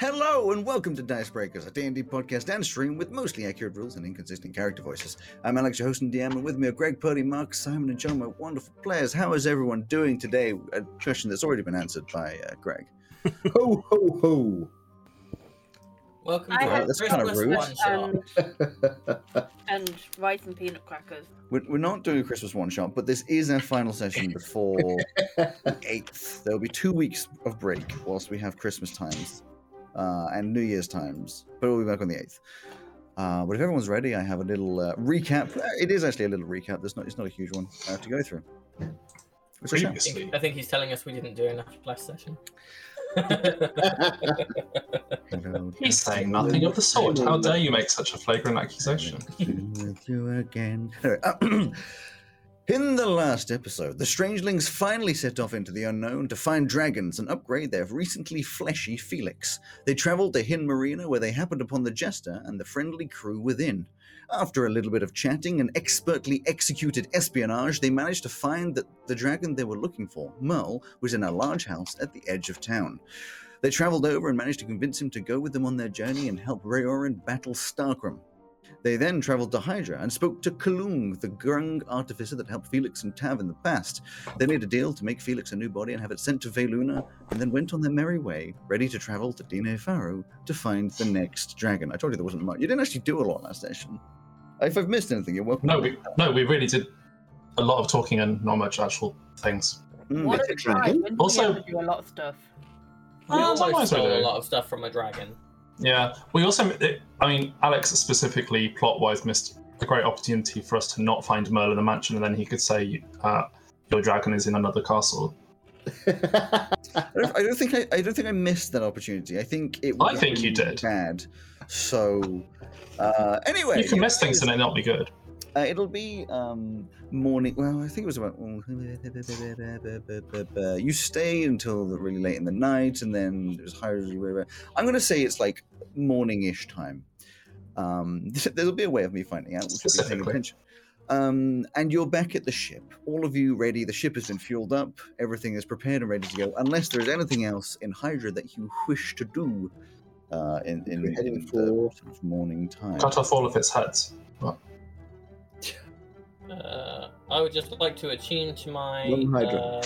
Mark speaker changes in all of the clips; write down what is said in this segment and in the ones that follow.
Speaker 1: Hello and welcome to Dice Breakers, a D&D podcast and stream with mostly accurate rules and inconsistent character voices. I'm Alex, your host and DM, and with me are Greg Purdy, Mark, Simon, and John, my wonderful players. How is everyone doing today? A question that's already been answered by uh, Greg. ho, ho, ho.
Speaker 2: Welcome
Speaker 3: I
Speaker 2: to
Speaker 3: had
Speaker 2: our
Speaker 1: That's kinda
Speaker 2: Christmas
Speaker 1: rude.
Speaker 2: one shot.
Speaker 3: Um, and rice and peanut crackers.
Speaker 1: We're, we're not doing a Christmas one shot, but this is our final session before the 8th. There'll be two weeks of break whilst we have Christmas times uh, and New Year's times, but we'll be back on the 8th. Uh, but if everyone's ready, I have a little uh, recap. Uh, It is actually a little recap. There's not, it's not a huge one uh, to go through. Which is a shame.
Speaker 2: I
Speaker 4: previously.
Speaker 2: think, I think he's telling us we didn't do enough last session.
Speaker 4: He's saying nothing of the sort. How dare you make such a flagrant accusation?
Speaker 1: with you again. Anyway, In the last episode, the Strangelings finally set off into the unknown to find dragons and upgrade their recently fleshy Felix. They traveled to Hin Marina, where they happened upon the Jester and the friendly crew within. After a little bit of chatting and expertly executed espionage, they managed to find that the dragon they were looking for, Merle, was in a large house at the edge of town. They traveled over and managed to convince him to go with them on their journey and help Rayoran battle Starkrum. They then traveled to Hydra and spoke to Kalung, the Grung artificer that helped Felix and Tav in the past. They made a deal to make Felix a new body and have it sent to Veluna, and then went on their merry way, ready to travel to Dine Faro to find the next dragon. I told you there wasn't much. You didn't actually do a lot last session. If I've missed anything, you're welcome.
Speaker 4: No, we no, we really did a lot of talking and not much actual things.
Speaker 1: Mm.
Speaker 3: What
Speaker 5: that's
Speaker 3: a
Speaker 5: a dragon.
Speaker 3: time. When do
Speaker 4: Also-
Speaker 3: we ever do a lot of stuff?
Speaker 2: We
Speaker 4: Yeah,
Speaker 2: almost
Speaker 4: sometimes we
Speaker 2: stole a
Speaker 4: do.
Speaker 2: lot of stuff from a dragon.
Speaker 4: Yeah, we also. It, I mean, Alex specifically plot-wise missed a great opportunity for us to not find Merlin in the mansion, and then he could say, uh, "Your dragon is in another castle."
Speaker 1: I don't, I don't think I, I don't think I missed that opportunity. I think it.
Speaker 4: I think you
Speaker 1: really
Speaker 4: did.
Speaker 1: Bad. So, uh, anyway,
Speaker 4: You can
Speaker 1: you-
Speaker 4: miss things and they not be good.
Speaker 1: Uh, it'll be um, morning. Well, I think it was about. You stay until the, really late in the night, and then it was higher. I'm going to say it's like morning-ish time. Um, there'll be a way of me finding out. Which will be paying
Speaker 4: Specifically.
Speaker 1: attention. Um, and you're back at the ship. All of you ready. The ship has been fueled up. Everything is prepared and ready to go. Unless there is anything else in Hydra that you wish to do uh, in, in,
Speaker 5: We're heading
Speaker 1: in the
Speaker 5: for-
Speaker 1: sort of morning time.
Speaker 4: Cut off all of its heads.
Speaker 2: Uh, I would just like to attune to my
Speaker 5: Lung hydra.
Speaker 2: uh,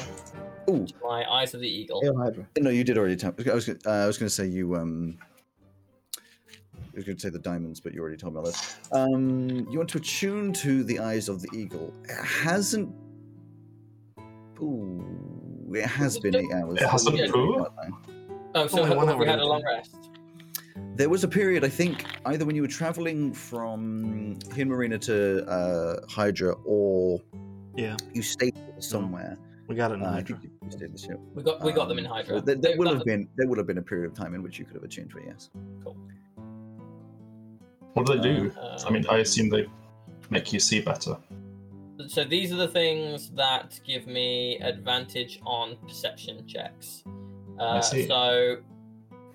Speaker 1: Ooh.
Speaker 2: to my eyes of the eagle.
Speaker 5: Hail Hydra.
Speaker 1: No, you did already tell. I was gonna, uh, I was going to say you. Um, I was going to say the diamonds, but you already told me all that. Um, you want to attune to the eyes of the eagle. It hasn't. Ooh, it has been eight hours.
Speaker 4: It hasn't
Speaker 1: Yeah.
Speaker 4: been?
Speaker 2: Oh, so
Speaker 4: Only one
Speaker 2: we
Speaker 4: hour
Speaker 2: had a
Speaker 4: later.
Speaker 2: long rest.
Speaker 1: There was a period, I think, either when you were traveling from Hin Marina to uh, Hydra, or
Speaker 6: Yeah,
Speaker 1: you stayed somewhere.
Speaker 6: we got
Speaker 4: Mm-hmm.
Speaker 1: Uh,
Speaker 6: it.
Speaker 1: I
Speaker 6: Uh,
Speaker 1: think you you stayed in the ship.
Speaker 2: We got we got them in
Speaker 1: Um,
Speaker 2: Hydra.
Speaker 1: There, there
Speaker 2: They-
Speaker 1: will have
Speaker 2: that-
Speaker 1: been there would have been a period of time in which you could have attuned to it. Yes.
Speaker 4: What do they do?
Speaker 2: uh,
Speaker 4: I mean, I assume they make you see better.
Speaker 2: so these are the things that give me advantage on perception checks. Uh,
Speaker 4: see.
Speaker 2: so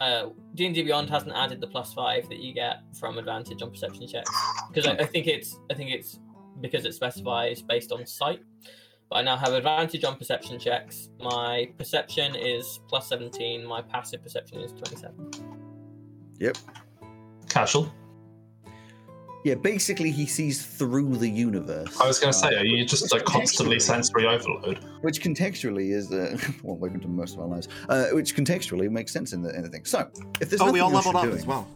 Speaker 2: uh, D&D Beyond hasn't added the plus five that you get from advantage on perception checks because I, I think it's I think it's because it specifies based on sight. But I now have advantage on perception checks. My perception is plus seventeen. My passive perception is twenty-seven.
Speaker 4: Casual.
Speaker 1: Yeah, basically he sees through the universe.
Speaker 4: I was going to say,
Speaker 1: uh,
Speaker 4: are you just like constantly sensory overload?
Speaker 1: which contextually is uh, well, welcome to most of our lives. Uh, which contextually makes sense in the, in the thing. So, if there's
Speaker 6: oh,
Speaker 1: nothing
Speaker 6: we all
Speaker 1: else
Speaker 6: leveled up
Speaker 1: you're
Speaker 6: as
Speaker 1: doing-
Speaker 6: well.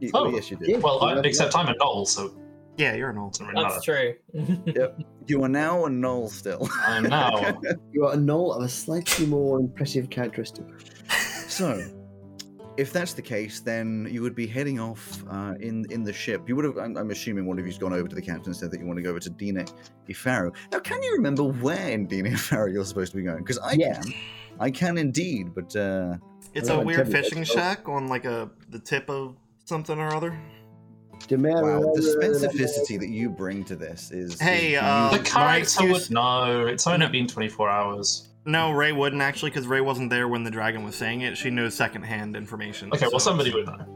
Speaker 1: You,
Speaker 4: Oh.
Speaker 1: oh, yes, you did.
Speaker 4: Well, I, except I'm a doll, so it
Speaker 6: Yeah, you're an old.
Speaker 4: doesn't really matter.
Speaker 2: That's true.
Speaker 1: You are now a null still.
Speaker 4: I am now.
Speaker 5: You are a null of a slightly more impressive characteristic.
Speaker 1: so, if that's the case, then you would be heading off uh, in in the ship. You would have. I'm, I'm assuming one of you's gone over to the captain and said that you want to go over to Dina Ifaro. Now, can you remember where in Dina Ifaro you're supposed to be going? Because I
Speaker 5: Yes.
Speaker 1: can. I can indeed, but uh,
Speaker 6: It's
Speaker 5: Oh,
Speaker 6: a
Speaker 5: I'm
Speaker 6: weird
Speaker 5: telling you,
Speaker 6: fishing
Speaker 5: that's-
Speaker 6: shack on like a the tip of something or other.
Speaker 5: Demera-
Speaker 1: wow, the specificity that you bring to this is. is
Speaker 6: Hey, uh,
Speaker 4: The
Speaker 1: beautiful.
Speaker 6: My
Speaker 4: character
Speaker 6: excuse-
Speaker 4: would know. It's only been 24 hours.
Speaker 6: No, Ray wouldn't actually, because Ray wasn't there when the dragon was saying it. She knows secondhand information.
Speaker 4: Okay, well,
Speaker 6: so-
Speaker 4: somebody would know.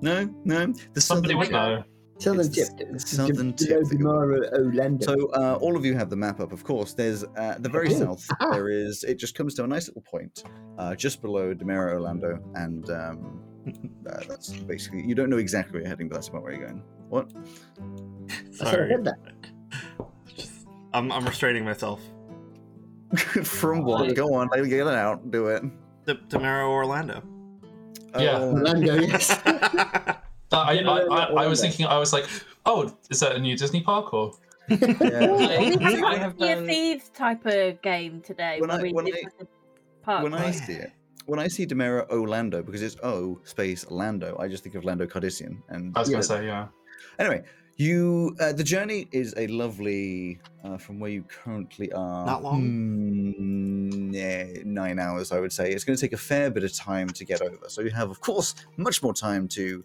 Speaker 1: no, no. The
Speaker 4: Somebody
Speaker 1: southern
Speaker 4: would
Speaker 1: shore.
Speaker 4: know.
Speaker 5: Southern
Speaker 1: It's the
Speaker 5: tip.
Speaker 1: s-
Speaker 5: It's
Speaker 1: southern
Speaker 5: the
Speaker 1: tip that you're
Speaker 5: Odimara Olanda.
Speaker 1: So uh, all of you have the map up, of course. There's uh, the very
Speaker 5: Oh,
Speaker 1: south.
Speaker 5: ah.
Speaker 1: There is. It just comes to a nice little point, uh, just below Demera Orlando, and um, uh, that's basically. You don't know exactly where you're heading, but that's about where you're going. What?
Speaker 5: I said I
Speaker 6: Sorry.
Speaker 5: read that.
Speaker 6: Just- I'm, I'm restraining myself.
Speaker 1: From what? Go on, let- get it out. Do it.
Speaker 6: D- Demero Orlando.
Speaker 4: Yeah.
Speaker 1: Oh,
Speaker 5: Orlando, yes.
Speaker 4: Uh, I,
Speaker 5: Yeah, no,
Speaker 4: I,
Speaker 5: no,
Speaker 4: I, I was
Speaker 5: Orlando.
Speaker 4: thinking, I was like, oh, is that a new Disney park or?
Speaker 1: yeah.
Speaker 2: I, I have
Speaker 3: Be a
Speaker 2: done.
Speaker 3: thieves type of game today.
Speaker 1: When
Speaker 3: where
Speaker 1: I-
Speaker 3: we
Speaker 1: when
Speaker 3: did
Speaker 1: I-
Speaker 3: like a park
Speaker 1: when I
Speaker 3: ride.
Speaker 1: see it, when I see Demera Orlando, because it's O space Lando, I just think of Lando Cardassian. And
Speaker 4: I was
Speaker 1: Yeah.
Speaker 4: going to say, yeah.
Speaker 1: anyway, you uh, the journey is a lovely uh, from where you currently are.
Speaker 6: Not long?
Speaker 1: hmm, yeah, nine hours, I would say. It's going to take a fair bit of time to get over, so you have, of course, much more time to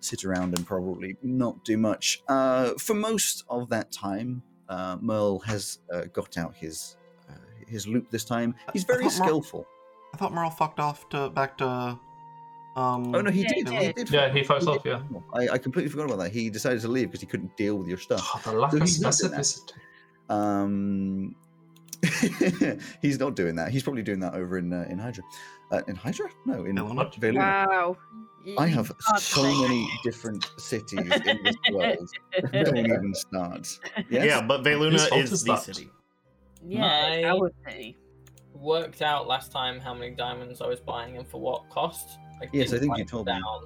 Speaker 1: sit around and probably not do much. Uh, for most of that time, uh, Merle has uh, got out his uh, his loop this time. He's
Speaker 6: I
Speaker 1: very
Speaker 6: thought Uh, Merle-
Speaker 1: skillful.
Speaker 6: I thought Merle fucked off to back to. Um,
Speaker 1: Oh no, he
Speaker 3: Yeah, he
Speaker 1: did. He
Speaker 3: did.
Speaker 1: did.
Speaker 4: Yeah, he fucked
Speaker 1: did.
Speaker 4: off, yeah.
Speaker 1: I, I completely forgot about that. He decided to leave because he couldn't deal with your stuff.
Speaker 4: Oh, the lack
Speaker 1: So
Speaker 4: of
Speaker 1: he's not doing that.
Speaker 4: specificity.
Speaker 1: Um, he's not doing that. He's probably doing that over in uh, in Hydra. Uh, in Hydra? No, in
Speaker 6: Illinois.
Speaker 1: Veluna.
Speaker 3: Wow. You-
Speaker 1: I have
Speaker 3: can't
Speaker 1: so
Speaker 3: say that.
Speaker 1: many different cities in this world. Don't even start. Yes?
Speaker 6: Yeah, but
Speaker 4: Whose
Speaker 6: Veluna
Speaker 4: fault
Speaker 6: is
Speaker 4: is
Speaker 6: the
Speaker 4: that?
Speaker 6: city.
Speaker 3: Yeah,
Speaker 2: My-
Speaker 3: I would say.
Speaker 2: worked out last time how many diamonds I was buying and for what cost. I
Speaker 1: Yes, I
Speaker 2: didn't
Speaker 1: think
Speaker 2: write
Speaker 1: you
Speaker 2: it
Speaker 1: told me.
Speaker 2: down.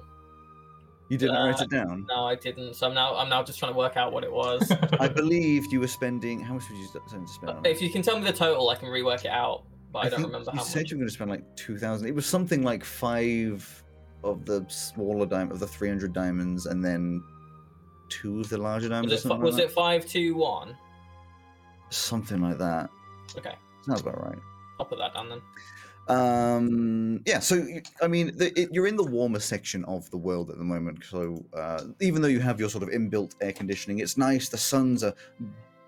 Speaker 1: You didn't write
Speaker 2: Uh,
Speaker 1: it down.
Speaker 2: No, I didn't. So I'm now I'm now just trying to work out what it was.
Speaker 1: I believed you were spending. How much would you spend to spend on? it?
Speaker 2: if you can tell me the total, I can rework it out. But I, don't
Speaker 1: think
Speaker 2: remember
Speaker 1: you
Speaker 2: how
Speaker 1: said
Speaker 2: much.
Speaker 1: you were going to spend like two thousand. It was something like five of the smaller diamond of the three hundred diamonds, and then two of the larger diamonds.
Speaker 2: Was
Speaker 1: or
Speaker 2: it, fi-
Speaker 1: something like
Speaker 2: was
Speaker 1: that.
Speaker 2: it five two one?
Speaker 1: something like that?
Speaker 2: Okay,
Speaker 1: Sounds about right.
Speaker 2: I'll put that down then.
Speaker 1: Um, yeah, so you- I mean, the, it, you're in the warmer section of the world at the moment. So uh, even though you have your sort of inbuilt air conditioning, it's nice. The suns are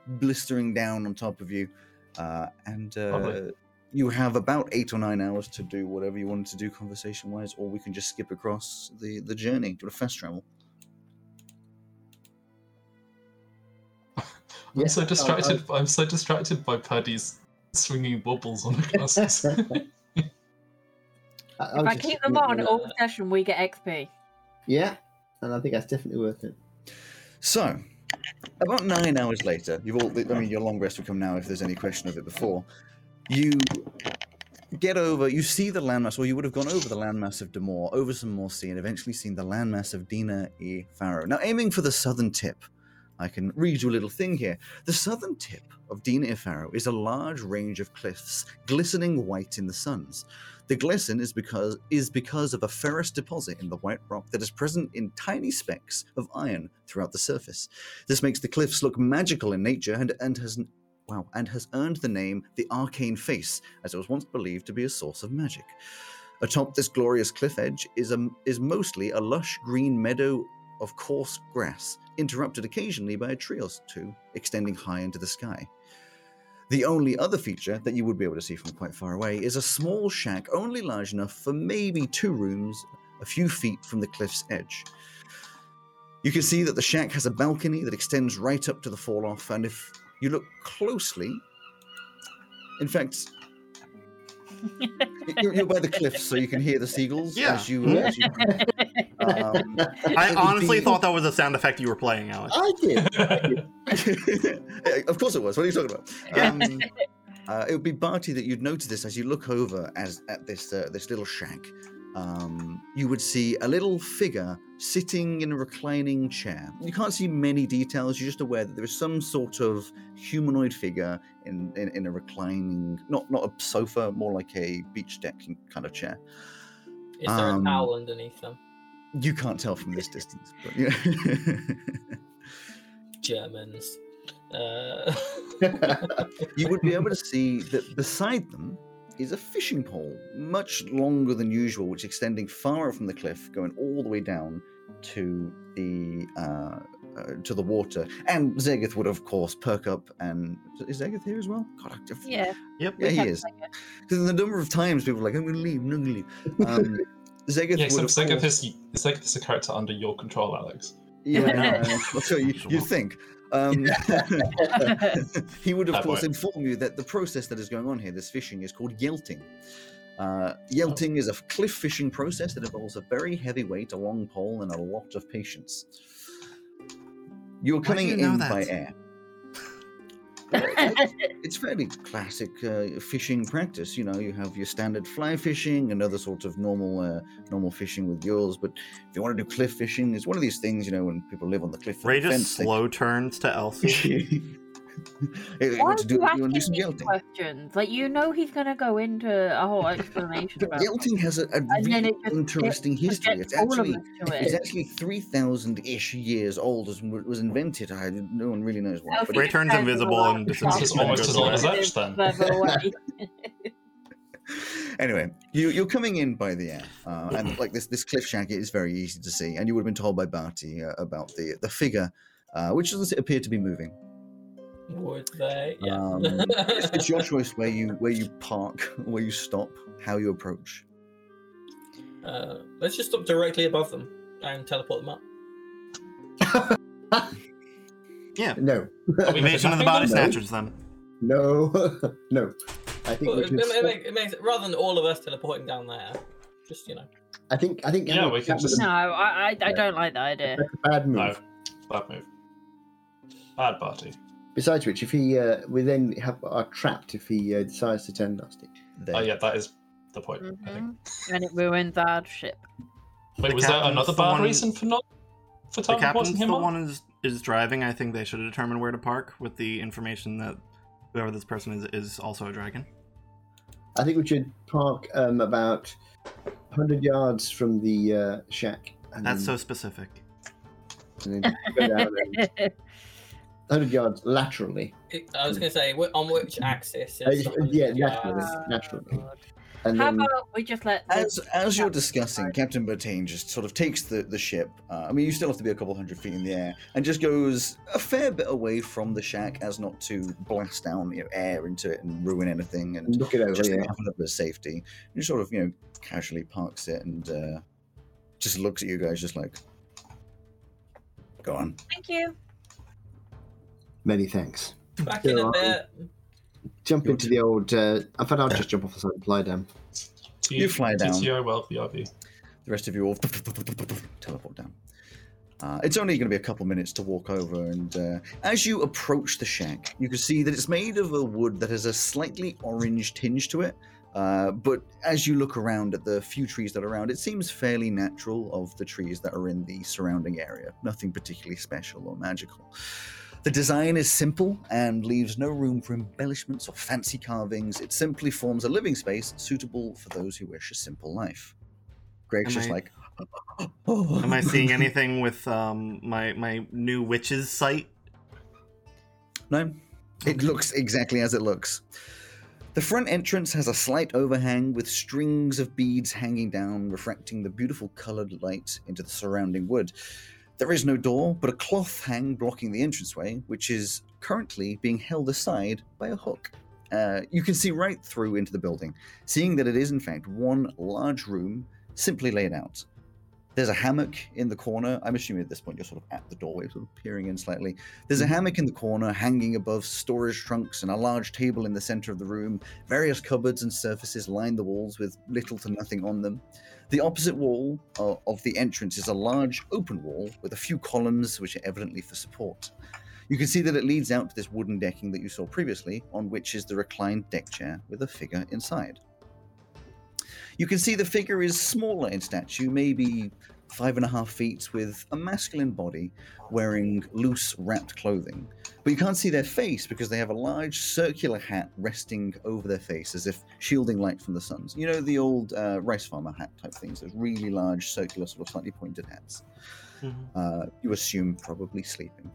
Speaker 1: blistering down on top of you, uh, and uh,
Speaker 4: Lovely.
Speaker 1: you have about eight or nine hours to do whatever you wanted to do conversation wise, or we can just skip across the the journey. Do you want to fast travel?
Speaker 4: I'm
Speaker 5: Yeah,
Speaker 4: so
Speaker 5: I- I-
Speaker 4: distracted. I, am so distracted by Purdy's swinging bubbles on the glasses.
Speaker 5: I-
Speaker 3: If
Speaker 5: was
Speaker 3: I
Speaker 5: just
Speaker 3: keep them
Speaker 5: looking
Speaker 3: on oh.
Speaker 5: at-
Speaker 2: that.
Speaker 3: all the session, we get XP.
Speaker 5: Yeah, and I think that's definitely worth it.
Speaker 1: So, about nine hours later, you've all, I mean, your long rest will come now if there's any question of it before. You get over, you see the landmass, or you would have gone over the landmass of Demore, over some more sea, and eventually seen the landmass of Dina e Faro. Now, aiming for the southern tip, I can read you a little thing here. The southern tip of Dina e Faro is a large range of cliffs, glistening white in the suns. The glisten is because is because of a ferrous deposit in the white rock that is present in tiny specks of iron throughout the surface. This makes the cliffs look magical in nature and, and has wow and has earned the name the Arcane Face, as it was once believed to be a source of magic. Atop this glorious cliff edge is a, is mostly a lush green meadow of coarse grass, interrupted occasionally by a tree or two extending high into the sky. The only other feature that you would be able to see from quite far away is a small shack, only large enough for maybe two rooms, a few feet from the cliff's edge. You can see that the shack has a balcony that extends right up to the fall off, and if you look closely, in fact, you're, you're by the cliff, so you can hear the seagulls
Speaker 6: Yeah.
Speaker 1: as you. As you um, It
Speaker 6: I
Speaker 1: would
Speaker 6: honestly
Speaker 1: be-
Speaker 6: thought that was a sound effect you were playing,
Speaker 1: Oh,
Speaker 6: Alex.
Speaker 5: I did.
Speaker 1: Yeah, of course it was. What are you talking about? Um, uh, it would be Barty that you'd notice this as you look over as at this uh, this little shack. Um, you would see a little figure sitting in a reclining chair. You can't see many details. You're just aware that there is some sort of humanoid figure in, in, in a reclining, not not a sofa, more like a beach deck kind of chair.
Speaker 2: Is there
Speaker 1: Um,
Speaker 2: an owl underneath them?
Speaker 1: You can't tell from this distance, but you-
Speaker 2: Germans. Uh,
Speaker 1: you would be able to see that beside them is a fishing pole, much longer than usual, which extending far from the cliff, going all the way down to the uh, uh, to the water. And Zegith would, of course, perk up. And is Zegith here as well? God, I-
Speaker 3: Yeah.
Speaker 6: Yep.
Speaker 1: yeah, he
Speaker 3: Sounds
Speaker 1: is.
Speaker 3: like it.
Speaker 1: Because the number of times people were like, "I'm going to leave, I'm going to leave." Um, Zegith
Speaker 4: yeah,
Speaker 1: would,
Speaker 4: except
Speaker 1: of
Speaker 4: Zegith
Speaker 1: course-
Speaker 4: is, Zegith is a character under your control, Alex.
Speaker 5: Yeah.
Speaker 1: That's what you, you think. Um, he would, of
Speaker 4: Bad
Speaker 1: course,
Speaker 4: boy.
Speaker 1: inform you that the process that is going on here, this fishing, is called yelting. Uh, yelting is a cliff fishing process that involves a very heavy weight, a long pole, and a lot of patience. You're
Speaker 6: Why do
Speaker 1: coming
Speaker 6: you know
Speaker 1: in
Speaker 6: that?
Speaker 1: by air. it's fairly classic uh, fishing practice. You know, you have your standard fly fishing and other sorts of normal uh, normal fishing with yours. But if you want to do cliff fishing, it's one of these things. You know, when people live on the cliff, or
Speaker 6: Ray
Speaker 1: the
Speaker 6: just
Speaker 1: fence, they-
Speaker 6: slow turns to Elsie.
Speaker 1: Hey, hey,
Speaker 3: Why
Speaker 1: what to
Speaker 3: are
Speaker 1: do?
Speaker 3: you
Speaker 1: You want to do
Speaker 3: asking
Speaker 1: some
Speaker 3: me
Speaker 1: guilting?
Speaker 3: questions? Like you know he's gonna go into a whole explanation
Speaker 1: But
Speaker 3: about
Speaker 1: guilting has a, a
Speaker 3: And then
Speaker 1: really
Speaker 3: it just-
Speaker 1: interesting
Speaker 3: it.
Speaker 1: history.
Speaker 3: Subject
Speaker 1: It's
Speaker 3: all of
Speaker 1: actually
Speaker 3: us to
Speaker 1: it's
Speaker 3: it.
Speaker 1: actually three thousand ish years old as it was invented. I no one really knows why.
Speaker 3: Elfie
Speaker 1: But
Speaker 6: Ray turns
Speaker 3: depends on
Speaker 6: invisible
Speaker 3: what
Speaker 6: and
Speaker 3: the
Speaker 6: disintegrates.
Speaker 4: It's almost as old as Edge then.
Speaker 3: level way.
Speaker 1: anyway, you, you're coming in by the air, uh, and like this, this cliff jacket is very easy to see. And you would have been told by Barty uh, about the the figure, uh, which doesn't appear to be moving.
Speaker 2: Would they? Yeah.
Speaker 1: Um, it's, it's your choice where you where you park, where you stop, how you approach.
Speaker 2: uh, let's just stop directly above them and teleport them up.
Speaker 5: No.
Speaker 4: Are we
Speaker 6: Invasion of
Speaker 4: kidnapping
Speaker 6: the Body
Speaker 4: them?
Speaker 6: Snatchers, then.
Speaker 5: No. no. I think
Speaker 2: Well,
Speaker 5: we
Speaker 2: it,
Speaker 5: can.
Speaker 2: it, make- it makes rather than all of us teleporting down there, just you know.
Speaker 5: I think. I think.
Speaker 4: Yeah,
Speaker 5: Hamlet-
Speaker 4: we can
Speaker 5: that was
Speaker 4: just-
Speaker 3: No, I, I, I
Speaker 5: Yeah.
Speaker 3: don't like that idea.
Speaker 5: a bad move.
Speaker 4: No, bad move. Bad party. Oh,
Speaker 5: Besides which, if he, uh, we then have are trapped if he uh, decides to turn nasty.
Speaker 1: There.
Speaker 4: Oh yeah, that is the point. I think.
Speaker 3: Mhm. And it ruins our ship.
Speaker 4: Wait,
Speaker 6: The
Speaker 4: was there
Speaker 6: captain's
Speaker 4: another
Speaker 6: the
Speaker 4: bad
Speaker 6: one-
Speaker 4: reason for not for
Speaker 6: The
Speaker 4: Tom
Speaker 6: captain's
Speaker 4: wasn't
Speaker 6: the
Speaker 4: him on?
Speaker 6: one is is driving. I think they should determine where to park with the information that whoever this person is is also a dragon.
Speaker 5: I think we should park um, about 100 yards from the uh, shack. And
Speaker 6: That's so
Speaker 5: then,
Speaker 6: specific.
Speaker 5: and then go down and- 100 yards laterally.
Speaker 2: It- I was going to say wh- on which axis?
Speaker 5: Uh,
Speaker 2: Is someone-
Speaker 5: yeah, laterally.
Speaker 2: Uh,
Speaker 5: laterally. And
Speaker 3: Oh, How
Speaker 5: then,
Speaker 3: about we just let the
Speaker 1: As as you're
Speaker 3: Yeah.
Speaker 1: discussing, Captain Bertain just sort of takes the the ship. Uh, I mean, you still have to be a couple hundred feet in the air, and just goes a fair bit away from the shack, as not to blast down you know, air into it and ruin anything, and
Speaker 5: look it over,
Speaker 1: just
Speaker 5: Mm-hmm. Oh, yeah.
Speaker 1: have a bit of safety. And just sort of you know casually parks it and uh, just looks at you guys, just like, go on.
Speaker 3: thank you.
Speaker 5: Many thanks.
Speaker 2: uh, back in a
Speaker 5: Yeah.
Speaker 2: bit.
Speaker 5: Jump
Speaker 1: You're
Speaker 5: into the old. Uh, in fact, I'll just jump off the side and fly down.
Speaker 4: T-
Speaker 1: You fly down.
Speaker 4: TTO, well, BRB.
Speaker 1: The rest of you all teleport down. Uh, it's only going to be a couple minutes to walk over, and uh, as you approach the shack, you can see that it's made of a wood that has a slightly orange tinge to it. Uh, but as you look around at the few trees that are around, it seems fairly natural of the trees that are in the surrounding area. Nothing particularly special or magical. The design is simple and leaves no room for embellishments or fancy carvings. It simply forms a living space suitable for those who wish a simple life. Greg's
Speaker 6: Am
Speaker 1: just
Speaker 6: I-
Speaker 1: like, oh.
Speaker 6: Am I seeing anything with um my my new witch's sight?
Speaker 1: No, it looks exactly as it looks. The front entrance has a slight overhang with strings of beads hanging down, refracting the beautiful colored light into the surrounding wood. There is no door, but a cloth hang blocking the entranceway, which is currently being held aside by a hook. Uh, you can see right through into the building, seeing that it is, in fact, one large room simply laid out. There's a hammock in the corner. I'm assuming at this point you're sort of at the doorway, sort of peering in slightly. There's a hammock in the corner, hanging above storage trunks, and a large table in the center of the room. Various cupboards and surfaces line the walls with little to nothing on them. The opposite wall uh, of the entrance is a large open wall with a few columns, which are evidently for support. You can see that it leads out to this wooden decking that you saw previously, on which is the reclined deck chair with a figure inside. You can see the figure is smaller in stature, maybe five and a half feet, with a masculine body wearing loose wrapped clothing. But you can't see their face because they have a large circular hat resting over their face as if shielding light from the suns. You know, the old uh, rice farmer hat type things, those really large, circular, sort of slightly pointed hats. Uh, you assume probably sleeping.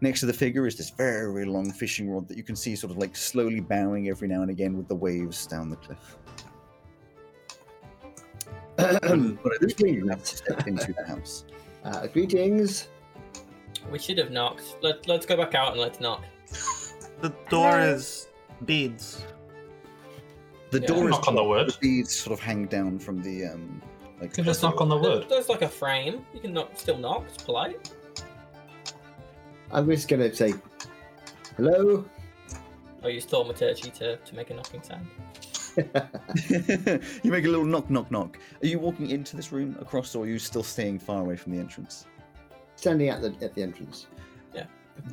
Speaker 1: Next to the figure is this very long fishing rod that you can see sort of like slowly bowing every now and again with the waves down the cliff. But at this point, you have to step into the house.
Speaker 5: uh, greetings.
Speaker 2: We should have knocked. Let, let's go back out and let's knock.
Speaker 6: The door is beads.
Speaker 1: The
Speaker 2: Yeah.
Speaker 1: door is
Speaker 4: Knock on the
Speaker 1: locked,
Speaker 4: wood.
Speaker 1: but beads sort of hang down from the um, like
Speaker 4: You can just knock on the
Speaker 2: There-
Speaker 4: wood.
Speaker 2: There's like a frame. You can knock, still knock. It's polite.
Speaker 5: I'm just going to say, hello.
Speaker 2: I'll use thaumaturgy to, to make a knocking sound.
Speaker 1: you make a little knock, knock, knock. Are you walking into this room across, or are you still staying far away from the entrance?
Speaker 5: Standing at the at the entrance,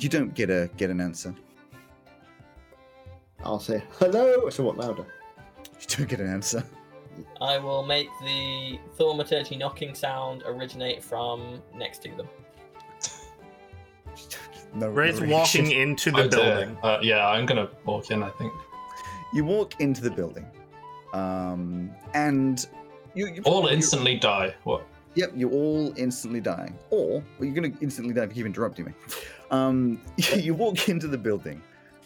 Speaker 1: You don't get a get an answer.
Speaker 5: I'll say hello. Somewhat louder.
Speaker 1: You don't get an answer.
Speaker 2: I will make the thaumaturgy knocking sound originate from next to them.
Speaker 1: No,
Speaker 6: Ray's
Speaker 1: no reaction.
Speaker 6: walking into the
Speaker 4: I dare-
Speaker 6: building.
Speaker 4: Uh, yeah, I'm gonna walk in. I think.
Speaker 1: You walk into the building, um, and you, you
Speaker 4: All
Speaker 1: you-
Speaker 4: instantly die. What?
Speaker 1: Yep, you all instantly die. Or well, you're going to instantly die if you keep interrupting me. Um, you walk into the building.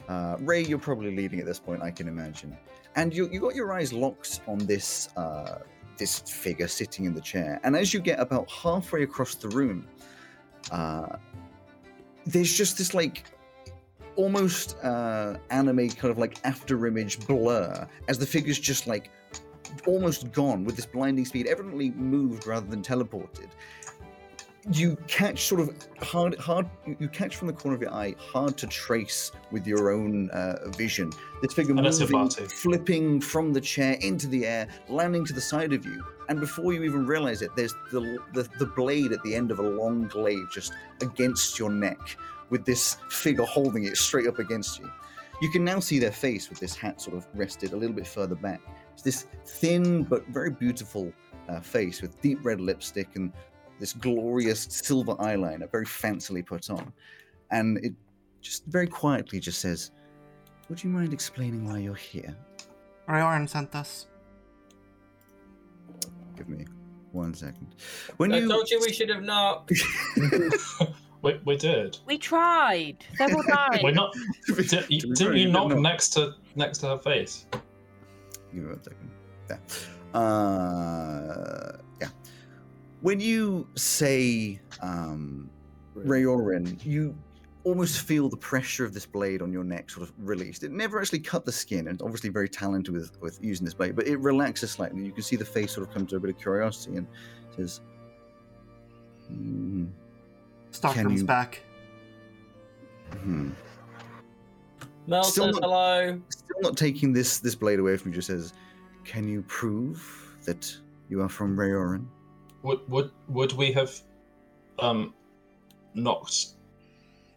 Speaker 1: Uh, Ray, you're probably leading at this point, I can imagine. And you, you got your eyes locked on this uh, this figure sitting in the chair. And as you get about halfway across the room, uh, there's just this like almost uh, anime kind of like after image blur as the figure's just like almost gone with this blinding speed, evidently moved rather than teleported. You catch sort of hard, hard. you- You catch from the corner of your eye, hard to trace with your own uh, vision. This figure
Speaker 4: Unless you're
Speaker 1: moving,
Speaker 4: Barty.
Speaker 1: flipping from the chair into the air, landing to the side of you, and before you even realize it, there's the the, the blade at the end of a long glaive just against your neck, with this figure holding it straight up against you. You can now see their face with this hat sort of rested a little bit further back. It's this thin but very beautiful uh, face with deep red lipstick and this glorious silver eyeliner, very fancily put on. And it just very quietly just says, Would you mind explaining why you're here?
Speaker 6: Ryoran sent us.
Speaker 1: Give me one second. When
Speaker 2: I
Speaker 1: you.
Speaker 2: told you we should have not.
Speaker 4: We, we did.
Speaker 3: We tried. Several times.
Speaker 4: We're not. Did,
Speaker 1: To be fair,
Speaker 4: didn't you
Speaker 1: did
Speaker 4: knock
Speaker 1: not.
Speaker 4: next to next to her face?
Speaker 1: Give me one second. There. Uh, yeah. When you say um, Rayorin, you almost feel the pressure of this blade on your neck sort of released. It never actually cut the skin, and obviously very talented with, with using this blade, but it relaxes slightly. You can see the face sort of come to a bit of curiosity and says, "Hmm, Can
Speaker 6: Starkroom's
Speaker 1: you-
Speaker 6: back.
Speaker 1: hmm."
Speaker 2: Mel
Speaker 1: Still
Speaker 2: says
Speaker 1: not-
Speaker 2: hello.
Speaker 1: Still not taking this this blade away from you, just says, Can you prove that you are from Rayorin?
Speaker 4: Would would would we have, um, knocked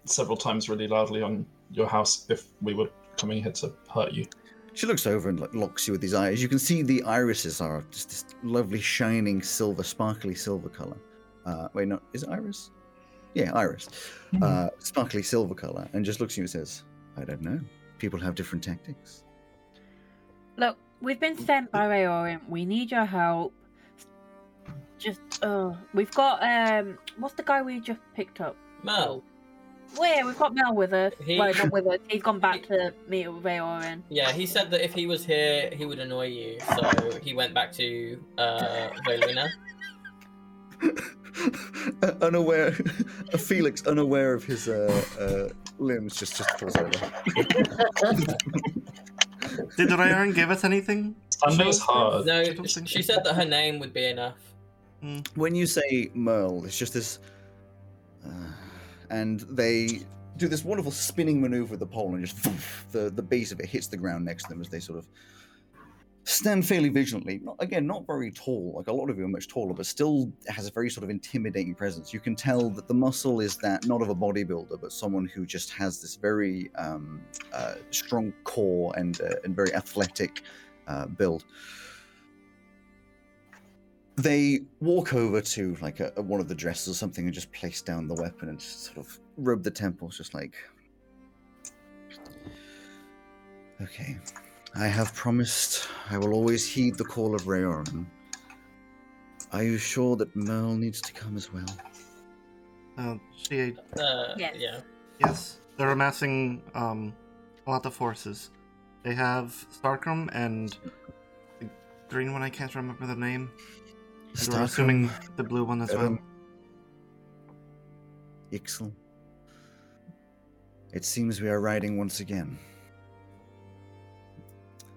Speaker 4: several times really loudly on your house if we were coming here to hurt you?
Speaker 1: She looks over and like, locks you with these eyes. You can see the irises are just this lovely, shining silver, sparkly silver color. Uh, wait, no, is it iris? Yeah, iris. Uh, sparkly silver color. And just looks at you and says, I don't know. People have different tactics.
Speaker 3: Look, we've been sent by Rayorin. We need your help. Just, uh, we've got um, what's the guy we just picked up?
Speaker 2: Mel.
Speaker 3: Where we've got Mel with us.
Speaker 2: He-
Speaker 3: Well, not with us. He's gone back to meet with Rayorin.
Speaker 2: Yeah, he said that if he was here, he would annoy you. So he went back to uh, Veluna.
Speaker 1: unaware, Felix, unaware of his uh, uh, limbs, just just falls over.
Speaker 6: Did Ryoran give us anything?
Speaker 4: Sunday's hard.
Speaker 2: No,
Speaker 6: I don't think-
Speaker 2: she said that her name would be enough.
Speaker 1: when you say Merle, it's just this, uh, and they do this wonderful spinning maneuver with the pole, and just the the base of it hits the ground next to them as they sort of stand fairly vigilantly. Not, again, not very tall. Like a lot of you are much taller, but still has a very sort of intimidating presence. You can tell that the muscle is that not of a bodybuilder, but someone who just has this very um, uh, strong core and uh, and very athletic uh, build they walk over to like a, a- one of the dresses or something and just place down the weapon and just sort of rub the temples just like okay i have promised i will always heed the call of rayoran are you sure that merle needs to come as well
Speaker 6: Uh, she
Speaker 2: Uh,
Speaker 3: Yes.
Speaker 2: Yeah.
Speaker 6: Yes, they're amassing um, a lot of forces. They have Starkrum and the green one. I can't remember the name. And we're
Speaker 1: Starkrum,
Speaker 6: assuming the blue one as well.
Speaker 1: Durham, ixel it seems we are riding once again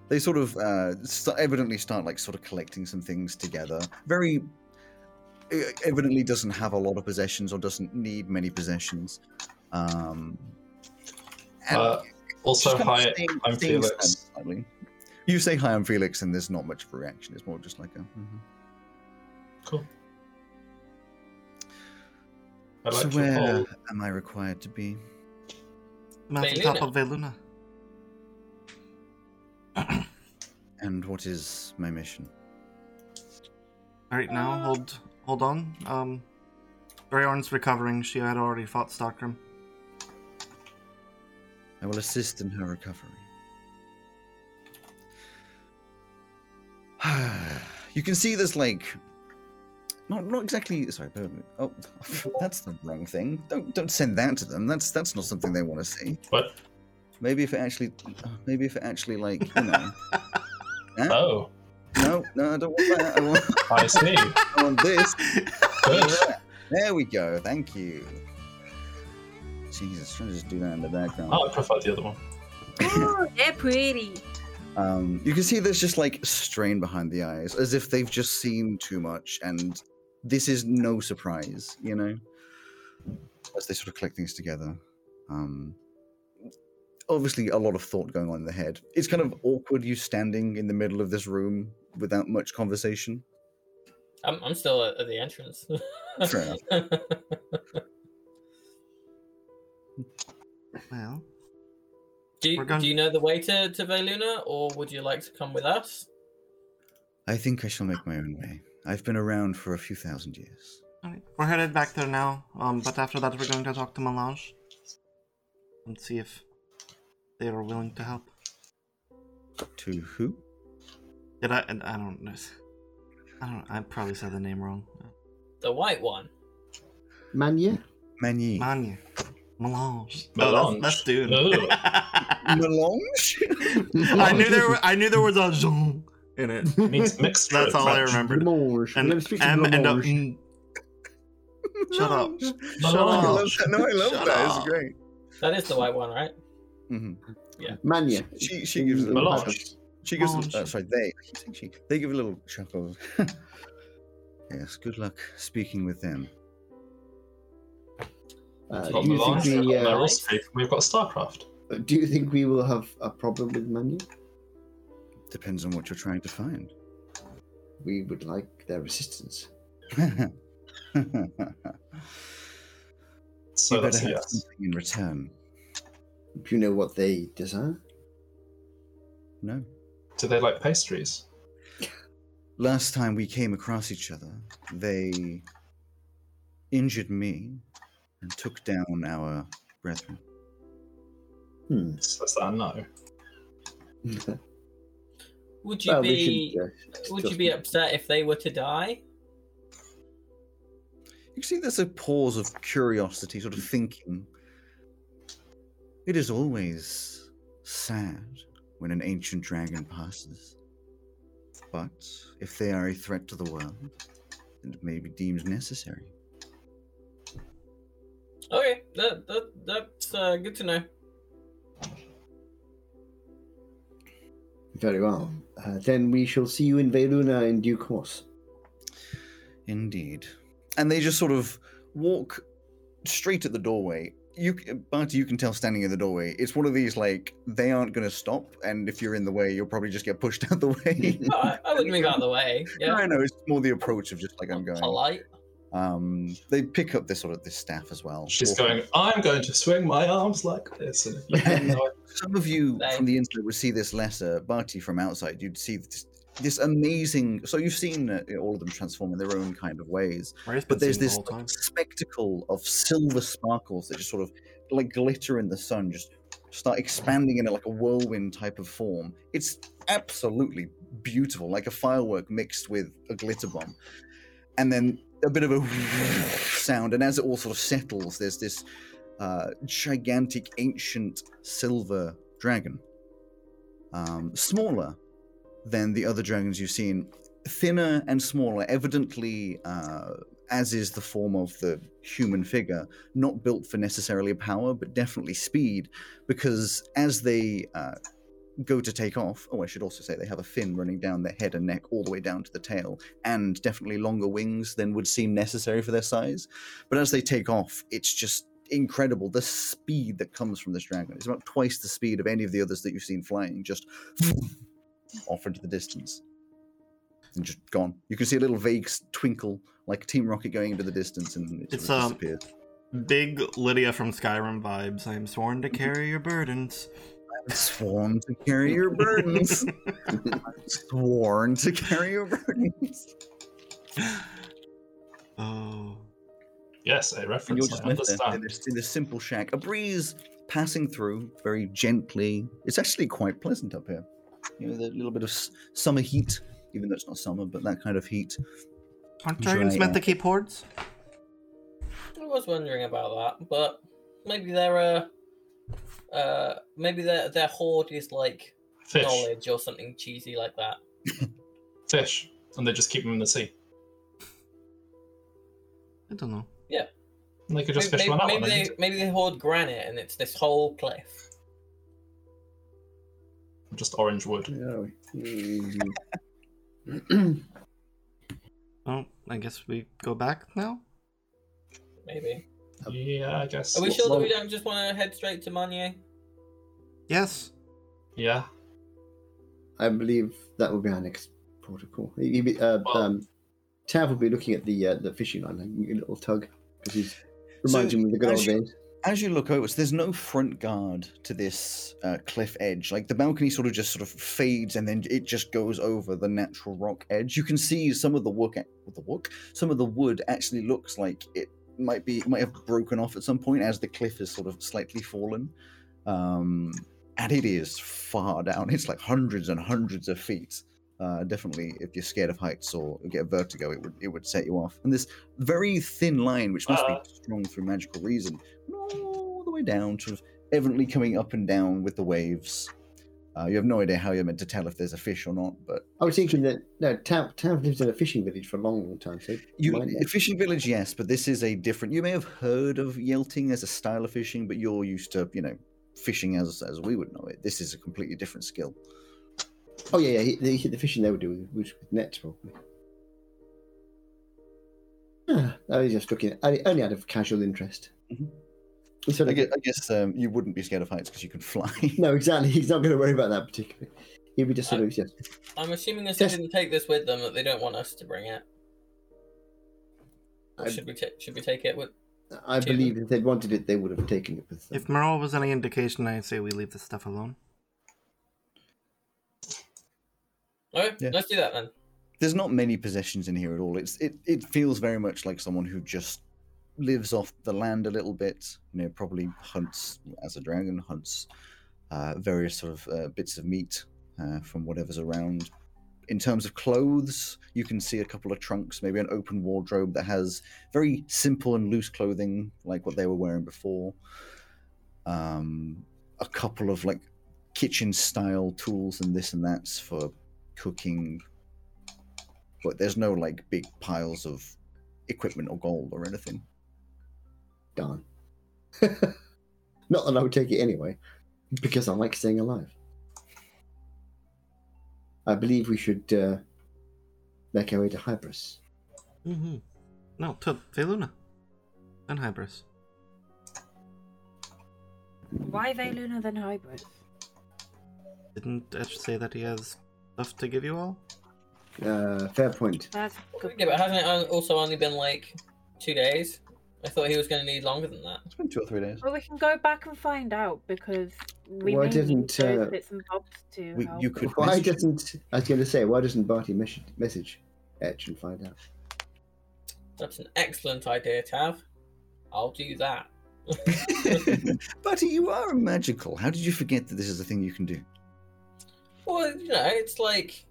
Speaker 1: they sort of uh, st- evidently start like sort of collecting some things together. Very e- evidently doesn't have a lot of possessions or doesn't need many possessions. Um, and
Speaker 4: Uh,
Speaker 1: just
Speaker 4: also,
Speaker 1: kind of
Speaker 4: hi,
Speaker 1: staying-
Speaker 4: I'm
Speaker 1: staying
Speaker 4: Felix.
Speaker 1: standing slightly. You say hi, I'm Felix, and there's not much of a reaction. It's more just like a. mhm.
Speaker 4: Cool. I
Speaker 1: So
Speaker 4: like your
Speaker 1: where
Speaker 4: poll.
Speaker 1: am I required to be?
Speaker 6: I'm at the
Speaker 2: Veluna.
Speaker 6: top of Veluna.
Speaker 1: And what is my mission?
Speaker 6: Alright now, hold hold on. Um Rayorn's recovering, she had already fought Starkrim.
Speaker 1: I will assist in her recovery. you can see there's like not not exactly sorry, bear with me. Oh that's the wrong thing. Don't don't send that to them. That's that's not something they want to see.
Speaker 4: What?
Speaker 1: Maybe if it actually maybe if it actually like, you know.
Speaker 4: Oh,
Speaker 1: no, no, I don't want that. I want,
Speaker 4: I see.
Speaker 1: I want this.
Speaker 4: Good.
Speaker 1: There we go, thank you. Jesus, trying to just do that in the background.
Speaker 4: Oh, I prefer the other one.
Speaker 3: Oh, they're pretty.
Speaker 1: Um, you can see there's just like strain behind the eyes, as if they've just seen too much, and this is no surprise, you know. As they sort of click things together, um, obviously a lot of thought going on in the head. It's kind of awkward you standing in the middle of this room without much conversation.
Speaker 2: I'm, I'm still at, at the entrance.
Speaker 1: Fair enough.
Speaker 6: Well,
Speaker 2: do, you,
Speaker 6: We're going-
Speaker 2: do you know the way to, to Veluna, or would you like to come with us?
Speaker 1: I think I shall make my own way. I've been around for a few thousand years.
Speaker 6: alright. We're headed back there now. Um but after that we're going to talk to Melange. And see if they are willing to help.
Speaker 1: To who?
Speaker 6: Did I and I don't know. I don't I probably said the name wrong.
Speaker 2: The white one.
Speaker 5: Manya?
Speaker 1: Mani.
Speaker 6: Manya. Melange. No,
Speaker 4: Melange.
Speaker 6: that's, that's Dune.
Speaker 4: Ooh.
Speaker 1: Melange?
Speaker 6: I knew there were, I knew there was a zhong in it.
Speaker 4: Mixed, mixed
Speaker 6: That's all I
Speaker 4: French.
Speaker 6: remembered.
Speaker 5: Blancmange.
Speaker 6: And
Speaker 5: Let me speak to
Speaker 6: M and a
Speaker 5: Blancmange.
Speaker 6: mm. Shut up.
Speaker 1: Melange.
Speaker 6: Shut
Speaker 4: Oh,
Speaker 1: I love
Speaker 6: up.
Speaker 1: that. No, I love
Speaker 6: Shut
Speaker 1: that.
Speaker 6: up.
Speaker 1: It's great.
Speaker 2: That is the white one, right?
Speaker 1: hmm
Speaker 5: Manya.
Speaker 1: She
Speaker 4: Mm,
Speaker 1: she gives a little,
Speaker 4: Melange.
Speaker 1: she gives a- uh,
Speaker 6: Melange.
Speaker 1: sorry they I keep saying she they give a little chuckle. yes, good luck speaking with them.
Speaker 5: Uh,
Speaker 2: It's
Speaker 5: do,
Speaker 4: Got
Speaker 2: not
Speaker 5: you think
Speaker 4: Melange,
Speaker 5: we,
Speaker 2: Melange,
Speaker 4: we've got
Speaker 5: uh,
Speaker 4: Meryl Streep, We've got Starcraft.
Speaker 5: do you think we will have a problem with Manya?
Speaker 1: Depends on what you're trying to find.
Speaker 5: We would like their assistance.
Speaker 4: So
Speaker 1: you
Speaker 4: that's
Speaker 1: better
Speaker 4: a
Speaker 1: have
Speaker 4: yes.
Speaker 1: something in return.
Speaker 5: Do you know what they desire?
Speaker 1: No.
Speaker 4: Do they like pastries?
Speaker 1: Last time we came across each other, they injured me and took down our brethren.
Speaker 5: Hmm.
Speaker 4: So That's that no.
Speaker 2: Would you
Speaker 5: Well, we
Speaker 2: be
Speaker 5: shouldn't, uh,
Speaker 2: would
Speaker 5: discuss
Speaker 2: you be
Speaker 5: it.
Speaker 2: upset if they were to die?
Speaker 1: You see, there's a pause of curiosity, sort of thinking. It is always sad when an ancient dragon passes. But if they are a threat to the world, it may be deemed necessary.
Speaker 2: Okay, that, that that's uh, good to know.
Speaker 5: Very well. Uh, then we shall see you in Veluna in due course.
Speaker 1: Indeed. And they just sort of walk straight at the doorway. You, c- Barty, you can tell standing in the doorway. It's one of these like they aren't going to stop, and if you're in the way, you'll probably just get pushed out the way.
Speaker 2: Oh, I, I wouldn't move out of the way.
Speaker 1: No,
Speaker 2: Yeah,
Speaker 1: I know. It's more the approach of just like I'm going.
Speaker 2: polite.
Speaker 1: Um, they pick up this sort of this staff as well.
Speaker 4: She's
Speaker 1: Or-
Speaker 4: going, I'm going to swing my arms like this. And if you don't know it-
Speaker 1: Some of you
Speaker 2: They-
Speaker 1: from the inside would see this letter. Barty from outside, you'd see this, this amazing. So you've seen uh, all of them transform in their own kind of ways.
Speaker 6: Ray's been
Speaker 1: but there's
Speaker 6: singing
Speaker 1: this
Speaker 6: the whole time.
Speaker 1: spectacle of silver sparkles that just sort of like glitter in the sun just start expanding in a, like a whirlwind type of form it's absolutely beautiful like a firework mixed with a glitter bomb and then a bit of a sound and as it all sort of settles there's this uh, gigantic ancient silver dragon um, smaller than the other dragons you've seen thinner and smaller evidently uh, as is the form of the human figure, not built for necessarily power, but definitely speed, because as they uh, go to take off, oh, I should also say they have a fin running down their head and neck all the way down to the tail, and definitely longer wings than would seem necessary for their size. But as they take off, it's just incredible the speed that comes from this dragon. It's about twice the speed of any of the others that you've seen flying, just off into the distance. And just gone. You can see a little vague s- twinkle, like Team Rocket going into the distance, and it
Speaker 6: It's,
Speaker 1: sort of
Speaker 6: um,
Speaker 1: disappeared.
Speaker 6: Big Lydia from Skyrim vibes. I am sworn to carry your burdens.
Speaker 1: Sworn to carry your burdens. Sworn to carry your burdens.
Speaker 6: Oh.
Speaker 4: Yes, a
Speaker 1: And you're
Speaker 4: reference.
Speaker 1: just
Speaker 4: I
Speaker 1: left there in
Speaker 4: understand.
Speaker 1: this, in this simple shack. A breeze passing through very gently. It's actually quite pleasant up here. You know, the little bit of s- summer heat, even though it's not summer, but that kind of heat.
Speaker 6: Aren't
Speaker 1: Dry
Speaker 6: dragons meant
Speaker 1: air.
Speaker 6: to keep hordes?
Speaker 2: I was wondering about that, but maybe their uh, uh, maybe their their hoard is like
Speaker 4: Fish,
Speaker 2: knowledge or something cheesy like that.
Speaker 4: fish, and they just keep them in the sea.
Speaker 6: I don't know.
Speaker 4: And they could just
Speaker 2: maybe,
Speaker 4: fish one out.
Speaker 2: maybe
Speaker 4: when they
Speaker 2: they
Speaker 4: need
Speaker 2: maybe they hoard granite and it's this whole cliff.
Speaker 4: to. Just orange wood.
Speaker 5: Where are we? Mm.
Speaker 6: Oh, I guess we go back now.
Speaker 2: Maybe.
Speaker 4: Yeah, I guess.
Speaker 2: Are we
Speaker 5: Well-
Speaker 2: sure that we
Speaker 5: well-
Speaker 2: don't just want to head straight to Manier?
Speaker 6: Yes.
Speaker 4: Yeah.
Speaker 5: I believe that will be our next port of call. He- he be- uh,
Speaker 4: Well-
Speaker 5: um, Tav will be looking at the uh, the fishing line, like, a little tug, because he's reminds
Speaker 1: So,
Speaker 5: him of the good old
Speaker 1: as you-
Speaker 5: days.
Speaker 1: as you look over, so there's no front guard to this uh, cliff edge. Like the balcony sort of just sort of fades, and then it just goes over the natural rock edge. You can see some of the wood, the wood, some of the wood actually looks like it might be might have broken off at some point as the cliff is sort of slightly fallen. Um, and it is far down. It's like hundreds and hundreds of feet. Uh, definitely, if you're scared of heights or get vertigo, it would it would set you off. And this very thin line, which must
Speaker 4: Uh.
Speaker 1: be strong through magical reason, all the way down, sort of evidently coming up and down with the waves. Uh, you have no idea how you're meant to tell if there's a fish or not, but
Speaker 5: I was thinking that no, Tav, Tav lives in a fishing village for a long, long time, so
Speaker 1: you
Speaker 5: might not.
Speaker 1: fishing village, yes, but this is a different. You may have heard of yelting as a style of fishing, but you're used to you know fishing as as we would know it. This is a completely different skill.
Speaker 5: Oh yeah, yeah. He, the, the fishing they would do was with nets probably. Ah, I was just looking. I only out of casual interest.
Speaker 1: Mhm.
Speaker 5: So
Speaker 1: I
Speaker 5: like,
Speaker 1: guess, I guess um, you wouldn't be scared of heights because you can fly.
Speaker 5: no, exactly. He's not going to worry about that particularly. He'd be just sort of yes.
Speaker 2: I'm assuming this
Speaker 5: Yes.
Speaker 2: didn't take this with them that they don't want us to bring it. Or
Speaker 5: I-
Speaker 2: should we ta- should we take it with?
Speaker 5: I
Speaker 2: Two.
Speaker 5: believe if they'd wanted it, they would have taken it with them.
Speaker 6: If Moral was any indication, I'd say we leave this stuff alone.
Speaker 2: Okay,
Speaker 1: Yeah.
Speaker 2: let's do that then.
Speaker 1: There's not many possessions in here at all. It's it, it feels very much like someone who just lives off the land a little bit. You know, probably hunts as a dragon, hunts uh, various sort of uh, bits of meat uh, from whatever's around. In terms of clothes, you can see a couple of trunks, maybe an open wardrobe that has very simple and loose clothing, like what they were wearing before. Um, a couple of like kitchen style tools and this and that's for cooking, but there's no like big piles of equipment or gold or anything.
Speaker 5: Darn. not that I would take it anyway, because I like staying alive. I believe we should uh, make our way to Hybris.
Speaker 6: Mm-hmm. No, to Veluna. And Hybris.
Speaker 3: Why Veluna than Hybrid?
Speaker 6: Didn't Etch say that he has stuff to give you all?
Speaker 5: Uh, fair point.
Speaker 3: That's good.
Speaker 2: Yeah, but hasn't it on- also only been like two days? I thought he was going to need longer than that.
Speaker 1: It's been two or three days.
Speaker 3: Well, we can go back and find out because we
Speaker 5: Why
Speaker 3: may need
Speaker 5: didn't,
Speaker 3: those
Speaker 5: uh,
Speaker 3: bits and bobs to
Speaker 1: We,
Speaker 3: help.
Speaker 1: you could.
Speaker 5: Why
Speaker 1: message him.
Speaker 5: doesn't I was going to say why doesn't Barty mes- message Etch and find out?
Speaker 2: That's an excellent idea, Tav. I'll do that.
Speaker 1: Buddy, you are magical. How did you forget that this is a thing you can do?
Speaker 2: Well, you know, it's like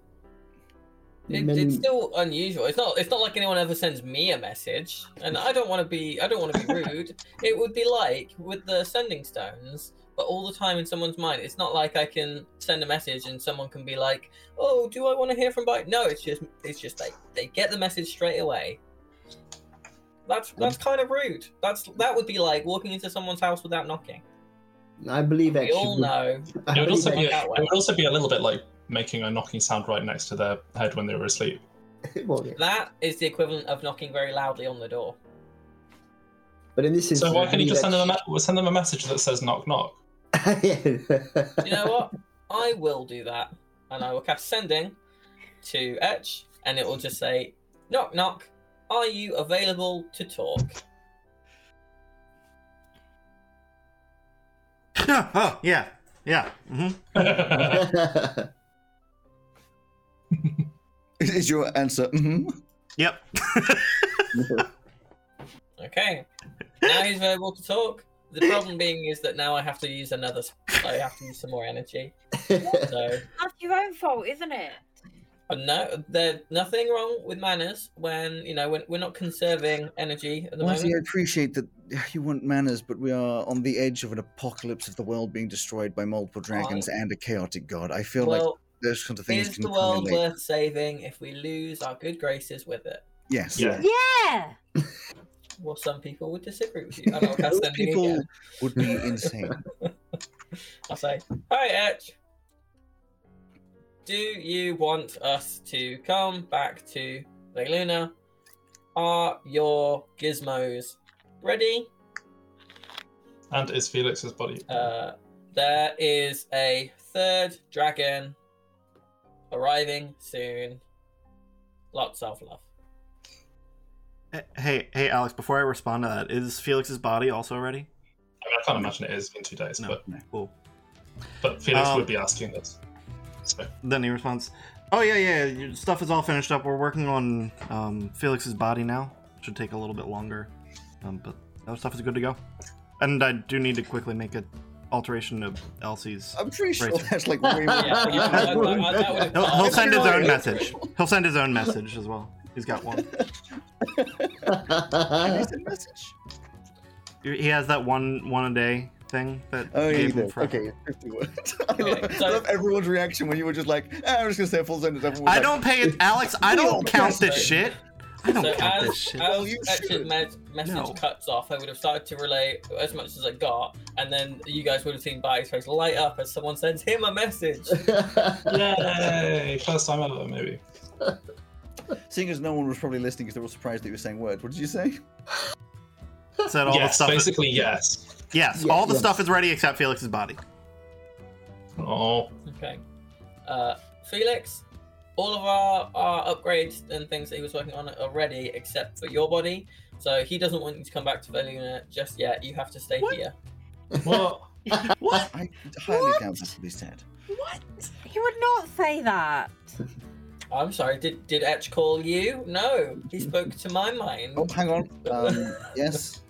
Speaker 2: it,
Speaker 5: Many-
Speaker 2: it's still unusual. It's not. It's not like anyone ever sends me a message, and I don't want to be. I don't want to be rude. it would be like with the sending stones, but all the time in someone's mind. It's not like I can send a message and someone can be like, "Oh, do I want to hear from Bite?" No, it's just. It's just they they get the message straight away. That's that's kind of rude. That's that would be like walking into someone's house without knocking.
Speaker 5: I believe Etch.
Speaker 2: We all
Speaker 5: would-
Speaker 2: know.
Speaker 5: I
Speaker 4: It would,
Speaker 5: believe
Speaker 4: also be
Speaker 5: Etch-
Speaker 4: a, it would also be a little bit like making a knocking sound right next to their head when they were asleep.
Speaker 5: well, yeah.
Speaker 2: That is the equivalent of knocking very loudly on the door.
Speaker 5: But in this instance,
Speaker 4: So why can't you just send them a
Speaker 5: actually-
Speaker 4: ma- send them a message that says knock knock?
Speaker 5: Yeah.
Speaker 2: You know what? I will do that, and I will cast sending to Etch, and it will just say, "Knock knock, are you available to talk?"
Speaker 6: oh, yeah. Yeah. hmm
Speaker 4: yeah,
Speaker 1: Is your answer? hmm
Speaker 6: Yep.
Speaker 2: Okay. Now he's available to talk. The problem being is that now I have to use another. s- I have to use some more energy. So
Speaker 3: That's your own fault, isn't it?
Speaker 2: but no, there's nothing wrong with manners when you know when we're not conserving energy at the
Speaker 1: Well, see, I
Speaker 2: moment.
Speaker 1: appreciate that you want manners, but we are on the edge of an apocalypse of the world being destroyed by multiple dragons and a chaotic god. I feel like
Speaker 2: Well,
Speaker 1: those kind of things
Speaker 2: is
Speaker 1: can
Speaker 2: the
Speaker 1: come
Speaker 2: world
Speaker 1: in late.
Speaker 2: worth saving if we lose our good graces with it?
Speaker 1: Yes.
Speaker 4: Yeah.
Speaker 3: Yeah.
Speaker 2: Well, some people would disagree with you. And I'll cast
Speaker 1: Those
Speaker 2: sending
Speaker 1: people
Speaker 2: again.
Speaker 1: would be insane.
Speaker 2: I'll say, all right, Etch. Do you want us to come back to Legluna? Are your gizmos ready?
Speaker 4: and is Felix's body?
Speaker 2: Uh, there is a third dragon arriving soon. Lots of love.
Speaker 6: Eh, Hey, hey, Alex. Before I respond to that, is Felix's body also ready?
Speaker 4: I, mean, I can't imagine it is in two days,
Speaker 6: No.
Speaker 4: but
Speaker 6: Cool.
Speaker 4: but Felix
Speaker 6: Um,
Speaker 4: would be asking this. So
Speaker 6: Then he responds, "Oh yeah, yeah. Your stuff is all finished up. We're working on um, Felix's body now. Should take a little bit longer, um, but that stuff is good to go. And I do need to quickly make a alteration of Elsie's.
Speaker 1: I'm pretty sure
Speaker 6: Right.
Speaker 1: that's like way more.
Speaker 2: Yeah,
Speaker 5: you-
Speaker 1: than
Speaker 5: you-
Speaker 1: what
Speaker 2: that would've
Speaker 5: Oh,
Speaker 6: He'll, he'll
Speaker 2: cost-
Speaker 6: send his own
Speaker 1: Alright.
Speaker 6: message. He'll send his own message as well. He's got one.
Speaker 1: I said message.
Speaker 6: He has that one one a day thing that.
Speaker 1: Oh, yeah,
Speaker 6: gave
Speaker 1: you
Speaker 6: him
Speaker 1: did.
Speaker 6: forever.
Speaker 1: Okay, 50 words. I love,
Speaker 2: Okay, so-
Speaker 1: I love everyone's reaction when you were just like, "Ah, I'm just going to say a full sentence. Everyone was
Speaker 6: I
Speaker 1: like,
Speaker 6: don't pay it, Alex. I
Speaker 1: We
Speaker 6: don't
Speaker 1: all
Speaker 6: count
Speaker 1: guess,
Speaker 6: this
Speaker 2: right?
Speaker 6: shit. I don't
Speaker 2: so
Speaker 6: count
Speaker 2: as,
Speaker 6: this shit.
Speaker 2: as
Speaker 1: Well, you
Speaker 2: Etch's
Speaker 1: should.
Speaker 2: mes- message
Speaker 6: No.
Speaker 2: cuts off, I would have started to relay as much as I got, and then you guys would have seen Barry's face light up as someone sends him a message.
Speaker 4: yay, first time ever, maybe.
Speaker 1: Seeing as no one was probably listening because they were all surprised that you were saying words, what did you say?
Speaker 6: Said all the
Speaker 4: yes,
Speaker 6: stuff. Is,
Speaker 4: basically yes.
Speaker 6: yes,
Speaker 5: Yeah,
Speaker 6: all the
Speaker 5: yes.
Speaker 6: stuff is ready except Felix's body.
Speaker 4: Oh,
Speaker 2: Okay. Uh, Felix, all of our, our upgrades and things that he was working on are ready except for your body. So he doesn't want you to come back to Veluna just yet. You have to stay
Speaker 6: What?
Speaker 2: here.
Speaker 4: what?
Speaker 6: What?
Speaker 1: I highly
Speaker 3: What?
Speaker 1: doubt that to be said.
Speaker 3: What? He would not say that.
Speaker 2: I'm sorry. Did did Etch call you? No, he spoke to my mind.
Speaker 1: Oh, hang on. Um, yes.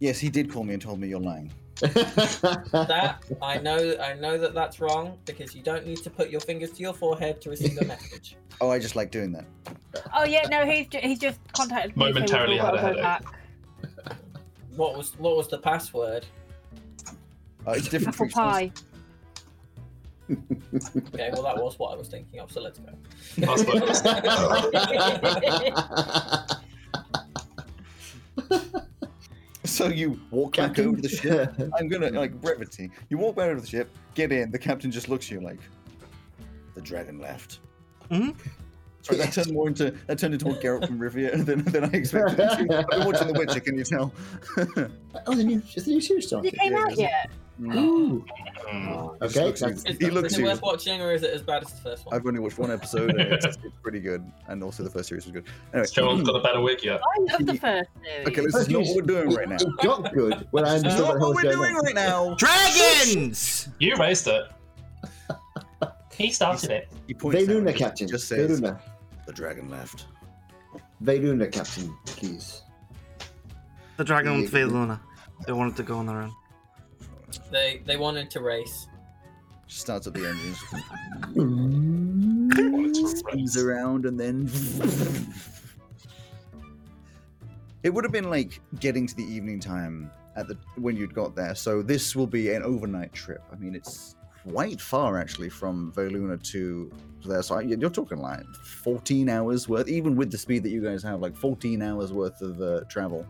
Speaker 1: Yes, he did call me and told me you're lying.
Speaker 2: That I know. I know that that's wrong because you don't need to put your fingers to your forehead to receive a message.
Speaker 1: Oh, I just like doing that.
Speaker 3: Oh yeah, no, he's ju- he's just contacted me. so we've
Speaker 4: Momentarily
Speaker 3: all
Speaker 4: had a
Speaker 3: gotta go
Speaker 4: headache.
Speaker 3: back.
Speaker 2: What was what was the password?
Speaker 1: Uh, it's different for
Speaker 3: Apple
Speaker 1: each person.
Speaker 3: pie.
Speaker 2: Okay, well that was what I was thinking of. So let's go.
Speaker 1: So you walk back
Speaker 5: Captain-
Speaker 1: over the ship. I'm gonna like brevity. You walk back over the ship, get in. The captain just looks at you like, the dragon left.
Speaker 5: Mm-hmm.
Speaker 6: Mhm.
Speaker 1: Sorry, that turned more into that turned into more Geralt from Rivia than, than I expected. it to. I've been watching The Witcher. Can you tell?
Speaker 5: Oh, the new, is the new series
Speaker 3: Has it
Speaker 5: started?
Speaker 3: came out yet?
Speaker 5: Ooh.
Speaker 4: Mm.
Speaker 1: Just Hmm. looks
Speaker 5: that's-
Speaker 1: at
Speaker 2: Is,
Speaker 1: you. he
Speaker 2: is
Speaker 1: looks.
Speaker 2: it
Speaker 1: at you.
Speaker 2: worth watching or is it as bad as the first one?
Speaker 1: I've only watched one episode. And it's, it's pretty good, and also the first series was good. Anyway,
Speaker 4: Gerald's got a better wig yet.
Speaker 3: I love the first series.
Speaker 1: okay, this is not what we're doing right now.
Speaker 5: It got good when I understood
Speaker 1: Not
Speaker 5: what the hell
Speaker 1: what
Speaker 5: was
Speaker 1: we're
Speaker 5: going
Speaker 1: doing
Speaker 5: on.
Speaker 1: right now.
Speaker 6: Dragons!
Speaker 4: You raised it. He started it.
Speaker 1: He points out
Speaker 5: Veruna,
Speaker 1: and
Speaker 5: Captain.
Speaker 1: Just says
Speaker 5: Veruna.
Speaker 1: the dragon left.
Speaker 5: Veruna, Captain, please.
Speaker 6: The dragon with
Speaker 5: Yeah, yeah.
Speaker 6: Luna. They wanted to go on their own.
Speaker 2: They they wanted to race.
Speaker 1: She starts up the engines, spins
Speaker 4: Raised.
Speaker 1: around, and then. It would have been like getting to the evening time at the when you'd got there. So this will be an overnight trip. I mean, it's quite far actually from Voluna to there. So I- you're talking like 14 hours worth, even with the speed that you guys have, like 14 hours worth of uh, travel.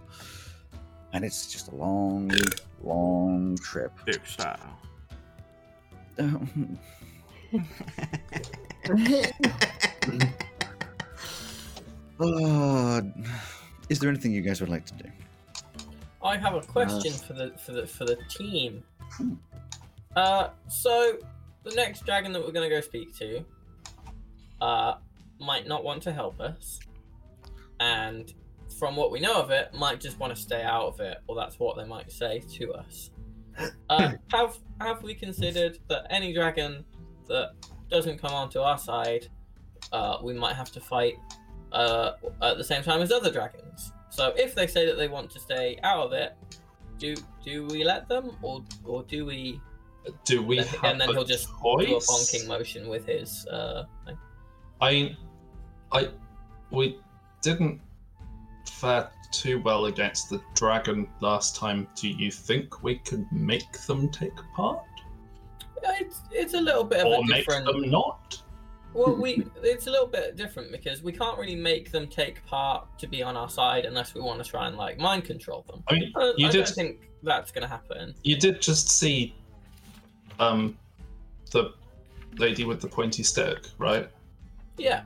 Speaker 1: And it's just a long, long trip.
Speaker 6: Duke style.
Speaker 1: Uh, Uh, is there anything you guys would like to do?
Speaker 2: I have a question
Speaker 5: Nice.
Speaker 2: for the for the for the team. Uh, so the next dragon that we're gonna go speak to, uh, might not want to help us, and from what we know of it, might just want to stay out of it, or that's what they might say to us. Uh, have have we considered that any dragon that doesn't come onto our side, uh, we might have to fight uh, at the same time as other dragons. So if they say that they want to stay out of it, do do we let them, or or do we?
Speaker 4: Do we
Speaker 2: let it-
Speaker 4: have
Speaker 2: and then
Speaker 4: a
Speaker 2: he'll just
Speaker 4: choice?
Speaker 2: do a bonking motion with his. Uh, thing.
Speaker 4: I, I, we didn't fare too well against the dragon last time. Do you think we could make them take part,
Speaker 2: Yeah, it's it's a little bit of
Speaker 4: or
Speaker 2: a
Speaker 4: make
Speaker 2: different.
Speaker 4: them not?
Speaker 2: Well, we it's a little bit different because we can't really make them take part to be on our side unless we want to try and like mind control them.
Speaker 4: I mean,
Speaker 2: I,
Speaker 4: you
Speaker 2: I
Speaker 4: did.
Speaker 2: don't think that's gonna happen.
Speaker 4: You did just see, um, the lady with the pointy stick, right?
Speaker 2: Yeah.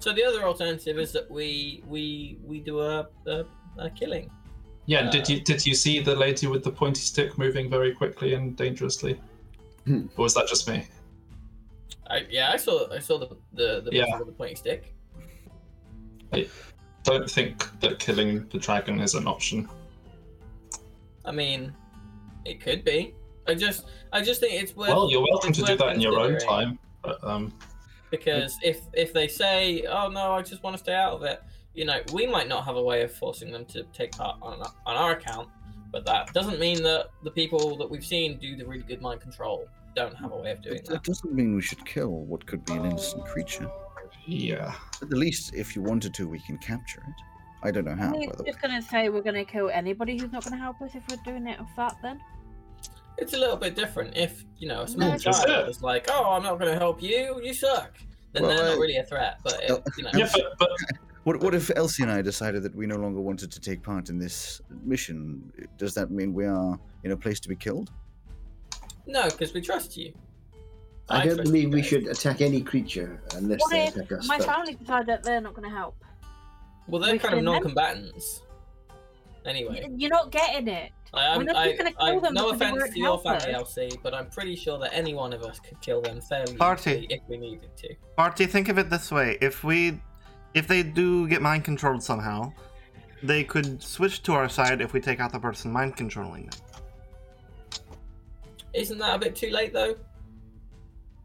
Speaker 2: So the other alternative is that we we we do a a, a killing.
Speaker 4: Yeah.
Speaker 2: Uh,
Speaker 4: did you did you see the lady with the pointy stick moving very quickly and dangerously?
Speaker 5: Hmm.
Speaker 4: Or was that just me?
Speaker 2: I, yeah, I saw I saw the the the,
Speaker 4: Yeah.
Speaker 2: picture with the pointing stick.
Speaker 4: Don't think that killing the dragon is an option.
Speaker 2: I mean, it could be. I just I just think it's worth
Speaker 4: Well, you're welcome
Speaker 2: it's
Speaker 4: to do
Speaker 2: worth
Speaker 4: that in your own
Speaker 2: considering,
Speaker 4: time. But, um,
Speaker 2: because if if they say, oh no, I just want to stay out of it, you know, we might not have a way of forcing them to take part on on our account, but that doesn't mean that the people that we've seen do the really good mind control don't have a way of doing
Speaker 1: That
Speaker 2: that.
Speaker 1: that doesn't mean we should kill what could be an innocent creature.
Speaker 4: yeah.
Speaker 1: At the least, if you wanted to, we can capture it. I don't know how,
Speaker 3: I
Speaker 1: by
Speaker 3: was
Speaker 1: the way.
Speaker 3: just gonna say we're gonna kill anybody who's not gonna help us if we're doing it of that. Then
Speaker 2: It's a little bit different if you know a small
Speaker 3: That's
Speaker 2: child
Speaker 4: it.
Speaker 2: is like, oh, I'm not going to help you, you suck. Then
Speaker 1: Well,
Speaker 2: they're
Speaker 1: I-
Speaker 2: not really a threat, but it, you know.
Speaker 4: Yeah, but, but
Speaker 1: What, what if Elsie and I decided that we no longer wanted to take part in this mission? Does that mean we are in a place to be killed?
Speaker 2: No, because we trust you.
Speaker 5: I don't
Speaker 2: trust you
Speaker 5: believe we
Speaker 2: guys.
Speaker 5: should attack any creature unless
Speaker 3: What
Speaker 5: they
Speaker 3: if
Speaker 5: attack us.
Speaker 3: my
Speaker 5: first.
Speaker 3: family decide that they're not gonna help.
Speaker 2: Well, they're
Speaker 3: we
Speaker 2: kind of
Speaker 3: can then-
Speaker 2: non-combatants. Anyway,
Speaker 3: Y- You're not getting it.
Speaker 2: I,
Speaker 3: we're
Speaker 2: I'm,
Speaker 3: not
Speaker 2: I,
Speaker 3: just gonna
Speaker 2: I,
Speaker 3: kill them
Speaker 2: no
Speaker 3: because they
Speaker 2: offense
Speaker 3: won't
Speaker 2: to your
Speaker 3: help
Speaker 2: family,
Speaker 3: us.
Speaker 2: LC, but I'm pretty sure that any one of us could kill them fairly
Speaker 6: Party.
Speaker 2: easily if we needed to.
Speaker 6: Artie, think of it this way: if we, if they do get mind controlled somehow, they could switch to our side if we take out the person mind controlling them.
Speaker 2: Isn't that a bit too late though?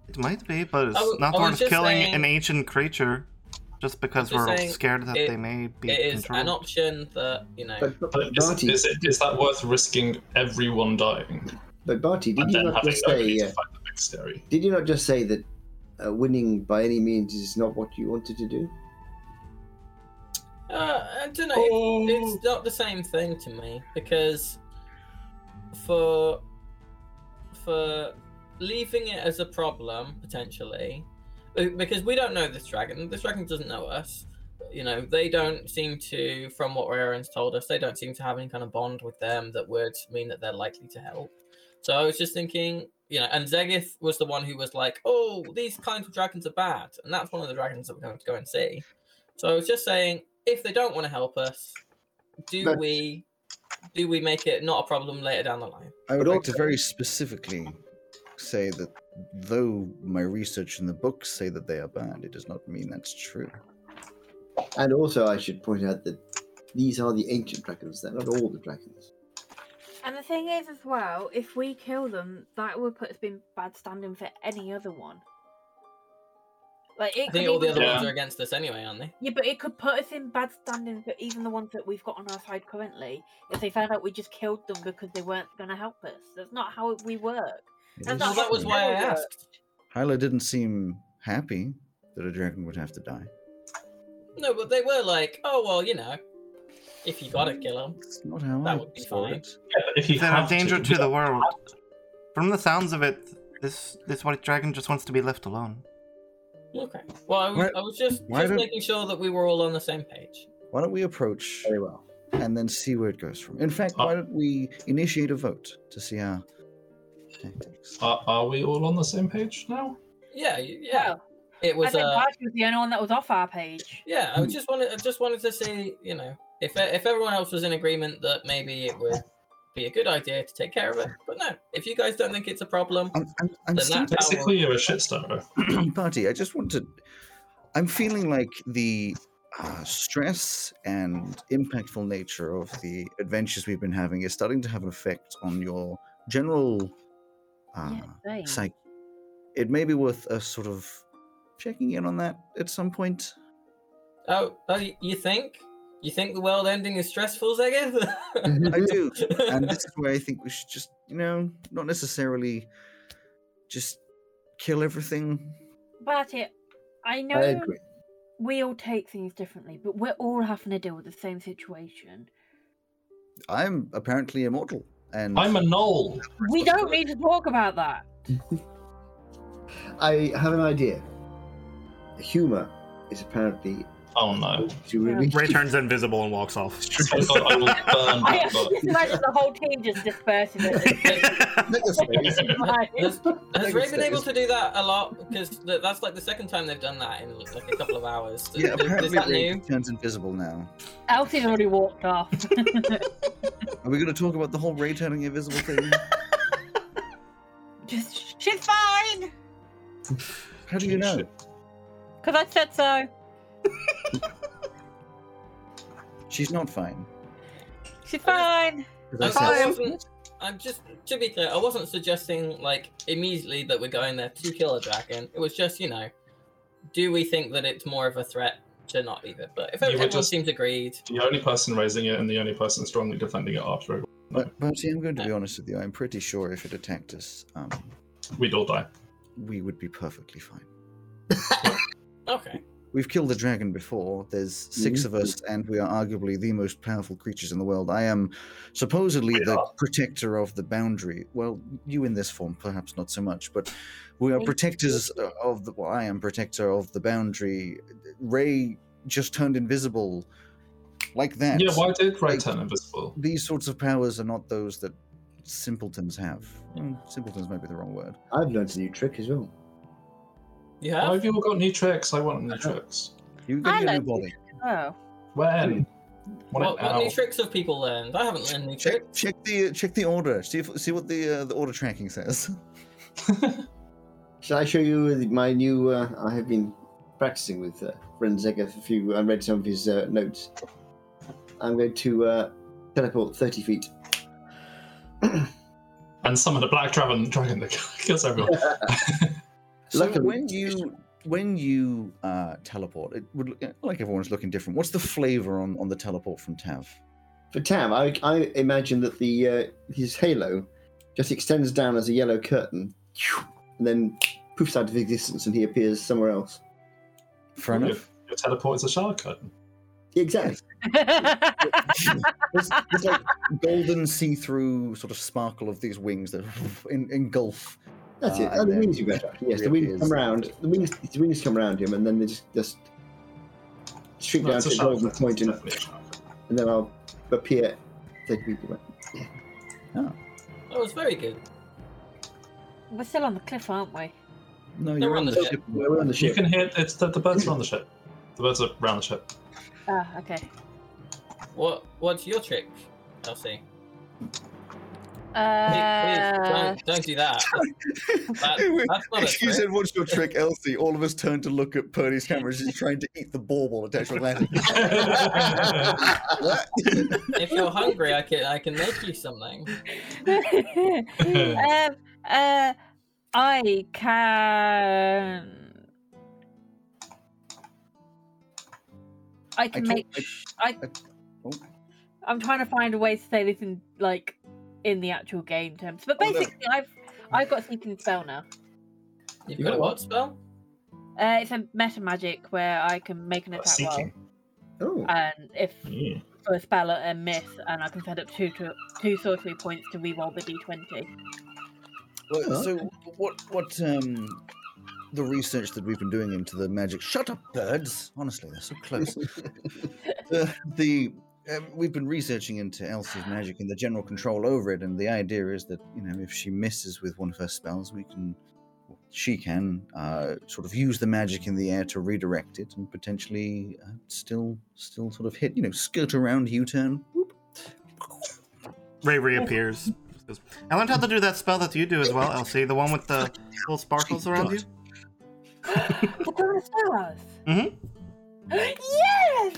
Speaker 6: It might be, but it's
Speaker 2: I w-
Speaker 6: not
Speaker 2: I was
Speaker 6: worth
Speaker 2: just
Speaker 6: killing
Speaker 2: saying-
Speaker 6: an ancient creature just because
Speaker 2: just
Speaker 6: we're
Speaker 2: saying
Speaker 6: scared that
Speaker 2: it-
Speaker 6: they may be
Speaker 2: it is
Speaker 6: controlled.
Speaker 2: an option that you know.
Speaker 5: But, but,
Speaker 4: but is,
Speaker 5: Barty,
Speaker 4: is, it, is that worth risking everyone dying
Speaker 5: but Barty, did
Speaker 4: and
Speaker 5: you
Speaker 4: then
Speaker 5: not
Speaker 4: having
Speaker 5: just
Speaker 4: nobody
Speaker 5: say?
Speaker 4: to
Speaker 5: Uh,
Speaker 4: fight the next area?
Speaker 5: did you not just say that uh, winning by any means is not what you wanted to do?
Speaker 2: Uh, I don't know.
Speaker 4: Oh.
Speaker 2: It's not the same thing to me because for for leaving it as a problem potentially be- because we don't know this dragon. This dragon doesn't know us. You know, they don't seem to, from what Rairin's told us, they don't seem to have any kind of bond with them that would mean that they're likely to help. So I was just thinking, you know, and Zegith was the one who was like, "Oh, these kinds of dragons are bad," and that's one of the dragons that we're going to go and see. So I was just saying, if they don't want to help us, do
Speaker 5: But-
Speaker 2: we do we make it not a problem later down the line?
Speaker 1: I would
Speaker 5: But
Speaker 1: like to
Speaker 5: also-
Speaker 1: very specifically say that though my research in the books say that they are bad, it does not mean that's true.
Speaker 5: And also, I should point out that these are the ancient dragons. They're not all the dragons.
Speaker 3: And the thing is, as well, if we kill them, that would put us in bad standing for any other one. Like it
Speaker 2: I
Speaker 3: could
Speaker 2: think all the
Speaker 3: even
Speaker 2: other
Speaker 3: put-
Speaker 2: ones are against us anyway, aren't they?
Speaker 3: Yeah, but it could put us in bad standing for even the ones that we've got on our side currently. If they found out we just killed them because they weren't going to help us, that's not how we work.
Speaker 1: It is
Speaker 3: That's
Speaker 2: Well,
Speaker 3: not
Speaker 2: that was
Speaker 1: true.
Speaker 3: how
Speaker 2: why I
Speaker 3: we work.
Speaker 2: asked.
Speaker 1: Hyla didn't seem happy that a dragon would have to die.
Speaker 2: No, but they were like, oh well, you know, if you gotta kill them,
Speaker 1: That's not how
Speaker 2: That
Speaker 1: I
Speaker 2: would be
Speaker 1: saw
Speaker 2: fine.
Speaker 1: it.
Speaker 4: Yeah, but if you
Speaker 6: They're
Speaker 4: have
Speaker 6: a danger to,
Speaker 4: yeah,
Speaker 6: the world. From the sounds of it, this this white dragon just wants to be left alone.
Speaker 2: okay. Well, I was,
Speaker 1: Why-
Speaker 2: I was just
Speaker 1: why
Speaker 2: just
Speaker 1: don't-
Speaker 2: making sure that we were all on the same page.
Speaker 1: Why don't we approach
Speaker 5: Very well.
Speaker 1: and then see where it goes from? In fact,
Speaker 2: Oh.
Speaker 1: why don't we initiate a vote to see our tactics?
Speaker 4: Are, are we all on the same page now?
Speaker 2: Yeah, y- yeah.
Speaker 3: Well,
Speaker 2: It
Speaker 3: Oh. I
Speaker 2: was
Speaker 3: think
Speaker 2: uh,
Speaker 3: Raj was the only one that was off our page.
Speaker 2: Yeah, I just wanted I just wanted to see, you know, if if everyone else was in agreement that maybe it would be a good idea to take care of it. But no, if you guys don't think it's a problem,
Speaker 1: I'm, I'm, I'm
Speaker 2: Then
Speaker 1: still
Speaker 2: that-
Speaker 4: Basically, you're a shitstarter.
Speaker 1: party. I just want to. I'm feeling like the uh, stress and impactful nature of the adventures we've been having is starting to have an effect on your general uh,
Speaker 3: yeah, same.
Speaker 1: psyche. It may be worth us sort of checking in on that at some point.
Speaker 2: oh, oh, y- you think you think the world ending is stressful, Zegith?
Speaker 1: I do. and this is where I think we should just, you know, not necessarily just kill everything.
Speaker 3: But it, I
Speaker 5: I
Speaker 3: know
Speaker 5: agree.
Speaker 3: we all take things differently, but we're all having to deal with the same situation.
Speaker 1: I'm apparently immortal, and
Speaker 4: I'm a knoll.
Speaker 3: We don't need to talk about that.
Speaker 5: I have an idea. Humor is apparently
Speaker 4: Oh no.
Speaker 5: to release.
Speaker 6: Ray turns invisible and walks off.
Speaker 4: Oh god, I will burn
Speaker 3: I
Speaker 4: that book.
Speaker 3: just imagine the whole team just dispersing. It.
Speaker 1: Megaspace.
Speaker 2: Has, has Ray been
Speaker 5: Megaspace.
Speaker 2: able to do that a lot? Because th- that's like the second time they've done that in like a couple of hours.
Speaker 1: yeah,
Speaker 2: Is- is,
Speaker 1: apparently
Speaker 2: that
Speaker 1: Ray
Speaker 2: new?
Speaker 1: turns invisible now.
Speaker 3: Elsie's already walked off.
Speaker 1: Are we going to talk about the whole Ray turning invisible thing?
Speaker 3: just she's fine
Speaker 1: How do you know?
Speaker 3: because I said so.
Speaker 1: She's not fine.
Speaker 3: She's fine.
Speaker 1: 'Cause
Speaker 2: I,
Speaker 1: I
Speaker 2: I
Speaker 1: said-
Speaker 2: wasn't- I'm just to be clear. I wasn't suggesting like immediately that we're going there to kill a dragon. It was just you know, do we think that it's more of a threat to not leave it? But if
Speaker 4: You were
Speaker 2: everyone
Speaker 4: just-
Speaker 2: seems agreed,
Speaker 4: The only person raising it and the only person strongly defending it after it,
Speaker 1: but, but see, I'm going to be honest with you. I'm pretty sure if it attacked us, um,
Speaker 4: we'd all die.
Speaker 1: we would be perfectly fine.
Speaker 2: okay.
Speaker 1: We've killed a dragon before. There's 6
Speaker 4: Mm-hmm.
Speaker 1: of us, and we are arguably the most powerful creatures in the world. I am supposedly
Speaker 4: We
Speaker 1: the
Speaker 4: are.
Speaker 1: protector of the boundary. Well, you in this form, perhaps not so much, but we are
Speaker 3: Me.
Speaker 1: protectors of the. Well, I am protector of the boundary. Ray just turned invisible, like that.
Speaker 4: Yeah, why did Ray
Speaker 1: like-
Speaker 4: turn invisible?
Speaker 1: These sorts of powers are not those that simpletons have. Mm, simpletons might be the wrong word.
Speaker 5: I've learned a new trick as well.
Speaker 2: You
Speaker 4: Why
Speaker 2: have?
Speaker 4: have you all got new tricks? I want new tricks.
Speaker 1: You
Speaker 3: I
Speaker 1: get your new
Speaker 3: learned
Speaker 1: body.
Speaker 3: Oh,
Speaker 4: When? When
Speaker 2: What, what
Speaker 4: now?
Speaker 2: new tricks have people learned? I haven't learned new
Speaker 1: Check,
Speaker 2: tricks.
Speaker 1: check the uh, check the order. See if, see what the uh, the order tracking says.
Speaker 5: Shall I show you my new? Uh, I have been practicing with uh, friend Zegeth a few. I read some of his uh, notes. I'm going to uh, teleport 30 feet.
Speaker 4: and summon a black dragon, dragon that kills everyone.
Speaker 1: So
Speaker 5: Luckily-
Speaker 1: when you when you uh, teleport, it would look uh, like everyone's looking different. What's the flavor on, on the teleport from Tav?
Speaker 5: For Tam, I, I imagine that the uh, his halo just extends down as a yellow curtain, and then poofs out of existence, and he appears somewhere else.
Speaker 1: Fair
Speaker 4: Ooh.
Speaker 1: enough.
Speaker 4: Your teleport is a shower curtain.
Speaker 5: Exactly.
Speaker 1: It's, it's like golden see-through sort of sparkle of these wings that en- engulf.
Speaker 5: That's it.
Speaker 1: Ah,
Speaker 5: Oh,
Speaker 1: and
Speaker 5: the
Speaker 1: then
Speaker 5: wings you
Speaker 1: he
Speaker 5: better. Yes, the wings
Speaker 1: reappears.
Speaker 5: come round. The wings, the wings come round him, and then they just just shrink
Speaker 4: No,
Speaker 5: down
Speaker 4: it's
Speaker 5: to
Speaker 4: a
Speaker 5: a
Speaker 4: shower
Speaker 5: golden
Speaker 4: curtain.
Speaker 5: point,
Speaker 4: It's
Speaker 5: and,
Speaker 4: definitely a shower curtain.
Speaker 5: and then I'll appear. 30 feet away.
Speaker 2: That was very good.
Speaker 3: we're still on the cliff, aren't we?
Speaker 1: No,
Speaker 2: They're
Speaker 1: you're on the
Speaker 2: on the
Speaker 1: ship.
Speaker 5: Yeah, we're on the
Speaker 4: You
Speaker 5: ship.
Speaker 4: can hear it's the, the birds are on the ship. The birds are around the ship.
Speaker 3: Ah, okay.
Speaker 2: What What's your trick, Elsie? Please, please
Speaker 3: Uh,
Speaker 2: don't, don't do that. That- that's not a
Speaker 1: She
Speaker 2: trick.
Speaker 1: said, "What's your trick, Elsie?" All of us turned to look at Purdy's camera. as She's trying to eat the bauble attached to her What?
Speaker 2: If you're hungry, I can I can make you something.
Speaker 3: um, uh, I can. I can
Speaker 1: told-
Speaker 3: make.
Speaker 1: I-
Speaker 3: sh- I.
Speaker 1: I- oh.
Speaker 3: I'm trying to find a way to say this in like in the actual game terms, but
Speaker 1: Oh, no.
Speaker 3: basically, I've I've got sleeping spell now.
Speaker 2: You've
Speaker 5: You
Speaker 2: got a
Speaker 5: got
Speaker 2: what spell?
Speaker 3: Uh, it's a meta magic where I can make an attack roll,
Speaker 4: Seeking.
Speaker 5: Oh,
Speaker 3: and if
Speaker 4: Yeah.
Speaker 3: for a spell a miss, and I can set up two to, two sorcery points to re-roll the d20.
Speaker 1: Well,
Speaker 5: Oh,
Speaker 1: so what? What? Um, the research that we've been doing into the magic. Shut up, birds! Honestly, they're so close. the the um, we've been researching into Elsie's magic and the general control over it, and the idea is that you know if she misses with one of her spells, we can she can uh, sort of use the magic in the air to redirect it and potentially uh, still still sort of hit, you know, skirt around U-turn. Whoop.
Speaker 6: Ray reappears. Says, I learned how to do that spell that you do as well, Elsie. The one with the little sparkles around you.
Speaker 3: The Dawn of Stars.
Speaker 4: Mm-hmm.
Speaker 6: Mhm.
Speaker 3: yes!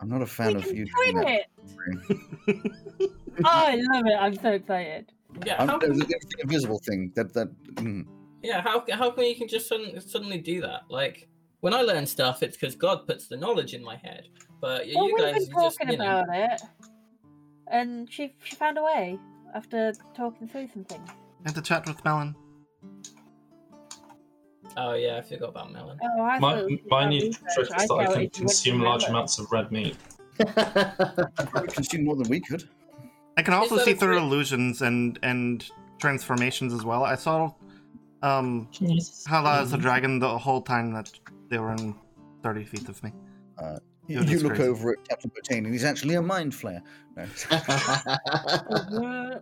Speaker 1: I'm not a fan
Speaker 3: we
Speaker 1: of
Speaker 3: can
Speaker 1: you. doing
Speaker 3: do
Speaker 1: that.
Speaker 3: it! oh, I love it. I'm so excited.
Speaker 2: Yeah,
Speaker 1: I'm,
Speaker 2: how
Speaker 1: there's
Speaker 2: can,
Speaker 1: the invisible thing that that. mm.
Speaker 2: yeah, how how come you can just sudden, suddenly do that? Like when I learn stuff, it's because God puts the knowledge in my head. But yeah,
Speaker 3: well,
Speaker 2: you
Speaker 3: we've
Speaker 2: guys
Speaker 3: been
Speaker 2: you just
Speaker 3: talking
Speaker 2: you know,
Speaker 3: about it, and she, she found a way after talking through some things.
Speaker 6: I had to chat with Melon.
Speaker 2: oh yeah, I forgot about Melon.
Speaker 3: Oh, I
Speaker 4: My,
Speaker 3: thought it was
Speaker 4: my
Speaker 3: about
Speaker 4: need
Speaker 3: research.
Speaker 4: trick is that
Speaker 3: doubt
Speaker 4: I
Speaker 3: if
Speaker 4: can
Speaker 3: you went to
Speaker 4: consume large
Speaker 3: remember.
Speaker 4: amounts of red meat.
Speaker 1: Probably consume more than we could.
Speaker 6: I can also
Speaker 2: that
Speaker 6: see
Speaker 2: a
Speaker 6: through
Speaker 2: crit?
Speaker 6: illusions and and transformations as well. I saw um Hala as a dragon the whole time that they were in thirty feet of me.
Speaker 1: You,
Speaker 6: Yeah, that's
Speaker 1: look
Speaker 6: crazy.
Speaker 1: over at Captain Botane and he's actually a mind flare. No.
Speaker 3: Uh,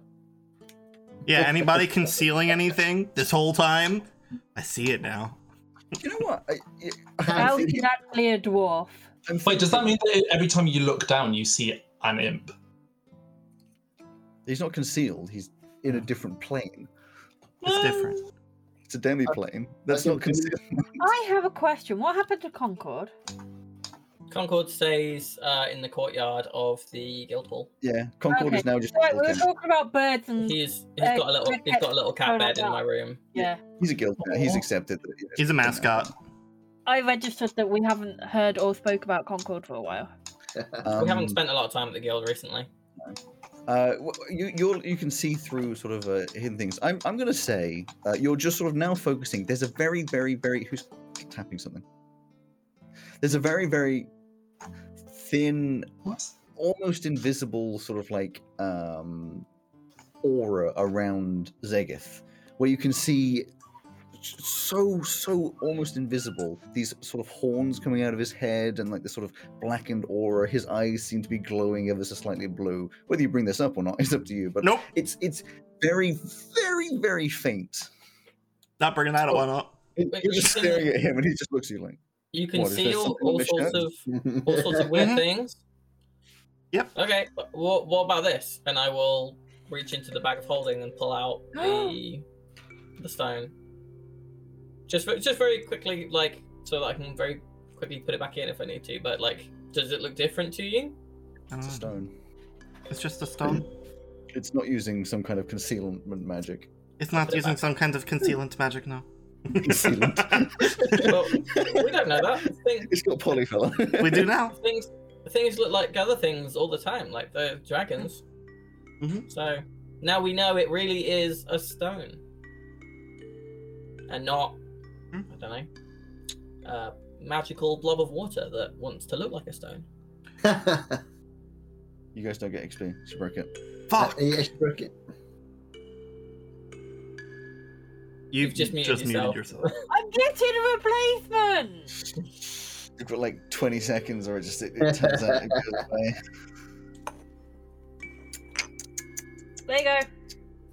Speaker 6: Yeah, anybody concealing anything this whole time? I see it now.
Speaker 1: you know what? I, I- I'm
Speaker 3: Elf
Speaker 1: thinking-
Speaker 3: is actually a dwarf.
Speaker 1: I'm
Speaker 4: Wait, does that
Speaker 1: thinking-
Speaker 4: mean that every time you look down, you see an imp?
Speaker 1: he's not concealed? He's in a different plane.
Speaker 6: It's different.
Speaker 1: It's a demi plane. That's
Speaker 5: I
Speaker 1: not
Speaker 5: think-
Speaker 1: concealed.
Speaker 3: I have a question. What happened to Concord?
Speaker 2: Concord stays uh, in the courtyard of the guild hall.
Speaker 1: Yeah, Concord
Speaker 3: Okay,
Speaker 1: is now just.
Speaker 3: Right, we were talking about birds and
Speaker 2: He's
Speaker 3: Uh,
Speaker 2: he's got a little
Speaker 3: cricket.
Speaker 2: he's got a little
Speaker 3: Oh,
Speaker 2: cat bed in
Speaker 3: yeah.
Speaker 2: my room.
Speaker 3: yeah.
Speaker 1: He's a guild. now. He's accepted. That, you know,
Speaker 6: He's a mascot.
Speaker 3: I registered that we haven't heard or spoke about Concord for a while.
Speaker 2: we
Speaker 1: um,
Speaker 2: haven't spent a lot of time at the guild recently.
Speaker 1: Uh, wh- you you're, you can see through sort of uh, hidden things. I'm I'm gonna say uh, you're just sort of now focusing. There's a very very very who's tapping something. There's a very very thin, almost invisible sort of like um, aura around Zegith, where you can see so so almost invisible these sort of horns coming out of his head and like this sort of blackened aura his eyes seem to be glowing ever so slightly blue whether you bring this up or not is up to you but
Speaker 6: Nope,
Speaker 1: it's it's very very very faint
Speaker 6: not bringing that one up.
Speaker 2: Wait,
Speaker 1: you're just
Speaker 2: Ethan-
Speaker 1: staring at him and he just looks at you like
Speaker 2: You can
Speaker 1: What, is there
Speaker 2: see all,
Speaker 1: something in
Speaker 2: all
Speaker 1: the
Speaker 2: sorts
Speaker 1: shadows?
Speaker 2: of all sorts of weird
Speaker 6: Mhm.
Speaker 2: things.
Speaker 6: Yep.
Speaker 2: Okay. What, what about this? And I will reach into the bag of holding and pull out the the stone. Just ve- just very quickly, like so that I can very quickly put it back in if I need to. But like, does it look different to you?
Speaker 6: I
Speaker 1: it's a
Speaker 6: don't know.
Speaker 1: stone
Speaker 6: Uh, It's just a stone.
Speaker 1: it's not using some kind of concealment magic
Speaker 6: It's not
Speaker 2: Put it
Speaker 6: using
Speaker 2: back.
Speaker 6: some kind of concealant magic, no.
Speaker 1: concealment
Speaker 2: Well, we don't know that. Thing,
Speaker 1: it's got polyfill
Speaker 6: We do now.
Speaker 2: things things look like other things all the time, like the dragons.
Speaker 6: Mhm.
Speaker 2: So now we know it really is a stone, and not
Speaker 6: Hmm.
Speaker 2: I don't know a magical blob of water that wants to look like a stone.
Speaker 1: you guys don't get xp she broke it
Speaker 6: Fuck.
Speaker 5: yeah, she broke it.
Speaker 2: You've just muted
Speaker 6: yourself.
Speaker 3: I'm getting a replacement.
Speaker 1: you've got like 20 seconds or it just it, it turns out it goes away
Speaker 3: There you go.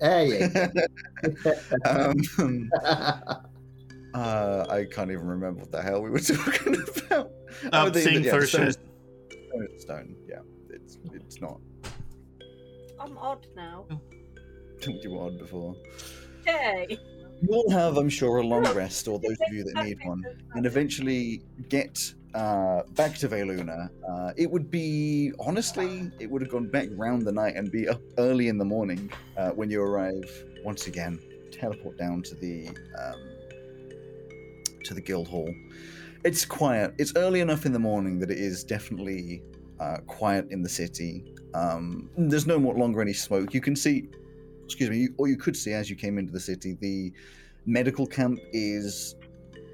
Speaker 5: Hey.
Speaker 1: um, uh, I can't even remember what the hell we were talking about.
Speaker 6: Um, seeing through
Speaker 1: stone,
Speaker 6: shit.
Speaker 1: Stone, is stone, yeah, it's it's not
Speaker 3: I'm odd now.
Speaker 1: what you were on before.
Speaker 3: Yay.
Speaker 1: You all have, I'm sure, a long rest, or those of you that need one, and eventually get uh, back to Veluna. Uh, it would be honestly, it would have gone back round the night and be up early in the morning uh, when you arrive once again. Teleport down to the um, to the guild hall. It's quiet. It's early enough in the morning that it is definitely uh, quiet in the city. Um, there's no more longer any smoke. You can see, excuse me, you, or you could see as you came into the city, the medical camp is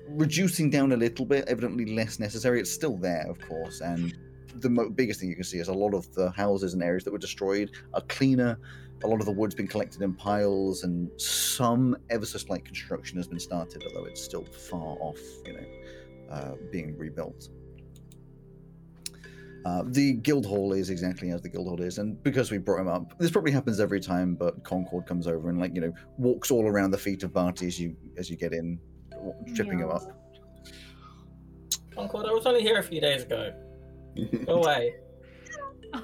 Speaker 1: reducing down a little bit. Evidently, less necessary. It's still there, of course, and the mo- biggest thing you can see is a lot of the houses and areas that were destroyed are cleaner. A lot of the wood's been collected in piles, and some ever so slight construction has been started, although it's still far off, you know, uh, being rebuilt. Uh, the guild hall is exactly as the guild hall is, and because we brought him up, this probably happens every time. But Concord comes over and like you know walks all around the feet of Barty as you as you get in, tripping him up.
Speaker 2: Concord, I was only here a few days ago. Go away.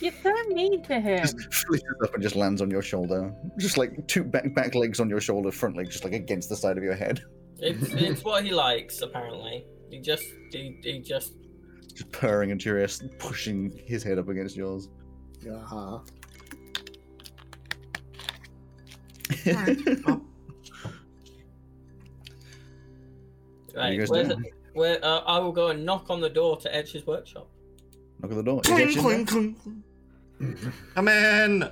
Speaker 3: You're so mean to him.
Speaker 1: Just flitters up and just lands on your shoulder. Just like two back back legs on your shoulder, front leg just like against the side of your head.
Speaker 2: It's it's what he likes apparently. He just he, he just
Speaker 1: Just purring into your ass, pushing his head up against yours.
Speaker 5: Ah.
Speaker 1: There
Speaker 2: right.
Speaker 1: he goes
Speaker 2: Where's it,
Speaker 1: down.
Speaker 2: where uh, I will go and knock on the door to Etch's workshop.
Speaker 1: Knock on the door. Is
Speaker 6: Cling,
Speaker 1: Etch in
Speaker 6: cling, cling, cling. Come in.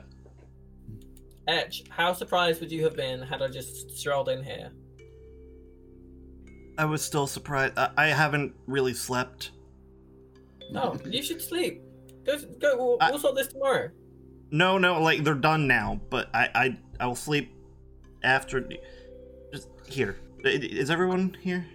Speaker 2: Etch, how surprised would you have been had I just strolled in here?
Speaker 6: I was still surprised. I, I haven't really slept.
Speaker 2: No, you should sleep. Go go. We'll,
Speaker 6: I-
Speaker 2: we'll sort this tomorrow.
Speaker 6: No, no, like they're done now, but I, I, I will sleep after. Just here. I- Is everyone here?
Speaker 1: there?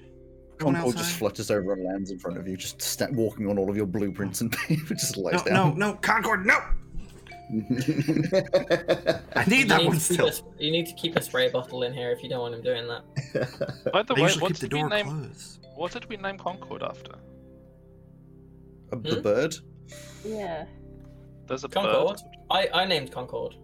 Speaker 6: Everyone
Speaker 1: Concord just
Speaker 6: outside?
Speaker 1: flutters over and lands in front of you, just sta walking on all of your blueprints and paper, just lies
Speaker 6: No, no,
Speaker 1: down.
Speaker 6: no, Concord, no!
Speaker 5: there
Speaker 6: I need
Speaker 2: You
Speaker 6: that
Speaker 2: need
Speaker 6: one
Speaker 2: to keep
Speaker 6: still.
Speaker 2: a- you need to keep a spray bottle in here if you don't want him doing that.
Speaker 7: By the
Speaker 6: They
Speaker 7: way,
Speaker 6: usually
Speaker 7: what
Speaker 6: keep the
Speaker 7: did, we
Speaker 6: door
Speaker 7: name,
Speaker 6: closed.
Speaker 7: what did we name Concord after?
Speaker 1: Uh, The
Speaker 2: Hmm?
Speaker 1: bird?
Speaker 3: Yeah.
Speaker 7: There's a
Speaker 2: Concord.
Speaker 7: bird.
Speaker 2: I I named Concord.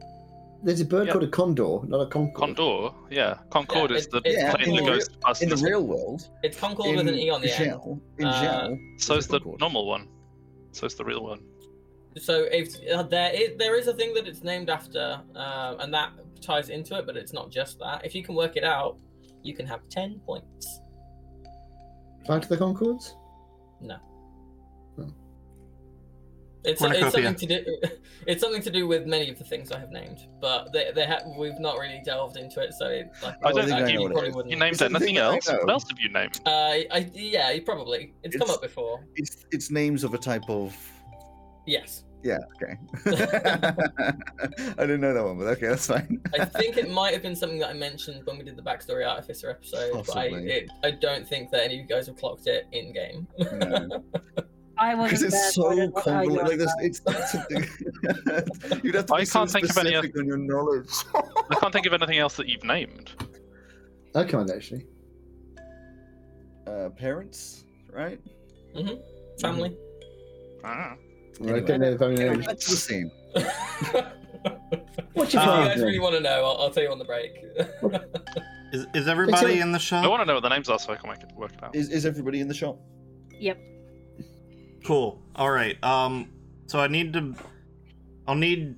Speaker 5: There's a bird
Speaker 7: Yeah.
Speaker 5: called a condor, not a concord.
Speaker 7: Condor, yeah. Concord
Speaker 2: Yeah,
Speaker 7: is the
Speaker 2: it-
Speaker 1: yeah,
Speaker 7: plane
Speaker 1: in
Speaker 7: that
Speaker 1: the
Speaker 7: goes past
Speaker 1: In the
Speaker 7: the
Speaker 1: real world,
Speaker 2: It's Concord
Speaker 1: in
Speaker 2: with an e on the end.
Speaker 1: gel, in
Speaker 2: Uh,
Speaker 1: gel,
Speaker 7: So
Speaker 1: is
Speaker 7: is
Speaker 1: a
Speaker 7: the
Speaker 1: Concord.
Speaker 7: normal one. So is the real one.
Speaker 2: So if uh, there is there is a thing that it's named after, um, and that ties into it, but it's not just that. If you can work it out, you can have ten points.
Speaker 5: Back to the concords?
Speaker 2: It's, it's
Speaker 6: Cornucopia.
Speaker 2: something to do. It's something to do with many of the things I have named, but they, they ha- we've not really delved into it. So it, like,
Speaker 7: I
Speaker 1: don't think I
Speaker 2: you
Speaker 1: know what it
Speaker 2: probably
Speaker 1: is.
Speaker 2: wouldn't.
Speaker 7: You
Speaker 1: Is
Speaker 7: named
Speaker 1: that the thing that
Speaker 7: anything
Speaker 1: I
Speaker 7: else?
Speaker 1: know?
Speaker 7: What else have you named?
Speaker 2: Uh, I, yeah, you probably. It's, come
Speaker 1: It's-
Speaker 2: up before.
Speaker 1: It's it's names of a type of.
Speaker 2: Yes,
Speaker 1: Yeah. Okay. I didn't know that one, but okay, that's fine.
Speaker 2: I think it might have been something that I mentioned when we did the backstory artificer episode, but I
Speaker 1: Possibly.
Speaker 2: it, I don't think that any of you guys have clocked it in game.
Speaker 1: No.
Speaker 3: I wasn't
Speaker 1: Because
Speaker 3: there,
Speaker 1: it's
Speaker 3: I
Speaker 1: so
Speaker 3: don't know how you
Speaker 1: convoluted.
Speaker 3: are
Speaker 1: Like this,
Speaker 3: about-
Speaker 1: it's that's the thing. You'd have to
Speaker 7: I
Speaker 1: be so
Speaker 7: can't think of any oth-
Speaker 1: specific on your knowledge.
Speaker 7: I can't think of anything else that you've named.
Speaker 5: I can't actually.
Speaker 1: uh, parents, right?
Speaker 2: Family.
Speaker 7: Ah.
Speaker 5: I don't know if I'm
Speaker 1: Anyway,
Speaker 5: gonna-
Speaker 1: That's the scene. Mm.
Speaker 5: What's
Speaker 2: If
Speaker 5: your
Speaker 6: Uh,
Speaker 2: you
Speaker 5: father's
Speaker 2: guys
Speaker 5: name?
Speaker 2: really want to know, I'll, I'll tell you on the break.
Speaker 6: Is, is everybody
Speaker 5: Until-
Speaker 6: in the
Speaker 7: I
Speaker 6: shop?
Speaker 7: want to know what the names are so I can make it work it out.
Speaker 1: Is, is everybody in the shop?
Speaker 6: Cool. All right. Um. So I need to. I'll need,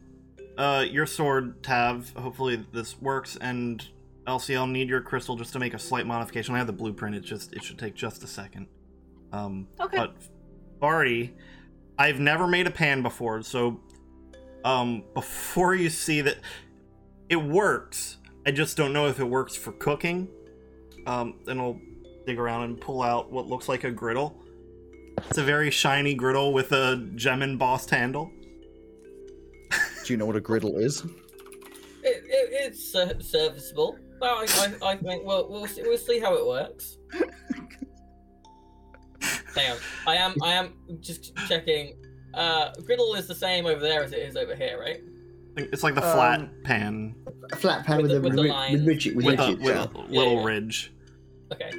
Speaker 6: uh, your sword, Tav. Hopefully this works. And Elsie, I'll need your crystal just to make a slight modification. I have the blueprint. It just it should take just a second. Um.
Speaker 3: Okay.
Speaker 6: But Barty, I've never made a pan before, so um, before you see that it works. I just don't know if it works for cooking. Um, and I'll dig around and pull out what looks like a griddle. It's a very shiny griddle with a gem embossed handle.
Speaker 1: Do you know what a griddle is?
Speaker 2: It, it, it's uh, serviceable. Well, I, I, I think we'll, we'll, see, we'll see how it works. Hang on. I am I am just checking. Uh, griddle is the same over there as it is over here, right?
Speaker 6: It's like the
Speaker 5: Um,
Speaker 6: flat pan
Speaker 5: A flat pan with,
Speaker 2: With the-
Speaker 5: a
Speaker 2: with the
Speaker 5: ri-
Speaker 2: lines.
Speaker 5: with ridget. With
Speaker 6: with a,
Speaker 5: ridget,
Speaker 6: with
Speaker 5: yeah.
Speaker 6: a little
Speaker 2: yeah.
Speaker 6: ridge.
Speaker 2: Okay,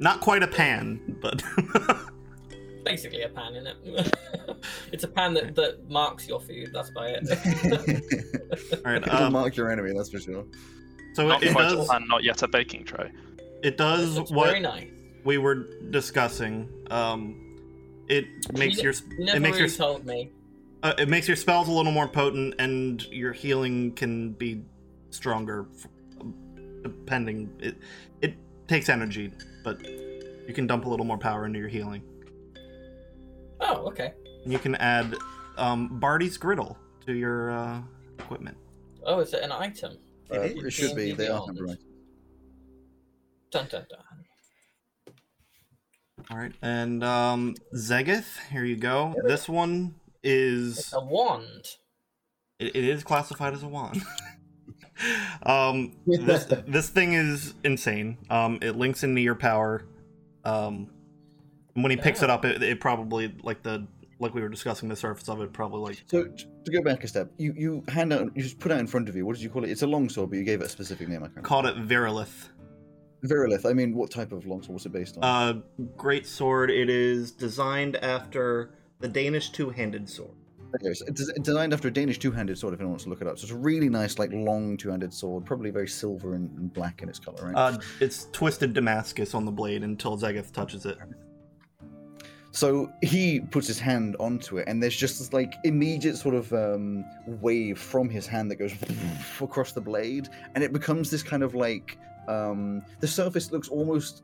Speaker 6: Not quite a pan, but
Speaker 2: basically a pan in it. it's a pan that, that marks your food. That's by it.
Speaker 1: It'll
Speaker 6: all right. Um,
Speaker 1: mark your enemy, that's for sure.
Speaker 6: so
Speaker 7: Not
Speaker 6: it, it
Speaker 7: quite a
Speaker 6: does.
Speaker 7: plan, not yet a baking tray.
Speaker 6: It
Speaker 2: It's
Speaker 6: does what
Speaker 2: very nice.
Speaker 6: we were discussing. Um, it makes
Speaker 2: ne-
Speaker 6: your sp-
Speaker 2: You never
Speaker 6: it makes
Speaker 2: really
Speaker 6: your
Speaker 2: told me.
Speaker 6: Uh, it makes your spells a little more potent, and your healing can be stronger, f- depending. It it takes energy, but you can dump a little more power into your healing.
Speaker 2: Oh, okay.
Speaker 6: And you can add um, Barty's griddle to your uh, equipment.
Speaker 2: Oh, is it an item?
Speaker 1: Uh,
Speaker 6: is.
Speaker 1: it should be. They are
Speaker 2: Beyond.
Speaker 1: numberized.
Speaker 2: Dun dun dun.
Speaker 6: All right, and um, Zegith, here you go. This one is
Speaker 2: It's a wand.
Speaker 6: It, it is classified as a wand. um, this this thing is insane. Um, it links into your power. Um, and when he picks it up, it, it probably like the like we were discussing the surface of it probably like
Speaker 1: So t- to go back a step, you, you hand out, you just put out in front of you. What did you call it? It's a longsword, but you gave it a specific name. I can't.
Speaker 6: called it Virilith.
Speaker 1: Virulith, I mean, what type of longsword was it based on?
Speaker 6: Uh, great sword. It is designed after the Danish two-handed sword.
Speaker 1: There it goes. It's des- designed after a Danish two-handed sword. If anyone wants to look it up, so it's a really nice, like long two-handed sword, probably very silver and, and black in its color. Right.
Speaker 6: Uh, it's twisted Damascus on the blade until Zegeth touches it.
Speaker 1: so he puts his hand onto it, and there's just this like immediate sort of um, wave from his hand that goes across the blade, and it becomes this kind of like um, the surface looks almost.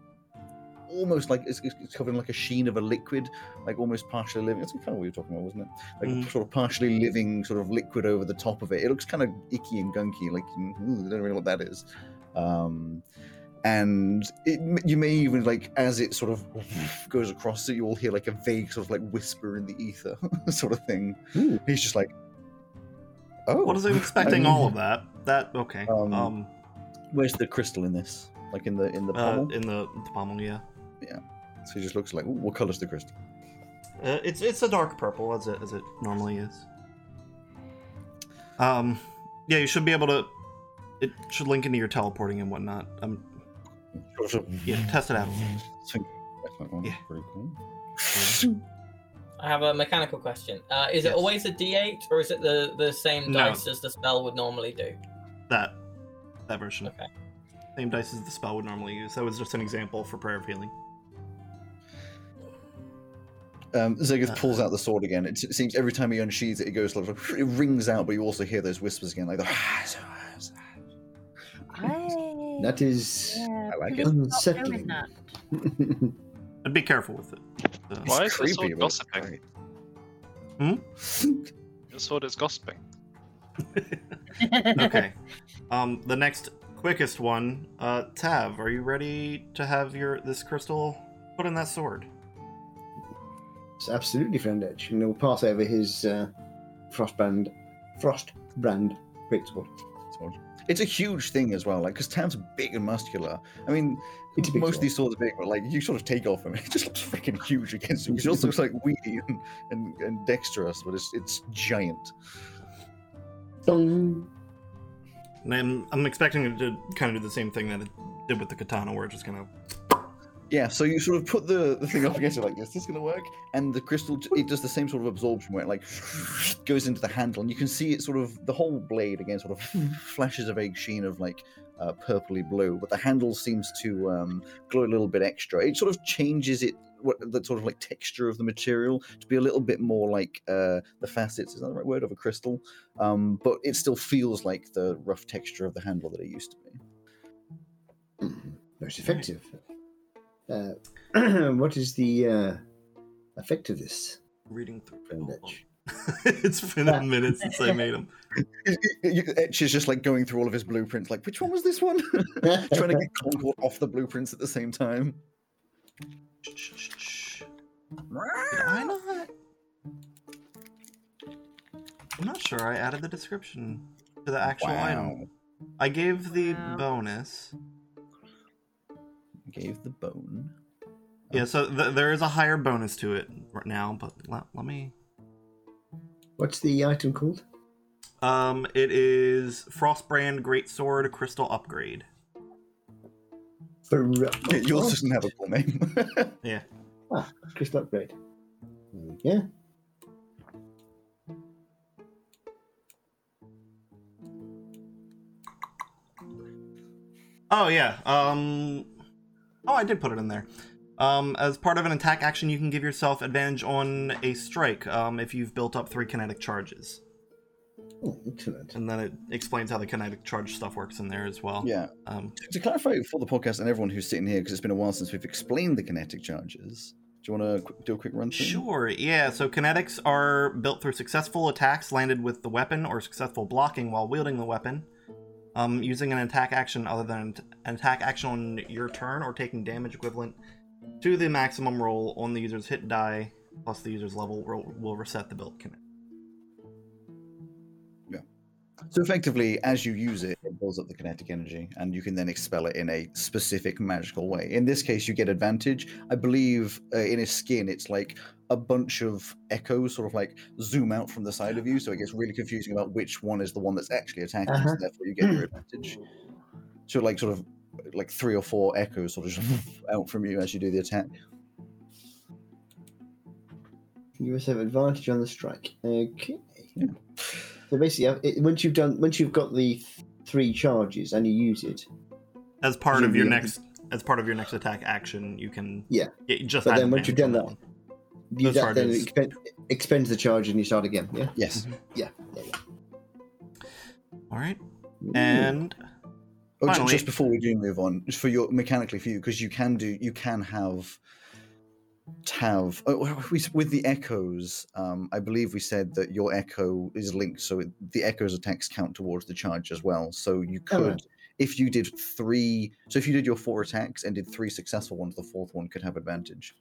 Speaker 1: Almost like it's, it's it's covered in like a sheen of a liquid, like almost partially living. That's kind of what we were talking about, wasn't it? like
Speaker 6: Mhm.
Speaker 1: sort of partially living sort of liquid over the top of it. It looks kind of icky and gunky, like mm, I don't really know what that is. Um, and it, you may even like as it sort of goes across it, you will hear like a vague sort of like whisper in the ether, sort of thing.
Speaker 5: Ooh.
Speaker 1: He's just like, oh,
Speaker 6: What is it expecting
Speaker 1: mean-
Speaker 6: all of that? That okay.
Speaker 1: Um,
Speaker 6: Um,
Speaker 1: where's the crystal in this? Like in the in the
Speaker 6: uh,
Speaker 1: pommel.
Speaker 6: in the, the pommel, yeah.
Speaker 1: so he just looks like, "Ooh, what color's the crystal?
Speaker 6: Uh, it's it's a dark purple as it as it normally is. Um, yeah, you should be able to. It should link into your teleporting and whatnot. Um, yeah, test it out. a little.
Speaker 1: That's not one.
Speaker 6: Yeah.
Speaker 1: Pretty cool.
Speaker 2: I have a mechanical question. Uh, is it
Speaker 6: Yes.
Speaker 2: always a D8 or is it the, the same
Speaker 4: No.
Speaker 2: dice as the spell would normally do?
Speaker 6: That that version.
Speaker 2: Okay.
Speaker 6: Same dice as the spell would normally use. That was just an example for prayer of healing.
Speaker 1: Um,
Speaker 6: Uh,
Speaker 1: Zegith pulls out the sword again. It, it seems every time he unsheathes it, it goes like it rings out, but you also hear those whispers again, like the. "Ah,
Speaker 3: I...
Speaker 5: That is.
Speaker 3: yeah,
Speaker 1: I like it.
Speaker 3: please stop
Speaker 5: Unsettling.
Speaker 3: doing that.
Speaker 6: And be careful with it. Uh,
Speaker 7: Why is the sword
Speaker 1: but it's
Speaker 7: gossiping?
Speaker 6: Hmm?
Speaker 7: The sword is gossiping.
Speaker 6: okay. Um, the next quickest one, uh, Tav, are you ready to have your this crystal put in that sword?
Speaker 5: It's absolutely friend edge. And he'll pass over his uh, frostbrand, frostbrand greatsword.
Speaker 1: Sword. It's a huge thing as well, like because Tam's big and muscular. I mean,
Speaker 5: It's a big
Speaker 1: most
Speaker 5: sword.
Speaker 1: of these swords are big, but like you sort of take off him, it just looks freaking huge against you. 'cause It also looks like weedy and, and, and dexterous, but it's it's giant.
Speaker 5: Dong.
Speaker 6: And I'm, I'm expecting it to kind of do the same thing that it did with the katana, where it's just gonna.
Speaker 1: Yeah, so you sort of put the, the thing up against it, like, is this going to work? And the crystal, j- it does the same sort of absorption where it, like, goes into the handle, and you can see it sort of, the whole blade, again, sort of flashes a vague sheen of, like, uh, purpley blue, but the handle seems to um, glow a little bit extra. It sort of changes it, what the sort of, like, texture of the material to be a little bit more like uh, the facets, is that the right word, of a crystal? Um, but it still feels like the rough texture of the handle that it used to be.
Speaker 5: Mm, Most effective. Uh, what is the uh, effect of this?
Speaker 6: Reading through.
Speaker 5: Friend
Speaker 6: hold
Speaker 5: edge.
Speaker 6: on. it's been a minute since I made them.
Speaker 1: It- it- it- Etch is eh, just like going through all of his blueprints, like which one was this one? Trying to get Concord off the blueprints at the same time.
Speaker 6: Did I not? I'm not sure I added the description to the actual item. I gave the
Speaker 3: Wow.
Speaker 6: bonus.
Speaker 1: Gave the bone.
Speaker 6: Yeah, so th- there is a higher bonus to it right now, but let, let me.
Speaker 5: What's the item called?
Speaker 6: Um, it is Frostbrand Greatsword Crystal Upgrade.
Speaker 5: For,
Speaker 1: Yeah, yours doesn't have a cool name.
Speaker 6: Yeah.
Speaker 5: crystal upgrade. Mm, Yeah.
Speaker 6: Oh yeah. Um. Oh, I did put it in there. Um, as part of an attack action, you can give yourself advantage on a strike um, if you've built up three kinetic charges,
Speaker 5: Oh, excellent.
Speaker 6: and then it explains how the kinetic charge stuff works in there as well.
Speaker 1: yeah.
Speaker 6: Um,
Speaker 1: To clarify for the podcast and everyone who's sitting here, because it's been a while since we've explained the kinetic charges. Do you want to qu- do a quick run through?
Speaker 6: Sure, yeah. So kinetics are built through successful attacks landed with the weapon or successful blocking while wielding the weapon. Um, using an attack action other than an attack action on your turn or taking damage equivalent to the maximum roll on the user's hit die plus the user's level will, will reset the built kinetic.
Speaker 1: So effectively, as you use it, it builds up the kinetic energy, and you can then expel it in a specific magical way. In this case, you get advantage. I believe uh, in his skin, it's like a bunch of echoes, sort of like zoom out from the side of you, so it gets really confusing about which one is the one that's actually attacking.
Speaker 5: Uh-huh.
Speaker 1: So therefore, you get your advantage. So like sort of like three or four echoes sort of out from you as you do the attack.
Speaker 5: You must have advantage on the strike. Okay. So basically, uh, it, once you've done, once you've got the three charges and you use it,
Speaker 6: As part of
Speaker 5: Should
Speaker 6: your
Speaker 5: be-
Speaker 6: next, as part of your next attack action, you can
Speaker 5: Yeah.
Speaker 6: get- just.
Speaker 5: But
Speaker 6: add
Speaker 5: then once you've
Speaker 6: advantage
Speaker 5: done
Speaker 6: on
Speaker 5: that-
Speaker 6: one.
Speaker 5: you
Speaker 6: Those
Speaker 5: that then
Speaker 6: charges.
Speaker 5: expen- expends the charge and you start again. Yeah.
Speaker 1: Yes.
Speaker 6: All right, and
Speaker 1: Oh, ju-
Speaker 6: Finally.
Speaker 1: just before we do move on, just for your mechanically for you, because you can do you can have Tav. Oh, well, we, s- with the echoes, um, I believe we said that your echo is linked, so it, the echo's attacks count towards the charge as well. So you could,
Speaker 5: Oh, right.
Speaker 1: if you did three, so if you did your four attacks and did three successful ones, the fourth one could have advantage.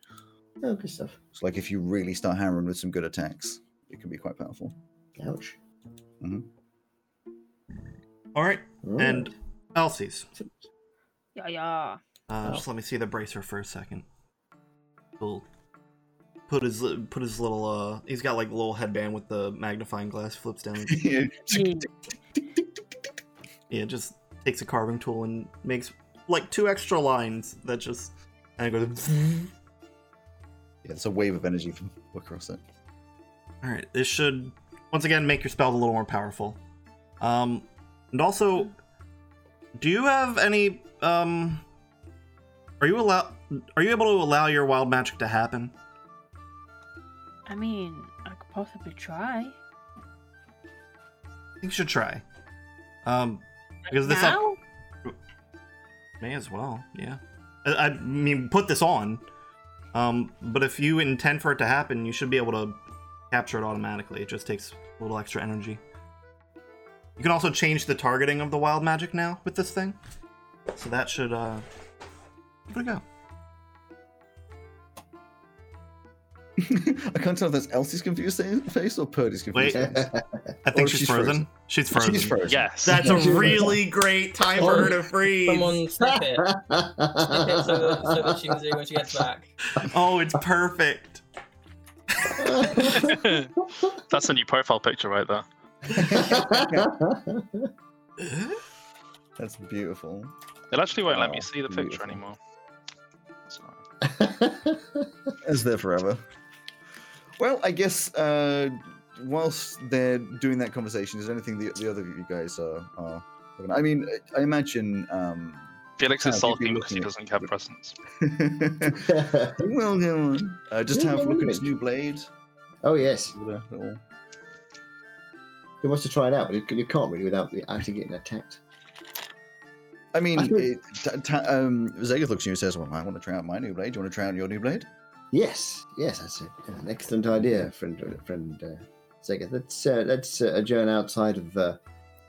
Speaker 5: Oh, good stuff.
Speaker 1: So like if you really start hammering with some good attacks, it can be quite powerful.
Speaker 5: Ouch.
Speaker 6: all right, and
Speaker 5: Alright.
Speaker 6: Elsie's.
Speaker 3: Yeah, yeah.
Speaker 6: Uh, Just let me see the bracer for a second. He'll put his li- put his little uh. He's got like a little headband with the magnifying glass. Flips down.
Speaker 1: Yeah.
Speaker 6: yeah, just takes a carving tool and makes like two extra lines that just and it goes.
Speaker 1: it's a wave of energy from across it.
Speaker 6: All right, this should once again make your spell a little more powerful. Um, and also, do you have any um? Are you allow? Are you able to allow your wild magic to happen?
Speaker 3: I mean, I could possibly try.
Speaker 6: I think you should try. Um, because this up-
Speaker 3: Now?
Speaker 6: may as well, yeah. I, I mean, put this on. Um, but if you intend for it to happen, you should be able to capture it automatically. It just takes a little extra energy. You can also change the targeting of the wild magic now with this thing, so that should uh, give it a go.
Speaker 1: I can't tell if that's Elsie's confused sa- face or Purdy's confused
Speaker 6: Wait.
Speaker 1: face.
Speaker 6: I think
Speaker 1: Or Oh,
Speaker 6: she's,
Speaker 1: she's
Speaker 6: frozen.
Speaker 1: frozen.
Speaker 6: She's frozen.
Speaker 1: She's frozen.
Speaker 7: Yes.
Speaker 6: That's a really great time for her to freeze.
Speaker 2: Someone snip it. Snip it so that, so that she can see when she gets back.
Speaker 6: Oh, it's perfect.
Speaker 7: That's a new profile picture right there.
Speaker 1: That's beautiful.
Speaker 7: It actually won't let me
Speaker 1: Oh,
Speaker 7: see the picture
Speaker 1: beautiful.
Speaker 7: anymore. Sorry.
Speaker 1: It's there forever. Well, I guess uh, whilst they're doing that conversation, is there anything the, the other of you guys are? are looking at? I mean, I imagine. Um...
Speaker 7: Felix
Speaker 1: Ah,
Speaker 7: is
Speaker 1: if you've been
Speaker 7: sulking because he
Speaker 1: looking at-
Speaker 7: doesn't have presents.
Speaker 1: well, go on. Uh, just
Speaker 5: Yeah,
Speaker 1: have a
Speaker 5: no,
Speaker 1: look at
Speaker 5: look.
Speaker 1: his new blade.
Speaker 5: oh yes,
Speaker 1: With a little-
Speaker 5: he wants to try it out, but you- you can't really without actually getting attacked.
Speaker 1: I mean,
Speaker 5: I think-
Speaker 1: it, ta- ta- um, Zegith looks at you and says, "Well, I want to try out my new blade. Do you want to try out your new blade?"
Speaker 5: Yes, yes, that's a, an excellent idea, friend. Friend uh, Sega. Let's uh, let's uh, adjourn outside of uh,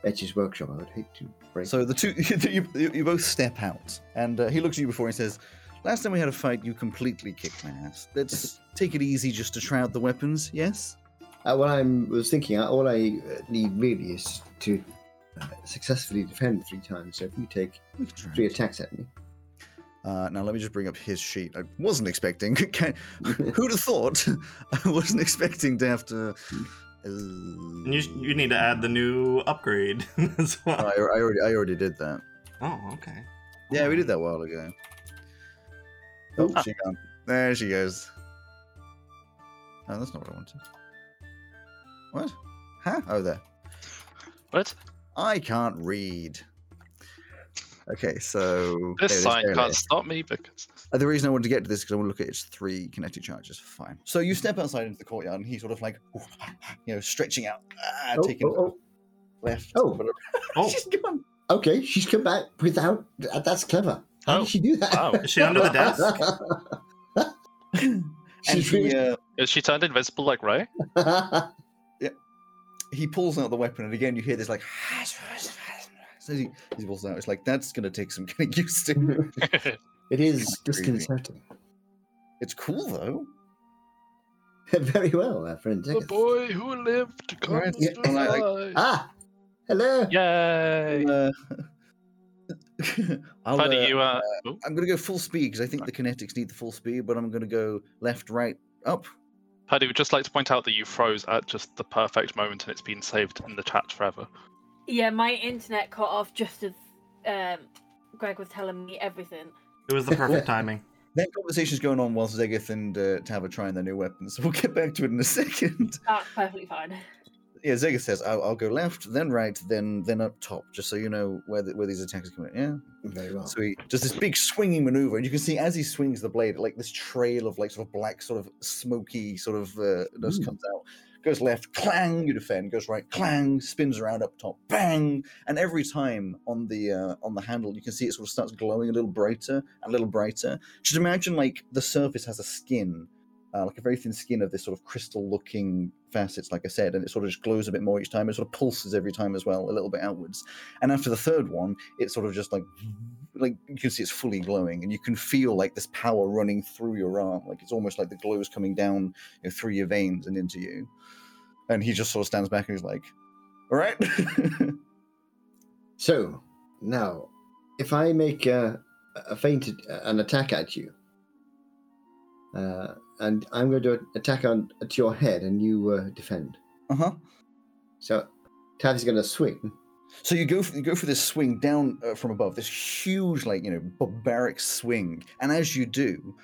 Speaker 5: Etch's workshop. I would hate to break.
Speaker 1: So the two, you, you, you both step out, and uh, he looks at you before and says, "Last time we had a fight, you completely kicked my ass. Let's take it easy, just to try out the weapons. Yes."
Speaker 5: Uh, what I was thinking, uh, all I uh, need really is to uh, successfully defend three times. So if you take
Speaker 1: We can try
Speaker 5: three
Speaker 1: it.
Speaker 5: attacks at me,
Speaker 1: Uh, now let me just bring up his sheet. I wasn't expecting. Can, who'd have thought? I wasn't expecting to have to. Uh,
Speaker 6: And you, you need to add the new upgrade as
Speaker 1: I,
Speaker 6: well.
Speaker 1: I already, I already did that.
Speaker 6: Oh, okay.
Speaker 1: Yeah, we did that a while ago. Oh,
Speaker 5: Um, Oh.
Speaker 1: she gone. There she goes. Oh, that's not what I wanted. What? Huh? Oh, there.
Speaker 7: What?
Speaker 1: I can't read. Okay, so there it
Speaker 7: This
Speaker 1: is,
Speaker 7: sign
Speaker 1: there it
Speaker 7: can't
Speaker 1: is.
Speaker 7: stop me because
Speaker 1: Uh, the reason I wanted to get to this because I want to look at its three kinetic charges. Fine. So you step outside into the courtyard, and he's sort of like, you know, stretching out, ah,
Speaker 5: Oh,
Speaker 1: taking
Speaker 5: oh,
Speaker 1: left.
Speaker 5: Oh.
Speaker 6: Oh,
Speaker 1: she's gone.
Speaker 5: oh, okay, she's come back without. uh, That's clever. How
Speaker 7: Oh,
Speaker 5: did she do that?
Speaker 7: wow.
Speaker 6: Is she under the desk?
Speaker 1: And
Speaker 5: she's
Speaker 1: he,
Speaker 5: really.
Speaker 1: uh,
Speaker 7: is she turned invisible like Ray?
Speaker 1: he pulls out the weapon, and again you hear this like. As he, as he pulls it out, it's like that's gonna take some getting used to.
Speaker 5: it is
Speaker 1: Creepy.
Speaker 5: disconcerting.
Speaker 1: It's cool though.
Speaker 5: Very well, uh, friend.
Speaker 7: the
Speaker 5: Zegith.
Speaker 7: boy who lived
Speaker 1: Right,
Speaker 7: comes
Speaker 1: yeah,
Speaker 7: to
Speaker 1: and I, like-
Speaker 7: life.
Speaker 5: Ah, hello.
Speaker 7: Yay!
Speaker 1: Uh, I'll,
Speaker 7: Buddy,
Speaker 1: uh,
Speaker 7: you uh, oh,
Speaker 1: I'm gonna go full speed because I think the kinetics need the full speed, but I'm gonna go left, right, up.
Speaker 7: Paddy would just like to point out that you froze at just the perfect moment and it's been saved in the chat forever.
Speaker 3: Yeah, my internet cut off just as um, Greg was telling me everything.
Speaker 6: It was the perfect timing.
Speaker 1: That conversation's going on whilst Zegith and uh, Tav are trying their new weapons. We'll get back to it in a second.
Speaker 3: That's perfectly fine.
Speaker 1: Yeah, Zegith says, I'll, I'll go left, then right, then then up top, just so you know where the, where these attacks are coming. Yeah.
Speaker 5: Very well.
Speaker 1: So he does this big swinging maneuver, and you can see as he swings the blade, like this trail of like sort of black, sort of smoky, sort of uh, dust comes out. Goes left, clang, you defend. Goes right, clang, spins around up top, bang. And every time on the uh, on the handle, you can see it sort of starts glowing a little brighter and a little brighter. Just imagine like the surface has a skin, uh, like a very thin skin of this sort of crystal-looking facets, like I said, and it sort of just glows a bit more each time. It sort of pulses every time as well, a little bit outwards. And after the third one, it's sort of just like, like you can see it's fully glowing, and you can feel like this power running through your arm. Like it's almost like the glow is coming down you know, through your veins and into you. And he just sort of stands back and he's like, "All right."
Speaker 5: So now, if I make a, a feint, an attack at you, uh, and I'm going to attack on at your head, and you uh, defend.
Speaker 1: uh huh.
Speaker 5: So Tav is going to swing.
Speaker 1: So you go for, you go for this swing down uh, from above, this huge like you know barbaric swing, and as you do,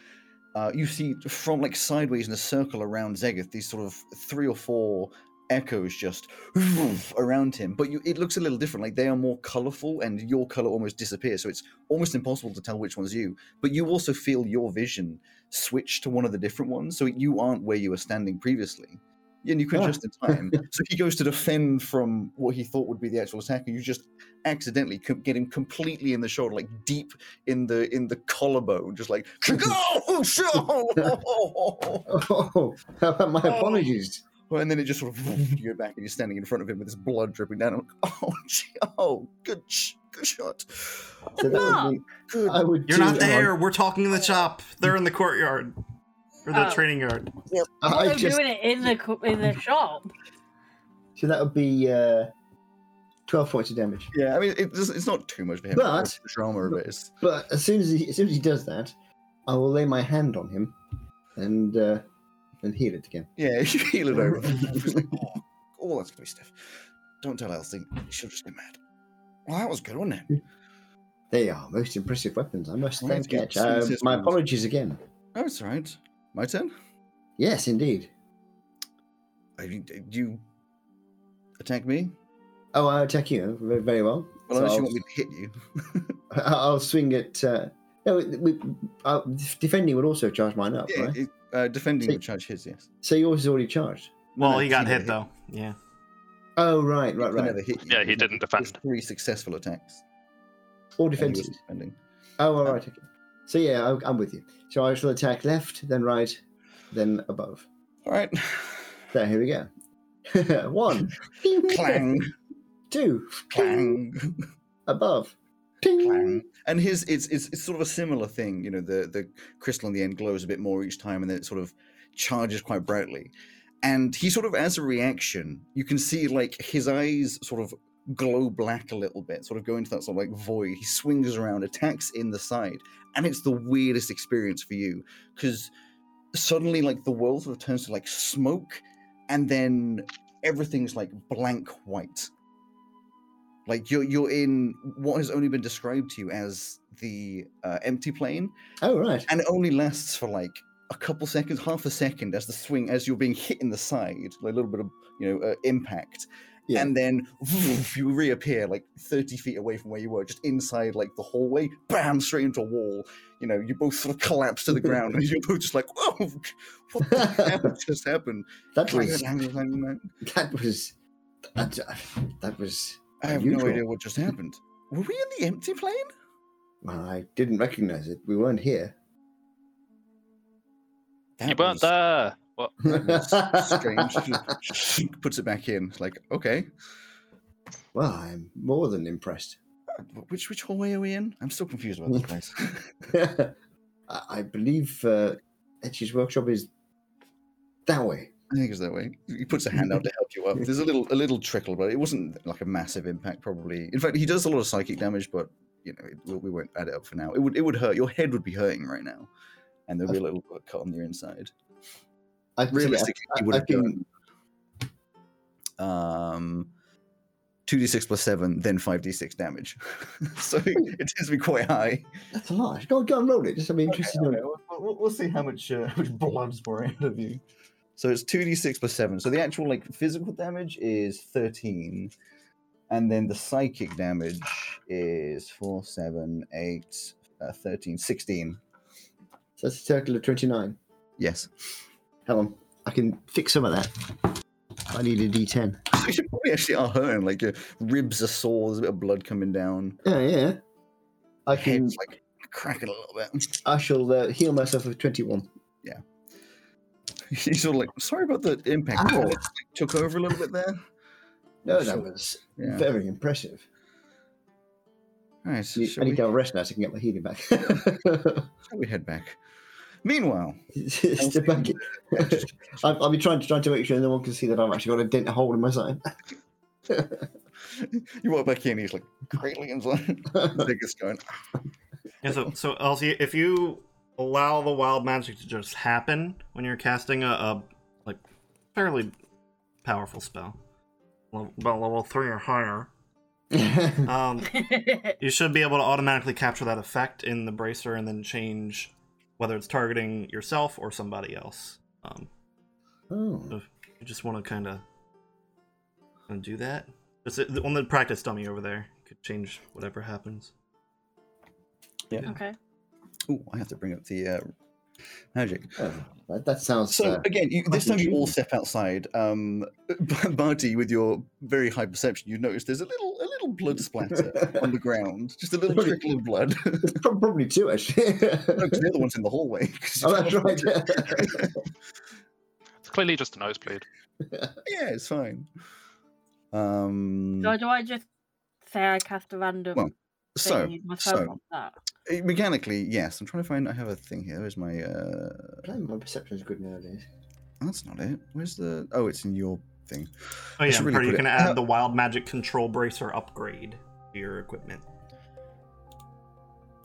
Speaker 1: uh, you see from like sideways in a circle around Zegith these sort of three or four echoes just around him. But you, it looks a little different, like they are more colourful, and your colour almost disappears, so it's almost impossible to tell which one's you. But you also feel your vision switch to one of the different ones, so you aren't where you were standing previously and you can
Speaker 5: Oh.
Speaker 1: just in time. so he goes to defend from what he thought would be the actual attack, and you just accidentally co- get him completely in the shoulder, like deep in the in the collarbone, just like "Go, show!"
Speaker 5: Oh, my apologies.
Speaker 1: and then it just sort of you go back, and you're standing in front of him with his blood dripping down. I'm like, oh, gee, oh, good, sh- good shot, Ah,
Speaker 5: So that would mean
Speaker 1: good.
Speaker 5: I would
Speaker 6: You're
Speaker 5: do-
Speaker 6: not there. We're talking in the shop. They're in the courtyard or the
Speaker 3: Oh.
Speaker 6: training yard.
Speaker 5: I
Speaker 3: I'm
Speaker 5: I just
Speaker 3: doing it in the co- in the shop.
Speaker 5: so that would be uh, twelve points of damage.
Speaker 1: yeah, I mean, it doesn't, it's not too much for him.
Speaker 5: But-
Speaker 1: it's the drama of it is.
Speaker 5: But as soon as he as soon as he does that, I will lay my hand on him, and uh, and heal it again.
Speaker 1: Yeah, you heal it over. It's like, oh, oh, that's gonna be stiff. Don't tell Elsie; she'll just get mad. Well, that was good, wasn't it?
Speaker 5: They are most impressive weapons. I must
Speaker 1: Well, let's
Speaker 5: thank
Speaker 1: get
Speaker 5: Etch.
Speaker 1: some
Speaker 5: Uh,
Speaker 1: assistance.
Speaker 5: my apologies again.
Speaker 1: Oh, it's all right. My turn.
Speaker 5: Yes, indeed.
Speaker 1: I, you attack me.
Speaker 5: Oh, I attack you very, very well.
Speaker 1: Well, unless you
Speaker 5: So I'll-
Speaker 1: want me to hit you.
Speaker 5: I- I'll swing at. Uh, no, we, uh, defending would also charge mine up,
Speaker 1: Yeah,
Speaker 5: right?
Speaker 1: it- uh, defending
Speaker 5: So-
Speaker 1: would charge his. Yes.
Speaker 5: So yours is already charged.
Speaker 6: Well,
Speaker 1: no,
Speaker 6: he got
Speaker 1: he got
Speaker 6: hit
Speaker 1: hit.
Speaker 6: though. Yeah.
Speaker 5: Oh, right,
Speaker 1: I
Speaker 5: right, right.
Speaker 1: never hit you.
Speaker 7: Yeah, he didn't defend.
Speaker 1: There's three successful attacks.
Speaker 5: All
Speaker 1: and he was
Speaker 5: defenses.
Speaker 1: defending.
Speaker 5: Oh, all right. Okay. So yeah, I, I'm with you. So I shall attack left, then right, then above.
Speaker 1: All right.
Speaker 5: There, here we go. One,
Speaker 1: clang,
Speaker 5: two,
Speaker 1: clang.
Speaker 5: above. Ting.
Speaker 1: clang. And his it's, it's it's sort of a similar thing, you know, the the crystal on the end glows a bit more each time and then it sort of charges quite brightly. And he sort of as a reaction, you can see like his eyes sort of glow black a little bit, sort of go into that sort of like void. He swings around, attacks in the side, and it's the weirdest experience for you because suddenly like the world sort of turns to like smoke and then everything's like blank white like you're you're in what has only been described to you as the uh, empty plane,
Speaker 5: Oh, right.
Speaker 1: and it only lasts for like a couple seconds, half a second, as the swing as you're being hit in the side, like a little bit of you know uh, impact,
Speaker 5: Yeah.
Speaker 1: and then you reappear like thirty feet away from where you were, just inside like the hallway, bam, straight into a wall. You know, you both sort of collapse to the ground, and you're both just like, whoa, what the hell just happened?
Speaker 5: that was that was that, that was.
Speaker 1: I have no
Speaker 5: Unusual.
Speaker 1: idea what just happened. Were we in the empty plane?
Speaker 5: Well, I didn't recognize it. We weren't here.
Speaker 7: you
Speaker 1: That
Speaker 7: weren't
Speaker 1: was-
Speaker 7: there. What?
Speaker 1: That was strange. Puts it back in. It's like, okay,
Speaker 5: Well, I'm more than impressed.
Speaker 1: which which hallway are we in? I'm still confused about this place.
Speaker 5: I I believe uh, Etch's workshop is that way.
Speaker 1: I think it's that way. He puts a hand out to help you up. There's a little a little trickle, but it wasn't like a massive impact. Probably. In fact, he does a lot of psychic damage, but you know it, we- we won't add it up for now. It would it would hurt. Your head would be hurting right now, and there'd be a little cut on your inside.
Speaker 5: I, so yeah,
Speaker 1: Realistically, he would
Speaker 5: I
Speaker 1: have
Speaker 5: can-
Speaker 1: done um, 2d6 plus 7, then 5d6 damage. so it tends to be quite high.
Speaker 5: That's a lot. Go, go and roll it. Just I'd be interested.
Speaker 8: Okay, we'll, we'll, we'll see how much uh, how much blood's pouring out of you.
Speaker 1: So it's 2d6 plus 7. So the actual like physical damage is 13. And then the psychic damage is 4, 7, 8, uh, 13, 16.
Speaker 5: So that's a total of 29.
Speaker 1: Yes.
Speaker 5: Hang on. I can fix some of that. I need a d10.
Speaker 1: You should probably actually are hurting. Like your ribs are sore, there's a bit of blood coming down.
Speaker 5: Yeah, yeah. I can.
Speaker 1: Head's like cracking a little bit.
Speaker 5: I shall uh, heal myself with 21.
Speaker 1: He's sort of like, sorry about the impact.
Speaker 5: Ow.
Speaker 1: It took over a little bit there.
Speaker 5: No, that
Speaker 1: Sure.
Speaker 5: was
Speaker 1: Yeah.
Speaker 5: very impressive.
Speaker 1: All right, so
Speaker 5: You- I
Speaker 1: shall
Speaker 5: need
Speaker 1: we,
Speaker 5: to go rest now so I can get my healing back.
Speaker 1: shall we head back? Meanwhile,
Speaker 5: Step back. I'll, I'll be trying to trying to make sure no one can see that I've actually got a dent a hole in my side.
Speaker 1: you walk back in, he's like, great Liam's like, nigga's going,
Speaker 6: Yeah, so so Elsie, if you allow the wild magic to just happen when you're casting a, a like fairly powerful spell, well, about level three or higher, um, you should be able to automatically capture that effect in the bracer and then change whether it's targeting yourself or somebody else. Um,
Speaker 5: oh.
Speaker 6: you just want to kind of do that. Just uh, on the practice dummy over there, you could change whatever happens.
Speaker 3: Okay.
Speaker 1: oh, I have to bring up the uh, magic.
Speaker 5: Oh, that, that sounds.
Speaker 1: So
Speaker 5: uh,
Speaker 1: again, you, this
Speaker 5: quite
Speaker 1: time you all
Speaker 5: intriguing.
Speaker 1: step outside. Um, Barty, with your very high perception, you notice there's a little, a little blood splatter on the ground, just a little
Speaker 5: Sorry.
Speaker 1: trickle of blood.
Speaker 5: It's prob- probably two actually.
Speaker 1: no, 'cause the other one's in the hallway. 'cause
Speaker 5: oh,
Speaker 1: you've
Speaker 5: that's right.
Speaker 7: It's clearly just a nosebleed.
Speaker 1: yeah, it's fine. Um,
Speaker 3: So do I just say I cast a random
Speaker 1: Well,
Speaker 3: thing
Speaker 1: so,
Speaker 3: and use my
Speaker 1: so,
Speaker 3: phone on that?
Speaker 1: Uh, mechanically, yes. I'm trying to find. I have a thing here. Where's my? uh
Speaker 5: Blimey, my perception is good nowadays.
Speaker 1: That's not it. Where's the? Oh, it's in your thing.
Speaker 6: Oh
Speaker 1: I
Speaker 6: yeah,
Speaker 1: should
Speaker 6: I'm
Speaker 1: really
Speaker 6: pretty- you
Speaker 1: put
Speaker 6: can
Speaker 1: it-
Speaker 6: add
Speaker 1: Uh,
Speaker 6: the wild magic control bracer upgrade to your equipment.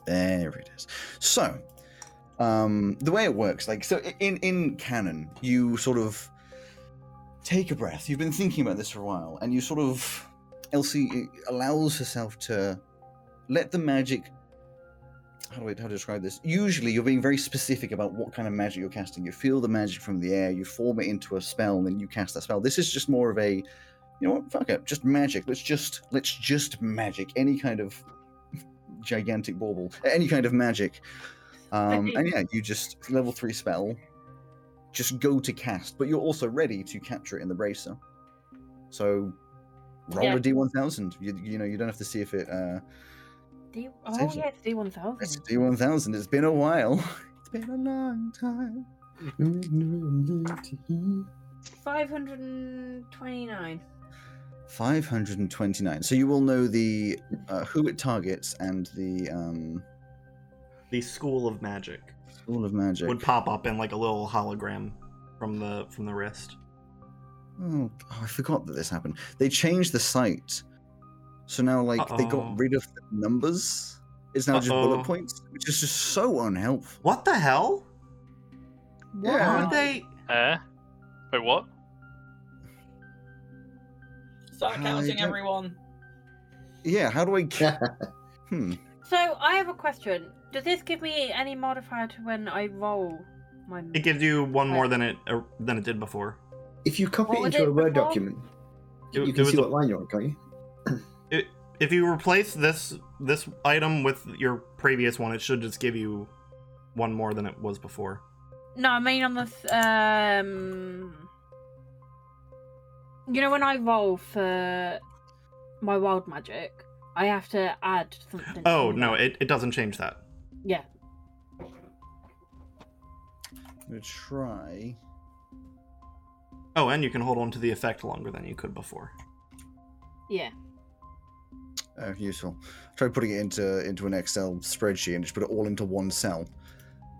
Speaker 1: There it is. So, um, the way it works, like, so i- in in canon, you sort of take a breath. You've been thinking about this for a while, and you sort of Elsie i- allows herself to let the magic. How do I how to describe this? Usually, you're being very specific about what kind of magic you're casting. You feel the magic from the air. You form it into a spell, and then you cast that spell. This is just more of a, you know what? Fuck it, just magic. Let's just let's just magic. Any kind of gigantic bauble, any kind of magic. Um, and yeah, you just level three spell, just go to cast, but you're also ready to capture it in the bracer. So roll
Speaker 3: Yeah.
Speaker 1: a d1000. You, you know, you don't have to see if it. Uh,
Speaker 3: D- oh
Speaker 1: Potentially.
Speaker 3: yeah, it's D one
Speaker 1: it's
Speaker 3: thousand.
Speaker 1: d1000. It's been a while. It's been a long time.
Speaker 3: Five hundred and twenty nine.
Speaker 1: 529. So you will know the uh, who it targets and the um,
Speaker 6: The school of magic
Speaker 1: school of magic.
Speaker 6: would pop up in like a little hologram from the from the wrist.
Speaker 1: Oh, oh, I forgot that this happened. They changed the site. So now, like, they
Speaker 6: Uh-oh.
Speaker 1: got rid of the numbers. It's now just
Speaker 6: Uh-oh.
Speaker 1: bullet points, which is just so unhelpful.
Speaker 6: What the hell? Why
Speaker 1: Yeah.
Speaker 6: would they?
Speaker 7: Eh? Wait, what?
Speaker 2: Start
Speaker 1: I
Speaker 2: counting
Speaker 1: don't-
Speaker 2: everyone.
Speaker 1: Yeah, how do I. ca- hmm.
Speaker 3: So I have a question. Does this give me any modifier to when I roll my?
Speaker 6: It gives you one more than it uh, than it did before.
Speaker 5: If you copy
Speaker 3: What
Speaker 5: it
Speaker 3: was
Speaker 5: into
Speaker 3: it
Speaker 5: a Word
Speaker 3: before?
Speaker 5: document,
Speaker 6: It-
Speaker 5: you
Speaker 6: it
Speaker 5: can
Speaker 6: was
Speaker 5: see
Speaker 6: a-
Speaker 5: what line you're on, can't you?
Speaker 6: It, if you replace this this item with your previous one, it should just give you one more than it was before.
Speaker 3: No, I mean on the th- um. You know when I roll for my wild magic, I have to add something.
Speaker 6: Oh
Speaker 3: to
Speaker 6: no,
Speaker 3: that.
Speaker 6: it, it doesn't change that.
Speaker 3: Yeah.
Speaker 1: I'm gonna try.
Speaker 6: Oh, and you can hold on to the effect longer than you could before.
Speaker 3: Yeah.
Speaker 1: Oh, useful. Try putting it into into an Excel spreadsheet and just put it all into one cell.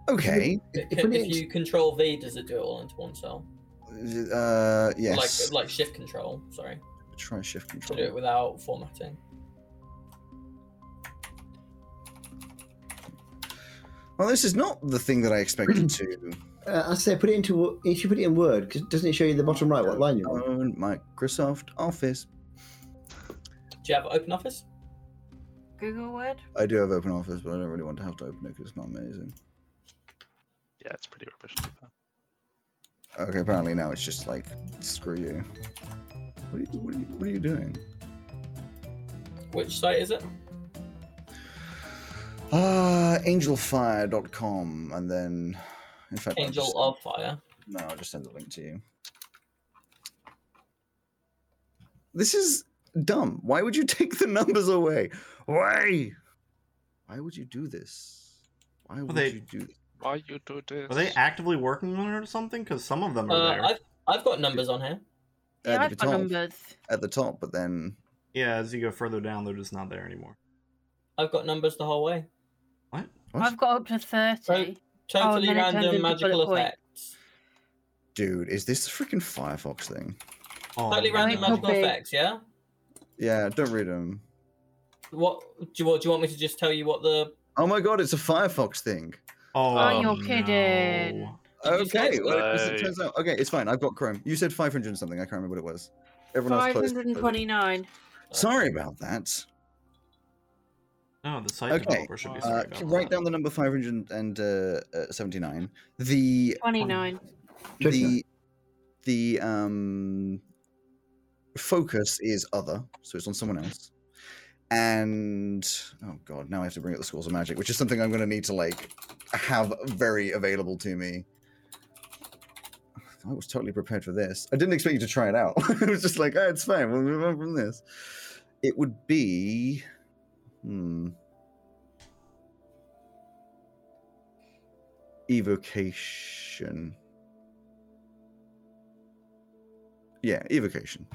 Speaker 1: Okay.
Speaker 5: It- it
Speaker 2: If,
Speaker 5: pretty
Speaker 2: if you control V, does it do it all into one cell?
Speaker 1: Uh, yes.
Speaker 2: Like like shift control. Sorry,
Speaker 1: Try shift
Speaker 2: to do it
Speaker 1: control.
Speaker 2: without formatting.
Speaker 1: Well, this is not the thing that I expected to.
Speaker 5: Uh, I say put it into wo- if you put it in Word, 'cause doesn't it show you the bottom right what line you're on?
Speaker 1: Own Microsoft Office.
Speaker 2: Do you have open office?
Speaker 3: Google Word.
Speaker 1: I do have open office, but I don't really want to have to open it because it's not amazing.
Speaker 7: Yeah, it's pretty rubbish.
Speaker 1: Okay, apparently now it's just like, screw you. What are you, what are you, what are you doing?
Speaker 2: Which site is it?
Speaker 1: Uh, angelfire.com, and then, in fact, I'll
Speaker 2: Angel
Speaker 1: just-
Speaker 2: of Fire.
Speaker 1: No, I'll just send the link to you. This is dumb. Why would you take the numbers away? Why? Why would you do this? Why would
Speaker 6: they-
Speaker 1: you do this?
Speaker 7: Why you do this?
Speaker 6: Are they actively working on it or something? Because some of them
Speaker 2: Uh,
Speaker 6: are there.
Speaker 2: I've I've got numbers on here.
Speaker 3: Yeah,
Speaker 1: at
Speaker 3: I've
Speaker 1: the
Speaker 3: got
Speaker 1: top?
Speaker 3: numbers.
Speaker 1: At the top, but then
Speaker 6: Yeah, as you go further down, they're just not there anymore.
Speaker 2: I've got numbers the whole way.
Speaker 1: What?
Speaker 3: I've got up to thirty.
Speaker 2: Totally
Speaker 3: Oh, then it turns
Speaker 2: random
Speaker 3: into
Speaker 2: magical
Speaker 3: bullet point.
Speaker 2: effects.
Speaker 1: dude, is this a freaking Firefox thing?
Speaker 6: Oh,
Speaker 2: Totally random
Speaker 3: Michael
Speaker 2: magical
Speaker 3: Bay.
Speaker 2: effects. Yeah.
Speaker 1: Yeah, don't read them.
Speaker 2: What do you want? Do you want me to just tell you what the?
Speaker 1: Oh my god, it's a Firefox thing.
Speaker 6: Oh,
Speaker 3: Oh, you're
Speaker 6: no.
Speaker 3: kidding.
Speaker 2: Did you say
Speaker 1: Okay, well, it- as it
Speaker 7: like-
Speaker 1: turns out, okay, it's fine. I've got Chrome. You said 500 and something. I can't remember what it was. Everyone else
Speaker 3: Five
Speaker 1: closed.
Speaker 3: hundred and twenty-nine.
Speaker 2: uh,
Speaker 1: Sorry about that.
Speaker 6: No, the site
Speaker 1: Okay,
Speaker 6: developer should be
Speaker 1: Uh,
Speaker 2: uh,
Speaker 6: sorry about
Speaker 1: write
Speaker 6: that.
Speaker 1: down the number 579. uh, The
Speaker 3: Twenty-nine.
Speaker 1: the the um focus is other, so it's on someone else. And oh god, now I have to bring up the scores of magic, which is something I'm going to need to like have very available to me. I was totally prepared for this. I didn't expect you to try it out. it was just like, oh, it's fine. We'll move on from this. It would be, hmm, evocation. Yeah, evocation.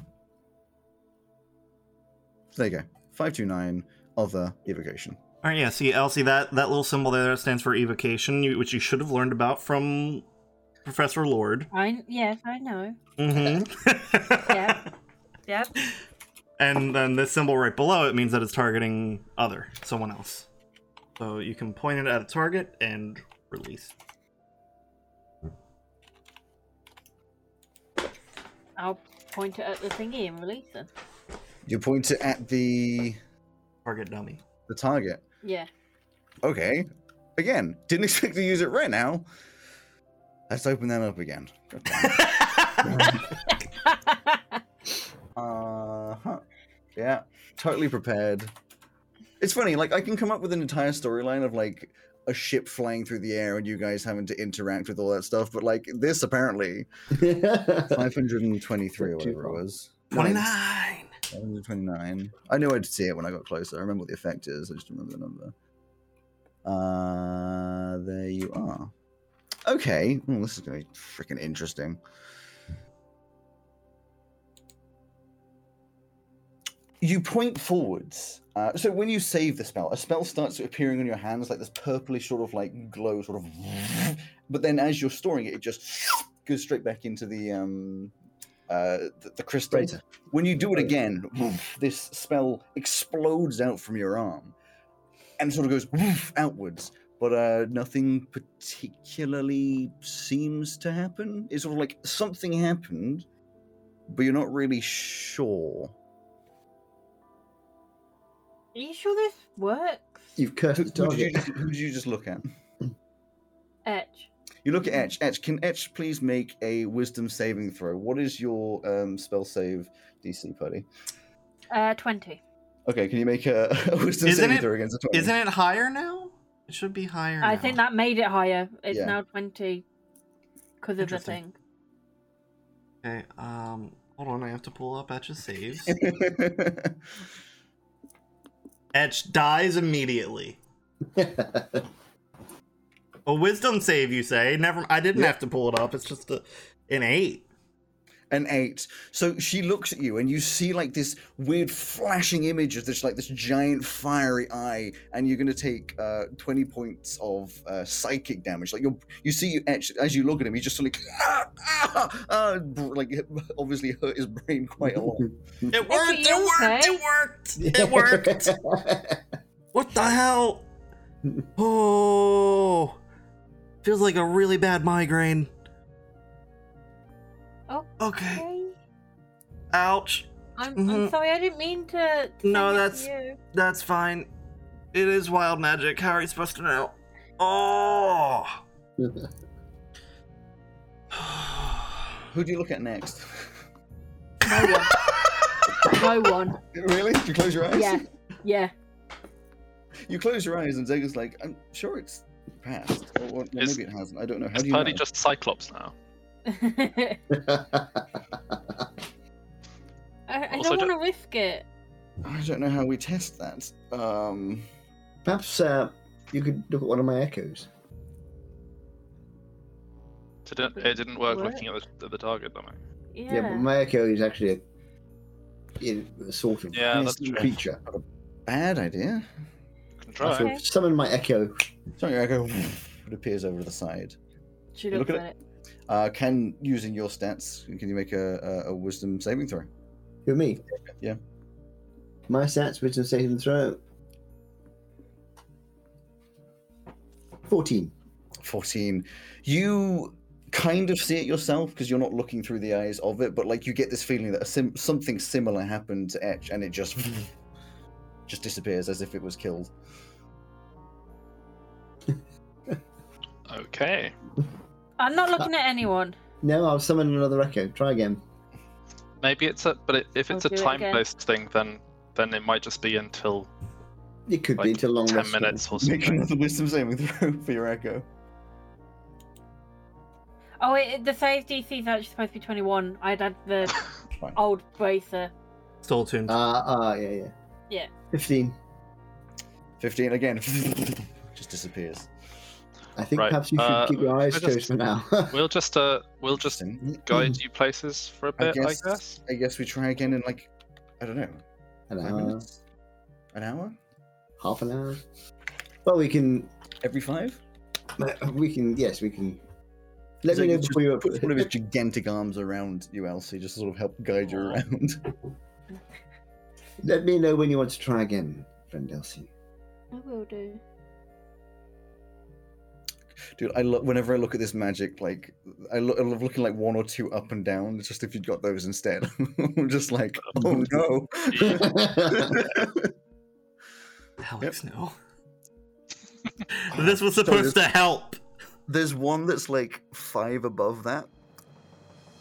Speaker 1: There you go. 529 other evocation.
Speaker 6: All right, yeah. See, Elsie, that that little symbol there that stands for evocation, you, which you should have learned about from Professor Lord.
Speaker 3: I yes, I know.
Speaker 6: Mm-hmm.
Speaker 3: Yeah. Yep.
Speaker 6: And then this symbol right below it means that it's targeting other, someone else. So you can point it at a target and release.
Speaker 3: I'll point it at the thingy and release it.
Speaker 1: You point it at the
Speaker 6: Target dummy.
Speaker 1: the target.
Speaker 3: Yeah.
Speaker 1: Okay. Again, didn't expect to use it right now. Let's open that up again. God damn it. Uh-huh. Yeah, totally prepared. It's funny, like I can come up with an entire storyline of like a ship flying through the air and you guys having to interact with all that stuff, but like this apparently Oh.
Speaker 5: Five.
Speaker 1: 523 or
Speaker 5: Not
Speaker 1: whatever
Speaker 5: too
Speaker 1: it
Speaker 5: far.
Speaker 1: was. No,
Speaker 6: Twenty
Speaker 1: it's-
Speaker 6: nine.
Speaker 1: 129. I knew I'd see it when I got closer. I remember what the effect is. I just don't remember the number. Uh, there you are. Okay. Well, this is going to be freaking interesting. You point forwards. Uh, so when you save the spell, a spell starts appearing on your hands like this purplish sort of like glow, sort of. But then as you're storing it, it just goes straight back into the um, uh, the, the crystal. When you do it again, woof, this spell explodes out from your arm and sort of goes woof, outwards, but uh, nothing particularly seems to happen. It's sort of like something happened, but you're not really sure.
Speaker 3: Are you sure this works?
Speaker 5: You've cursed
Speaker 1: Who,
Speaker 5: the
Speaker 1: who did you
Speaker 5: target.
Speaker 1: just, who did you just look at?
Speaker 3: Etch.
Speaker 1: You look at Etch. Etch, can Etch please make a wisdom saving throw? What is your um, spell save DC, buddy?
Speaker 3: Uh, twenty.
Speaker 1: Okay, can you make a, a wisdom
Speaker 6: Isn't
Speaker 1: saving
Speaker 6: it-
Speaker 1: throw against a 20?
Speaker 6: Isn't it higher now? It should be higher.
Speaker 3: I
Speaker 6: now.
Speaker 3: think that made it higher. It's
Speaker 1: Yeah.
Speaker 3: now twenty because of the
Speaker 6: Interesting.
Speaker 3: thing.
Speaker 6: Okay. Um. Hold on. I have to pull up Etch's saves. Etch dies immediately. A wisdom save, you say? Never. I didn't
Speaker 1: Yeah.
Speaker 6: have to pull it up. It's just a, an eight.
Speaker 1: an eight. So she looks at you, and you see like this weird flashing image of this like this giant fiery eye, and you're gonna take uh, twenty points of uh, psychic damage. Like you, you see you etch, as you look at him, he just sort of like, ah, ah, ah, br- like it obviously hurt his brain quite a lot.
Speaker 6: It
Speaker 3: are
Speaker 6: worked.
Speaker 3: you okay?
Speaker 6: It worked. It worked. It worked. What the hell? Oh, feels like a really bad migraine.
Speaker 3: Oh.
Speaker 6: Okay.
Speaker 3: Okay.
Speaker 6: Ouch.
Speaker 3: I'm, I'm
Speaker 6: Mhm.
Speaker 3: sorry, I didn't mean to. to
Speaker 6: No,
Speaker 3: send it
Speaker 6: that's-
Speaker 3: to you.
Speaker 6: That's fine. It is wild magic. How are you supposed to know? Oh.
Speaker 1: Who do you look at next?
Speaker 3: No one.
Speaker 1: really? Do you close your eyes?
Speaker 3: Yeah. Yeah.
Speaker 1: You close your eyes and Zega's like, I'm sure it's passed. Or, or
Speaker 7: Is-
Speaker 1: maybe it hasn't. I don't know. How
Speaker 7: Is
Speaker 1: do you
Speaker 7: Purdy
Speaker 1: know?
Speaker 7: just Cyclops now?
Speaker 3: I, I
Speaker 7: Also,
Speaker 3: don't
Speaker 7: ju-
Speaker 3: want to risk it.
Speaker 1: I don't know how we test that. Um,
Speaker 5: Perhaps uh, you could look at one of my echoes.
Speaker 7: Didn't, it didn't work
Speaker 3: Work.
Speaker 7: looking at the, at the target, did it?
Speaker 3: Yeah.
Speaker 5: Yeah, but my echo is actually a, it- a sort of
Speaker 7: Yeah, that's true.
Speaker 5: creature.
Speaker 1: bad idea.
Speaker 7: Can
Speaker 5: I
Speaker 7: try.
Speaker 5: sort of summon my echo.
Speaker 1: Sorry, I go. It appears over to the side.
Speaker 3: Should
Speaker 1: You
Speaker 3: look
Speaker 1: look
Speaker 3: at
Speaker 1: at
Speaker 3: it.
Speaker 1: Uh, can using your stats, can you make a, a, a wisdom saving throw?
Speaker 5: Who me?
Speaker 1: Yeah.
Speaker 5: My stats, wisdom saving throw. Fourteen.
Speaker 1: 14 you kind of see it yourself because you're not looking through the eyes of it but like you get this feeling that a sim- something similar happened to etch and it just just disappears as if it was killed
Speaker 7: Okay.
Speaker 3: I'm not looking at anyone.
Speaker 5: No, I'll summon another echo. Try again.
Speaker 7: Maybe it's a. But it, if it's
Speaker 3: I'll
Speaker 7: a
Speaker 3: do it
Speaker 7: time
Speaker 3: again.
Speaker 7: based thing, then then it might just be until
Speaker 5: It could be
Speaker 7: like
Speaker 5: until long
Speaker 7: 10
Speaker 5: rest.
Speaker 7: minutes or
Speaker 1: make
Speaker 7: something.
Speaker 1: another wisdom saving throw for your echo
Speaker 3: Oh, wait, the save DC is actually supposed to be 21. I'd had the
Speaker 1: Fine.
Speaker 3: old bracer.
Speaker 6: Still tuned.
Speaker 5: Ah, ah, yeah, yeah.
Speaker 3: Yeah.
Speaker 5: Fifteen.
Speaker 1: 15 again just disappears
Speaker 5: I think
Speaker 7: Right,
Speaker 5: perhaps you should
Speaker 7: uh,
Speaker 5: keep your eyes
Speaker 7: I just-
Speaker 5: closed for now.
Speaker 7: We'll just uh, we'll just
Speaker 1: Interesting.
Speaker 7: guide you places for a
Speaker 1: I
Speaker 7: bit,
Speaker 1: guess,
Speaker 7: I guess.
Speaker 1: I guess we try again in like i don't know
Speaker 5: an
Speaker 1: five
Speaker 5: hour,
Speaker 1: minutes an hour
Speaker 5: half an hour. Well, we can uh,
Speaker 1: every five
Speaker 5: We can, yes, we can. Let
Speaker 1: So
Speaker 5: me
Speaker 1: he
Speaker 5: know
Speaker 1: just
Speaker 5: before you
Speaker 1: puts one of his gigantic arms around you elsie just to sort of help guide you
Speaker 2: Aw.
Speaker 1: around
Speaker 5: Let me know when you want to try again, friend Elsie.
Speaker 3: I will do.
Speaker 1: Dude, I look whenever I look at this magic, like I look, I love looking like one or two up and down. It's just if you'd got those instead, I'm just like, oh no. Oh,
Speaker 6: Alex, no. this was supposed to help.
Speaker 1: There's one that's like five above that.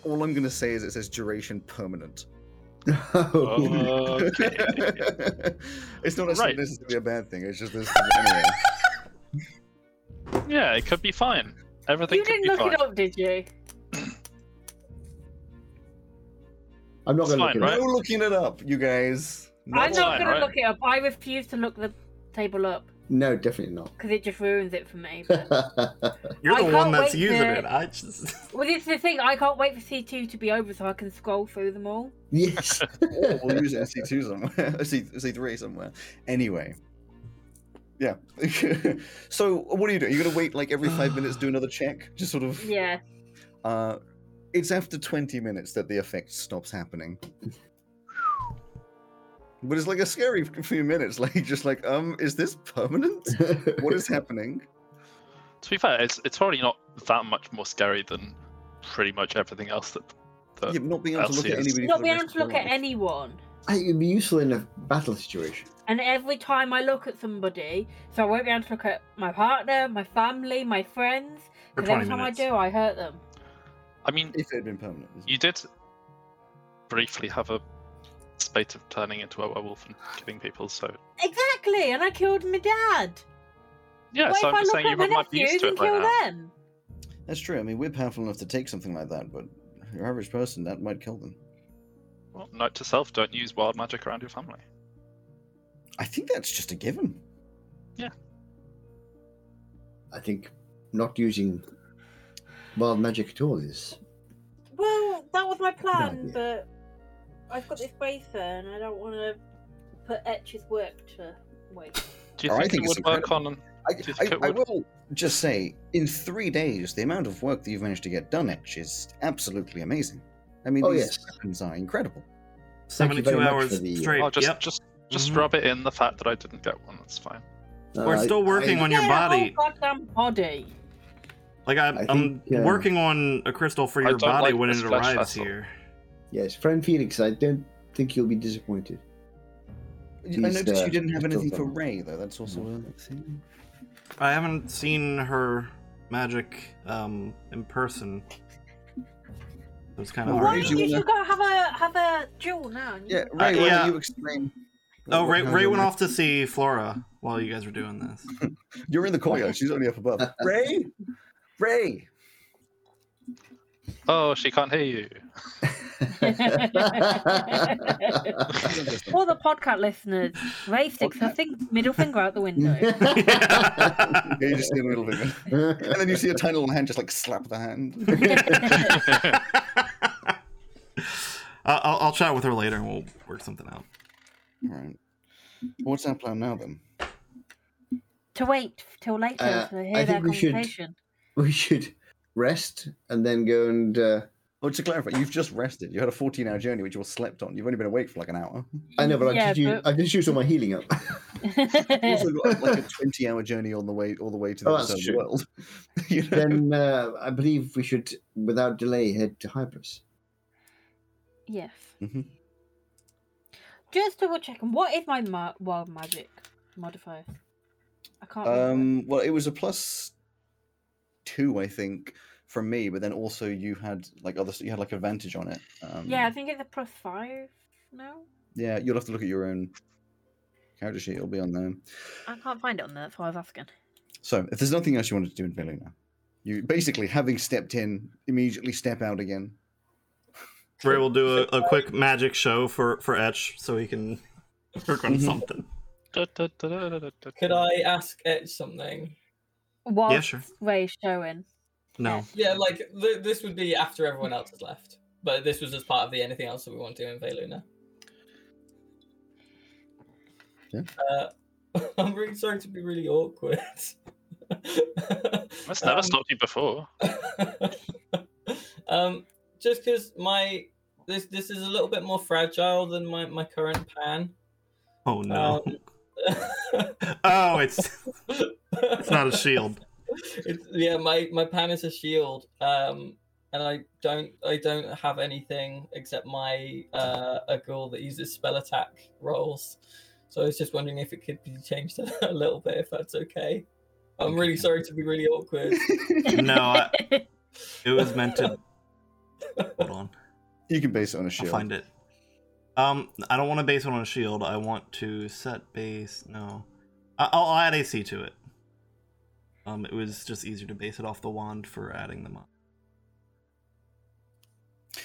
Speaker 1: All I'm gonna say is it says duration permanent.
Speaker 4: uh,
Speaker 5: oh.
Speaker 7: Okay.
Speaker 1: it's not
Speaker 7: Right.
Speaker 1: actually necessarily a bad thing. It's just this. Anyway,
Speaker 7: yeah, it could be fine. Everything
Speaker 3: You
Speaker 7: could
Speaker 3: didn't
Speaker 7: be
Speaker 3: look
Speaker 7: fine.
Speaker 3: it up, did you?
Speaker 5: I'm not
Speaker 7: It's
Speaker 5: going to look
Speaker 7: fine,
Speaker 5: it
Speaker 7: right?
Speaker 5: up.
Speaker 1: no looking it up, you guys. No
Speaker 3: I'm not
Speaker 7: fine,
Speaker 3: going to
Speaker 7: right?
Speaker 3: look it up. I refuse to look the table up
Speaker 5: No, definitely not.
Speaker 3: because it just ruins it for me. But...
Speaker 6: You're
Speaker 3: I
Speaker 6: the one
Speaker 3: can't
Speaker 6: that's
Speaker 3: wait
Speaker 6: using
Speaker 3: to-
Speaker 6: it. I just.
Speaker 3: well, this is the thing. I can't wait for C2 to be over so I can scroll through them all.
Speaker 5: yes.
Speaker 1: Or we'll use it as C2 somewhere, C C3 somewhere. Anyway. Yeah. so what are you doing? You're gonna wait like every five minutes, do another check, just sort of.
Speaker 3: Yeah.
Speaker 1: Uh, it's after 20 minutes that the effect stops happening. But it's like a scary f- few minutes, like just like, um, is this permanent? What is happening?
Speaker 7: To be fair, it's it's probably not that much more scary than pretty much everything else that. that
Speaker 1: Yeah, not being able to look at
Speaker 7: Celsius.
Speaker 1: anybody. for
Speaker 3: Not
Speaker 1: the
Speaker 3: being
Speaker 1: rest
Speaker 3: able
Speaker 1: of
Speaker 3: to
Speaker 1: your
Speaker 3: look at
Speaker 1: life.
Speaker 3: anyone.
Speaker 5: I think it'd be useful in a battle situation.
Speaker 3: And every time I look at somebody, so I won't be able to look at my partner, my family, my friends,
Speaker 6: For
Speaker 3: because every
Speaker 6: 20
Speaker 3: time
Speaker 6: minutes.
Speaker 3: I do, I hurt them.
Speaker 7: I mean,
Speaker 1: If it had been permanent.
Speaker 7: you did briefly have a spate of turning into a werewolf and killing people, so
Speaker 3: Exactly, and I killed my dad.
Speaker 7: yeah.
Speaker 3: what
Speaker 7: so
Speaker 3: if
Speaker 7: I'm
Speaker 3: I
Speaker 7: just
Speaker 3: look
Speaker 7: saying
Speaker 3: at
Speaker 7: you
Speaker 3: my
Speaker 7: might be used
Speaker 3: nephews
Speaker 7: to
Speaker 3: and
Speaker 7: it by
Speaker 3: kill
Speaker 7: now.
Speaker 3: them?
Speaker 1: That's true. I mean, we're powerful enough to take something like that, but your average person, that might kill them.
Speaker 7: Well, note to self: don't use wild magic around your family.
Speaker 1: I think that's just a given.
Speaker 5: I think not using wild magic at all is.
Speaker 3: Well, that was my plan,
Speaker 5: idea.
Speaker 3: but I've got this bracer and I don't want to put Etch's work to waste.
Speaker 7: Do you
Speaker 1: Oh, I
Speaker 7: think,
Speaker 1: think
Speaker 7: it
Speaker 1: it's
Speaker 7: would work on?
Speaker 1: I,
Speaker 7: Do
Speaker 1: I,
Speaker 7: you think it
Speaker 1: I
Speaker 7: would-
Speaker 1: will just say, in three days, the amount of work that you've managed to get done, Etch, is absolutely amazing. I mean,
Speaker 5: Oh,
Speaker 1: these
Speaker 5: yes.
Speaker 1: weapons are incredible.
Speaker 5: Thank you very
Speaker 6: 72
Speaker 5: much
Speaker 6: hours
Speaker 5: for the-
Speaker 6: straight.
Speaker 7: Oh, just
Speaker 6: yep.
Speaker 7: just just
Speaker 6: Mhm.
Speaker 7: rub it in the fact that I didn't get one. That's fine.
Speaker 6: We're
Speaker 5: Uh,
Speaker 6: still working
Speaker 5: I-
Speaker 6: on your
Speaker 3: Yeah, oh,
Speaker 6: body.
Speaker 3: whole goddamn body.
Speaker 6: Like I,
Speaker 5: I
Speaker 6: I'm
Speaker 5: think, uh,
Speaker 6: working on a crystal for
Speaker 7: I
Speaker 6: your
Speaker 7: don't
Speaker 6: body
Speaker 7: like
Speaker 6: when
Speaker 7: this
Speaker 6: it
Speaker 7: flesh
Speaker 6: arrives
Speaker 7: vessel.
Speaker 6: here.
Speaker 5: Yes, friend Felix, I don't think you'll be disappointed.
Speaker 1: I noticed
Speaker 5: uh,
Speaker 1: you didn't have
Speaker 5: it's
Speaker 1: anything
Speaker 5: all
Speaker 1: for
Speaker 5: done.
Speaker 1: Ray though. That's also a thing.
Speaker 6: I haven't seen her magic um, in person. So it's kind of
Speaker 1: Well,
Speaker 3: Why
Speaker 1: Ray,
Speaker 6: hard.
Speaker 1: do you
Speaker 3: don't
Speaker 6: to-
Speaker 3: you, you
Speaker 1: wanna-
Speaker 3: gotta have a have a duel now? and you
Speaker 1: Yeah,
Speaker 3: can-
Speaker 1: Ray. why
Speaker 6: yeah.
Speaker 1: don't you explain?
Speaker 6: Oh,
Speaker 1: what-
Speaker 6: Ray,
Speaker 1: how
Speaker 6: Ray
Speaker 1: your
Speaker 6: went
Speaker 1: mag-
Speaker 6: off to see Flora while you guys were doing this.
Speaker 1: You're in the courtyard. She's only up above. Ray, Ray.
Speaker 7: Oh, she can't hear you.
Speaker 3: For the podcast listeners, Ray sticks her thing, middle finger out the window.
Speaker 1: Yeah, you just see a little bit, and then you see a tiny little hand just like slap the hand.
Speaker 6: I- I'll, I'll chat with her later and we'll work something out.
Speaker 1: All right. What's our plan now then?
Speaker 3: to wait till later
Speaker 5: Uh,
Speaker 3: to
Speaker 5: I
Speaker 3: hear their
Speaker 5: think we should-
Speaker 3: conversation.
Speaker 5: we should rest and then go and uh,
Speaker 1: Well, Oh, to clarify, you've just rested. You had a 14-hour journey, which you all slept on. You've only been awake for like an hour.
Speaker 5: I know, but I
Speaker 3: Yeah,
Speaker 5: just use, I just used all my healing up.
Speaker 1: You
Speaker 3: Eh.
Speaker 1: also got like a 20-hour journey on the way all the way to the
Speaker 5: Oh,
Speaker 1: other
Speaker 5: that's
Speaker 1: side of the
Speaker 5: true.
Speaker 1: world. you know?
Speaker 5: then uh, I believe we should, without delay, head to Hybris.
Speaker 3: yes.
Speaker 1: Mhm.
Speaker 3: Just double checking. What is my ma- wild magic modifier? I can't. remember.
Speaker 1: Um, well, it was a plus two, I think, from me. But then also you had like other, you had like advantage on it. Um,
Speaker 3: yeah, I think it's a plus five. No,
Speaker 1: yeah. You'll have to look at your own character sheet. It'll be on there.
Speaker 3: I can't find it on there. That's why I was asking.
Speaker 1: So if there's nothing else you wanted to do in Veluna, you basically having stepped in, immediately step out again.
Speaker 6: Ray will do a, a quick magic show for, for Etch so he can work on
Speaker 1: Mhm.
Speaker 6: something.
Speaker 2: Could I ask Etch something?
Speaker 3: Whilst
Speaker 6: sure.
Speaker 3: Ray's showing.
Speaker 6: No.
Speaker 2: Yeah, like th- this would be after everyone else has left, but this was as part of the anything else that we want to do in Veluna.
Speaker 1: Yeah.
Speaker 2: Uh, I'm really sorry to be really awkward.
Speaker 7: That's never
Speaker 2: Um,
Speaker 7: stopped you before.
Speaker 2: um, just because my this this is a little bit more fragile than my my current pan. Um,
Speaker 6: Oh, no.
Speaker 2: it's
Speaker 6: oh, it's it's not a shield.
Speaker 2: It's, yeah, my my pan is a shield, um, and I don't I don't have anything except my uh, a girl that uses spell attack rolls. So I was just wondering if it could be changed a little bit, if that's okay. I'm really sorry to be really awkward.
Speaker 6: No, I, it was meant to. Hold on.
Speaker 1: You can base it on a
Speaker 6: I'll
Speaker 1: shield.
Speaker 6: find it. Um, I don't want to base it on a shield. I want to set base. No, I- I'll, I'll add AC to it. Um, it was just easier to base it off the wand for adding them up.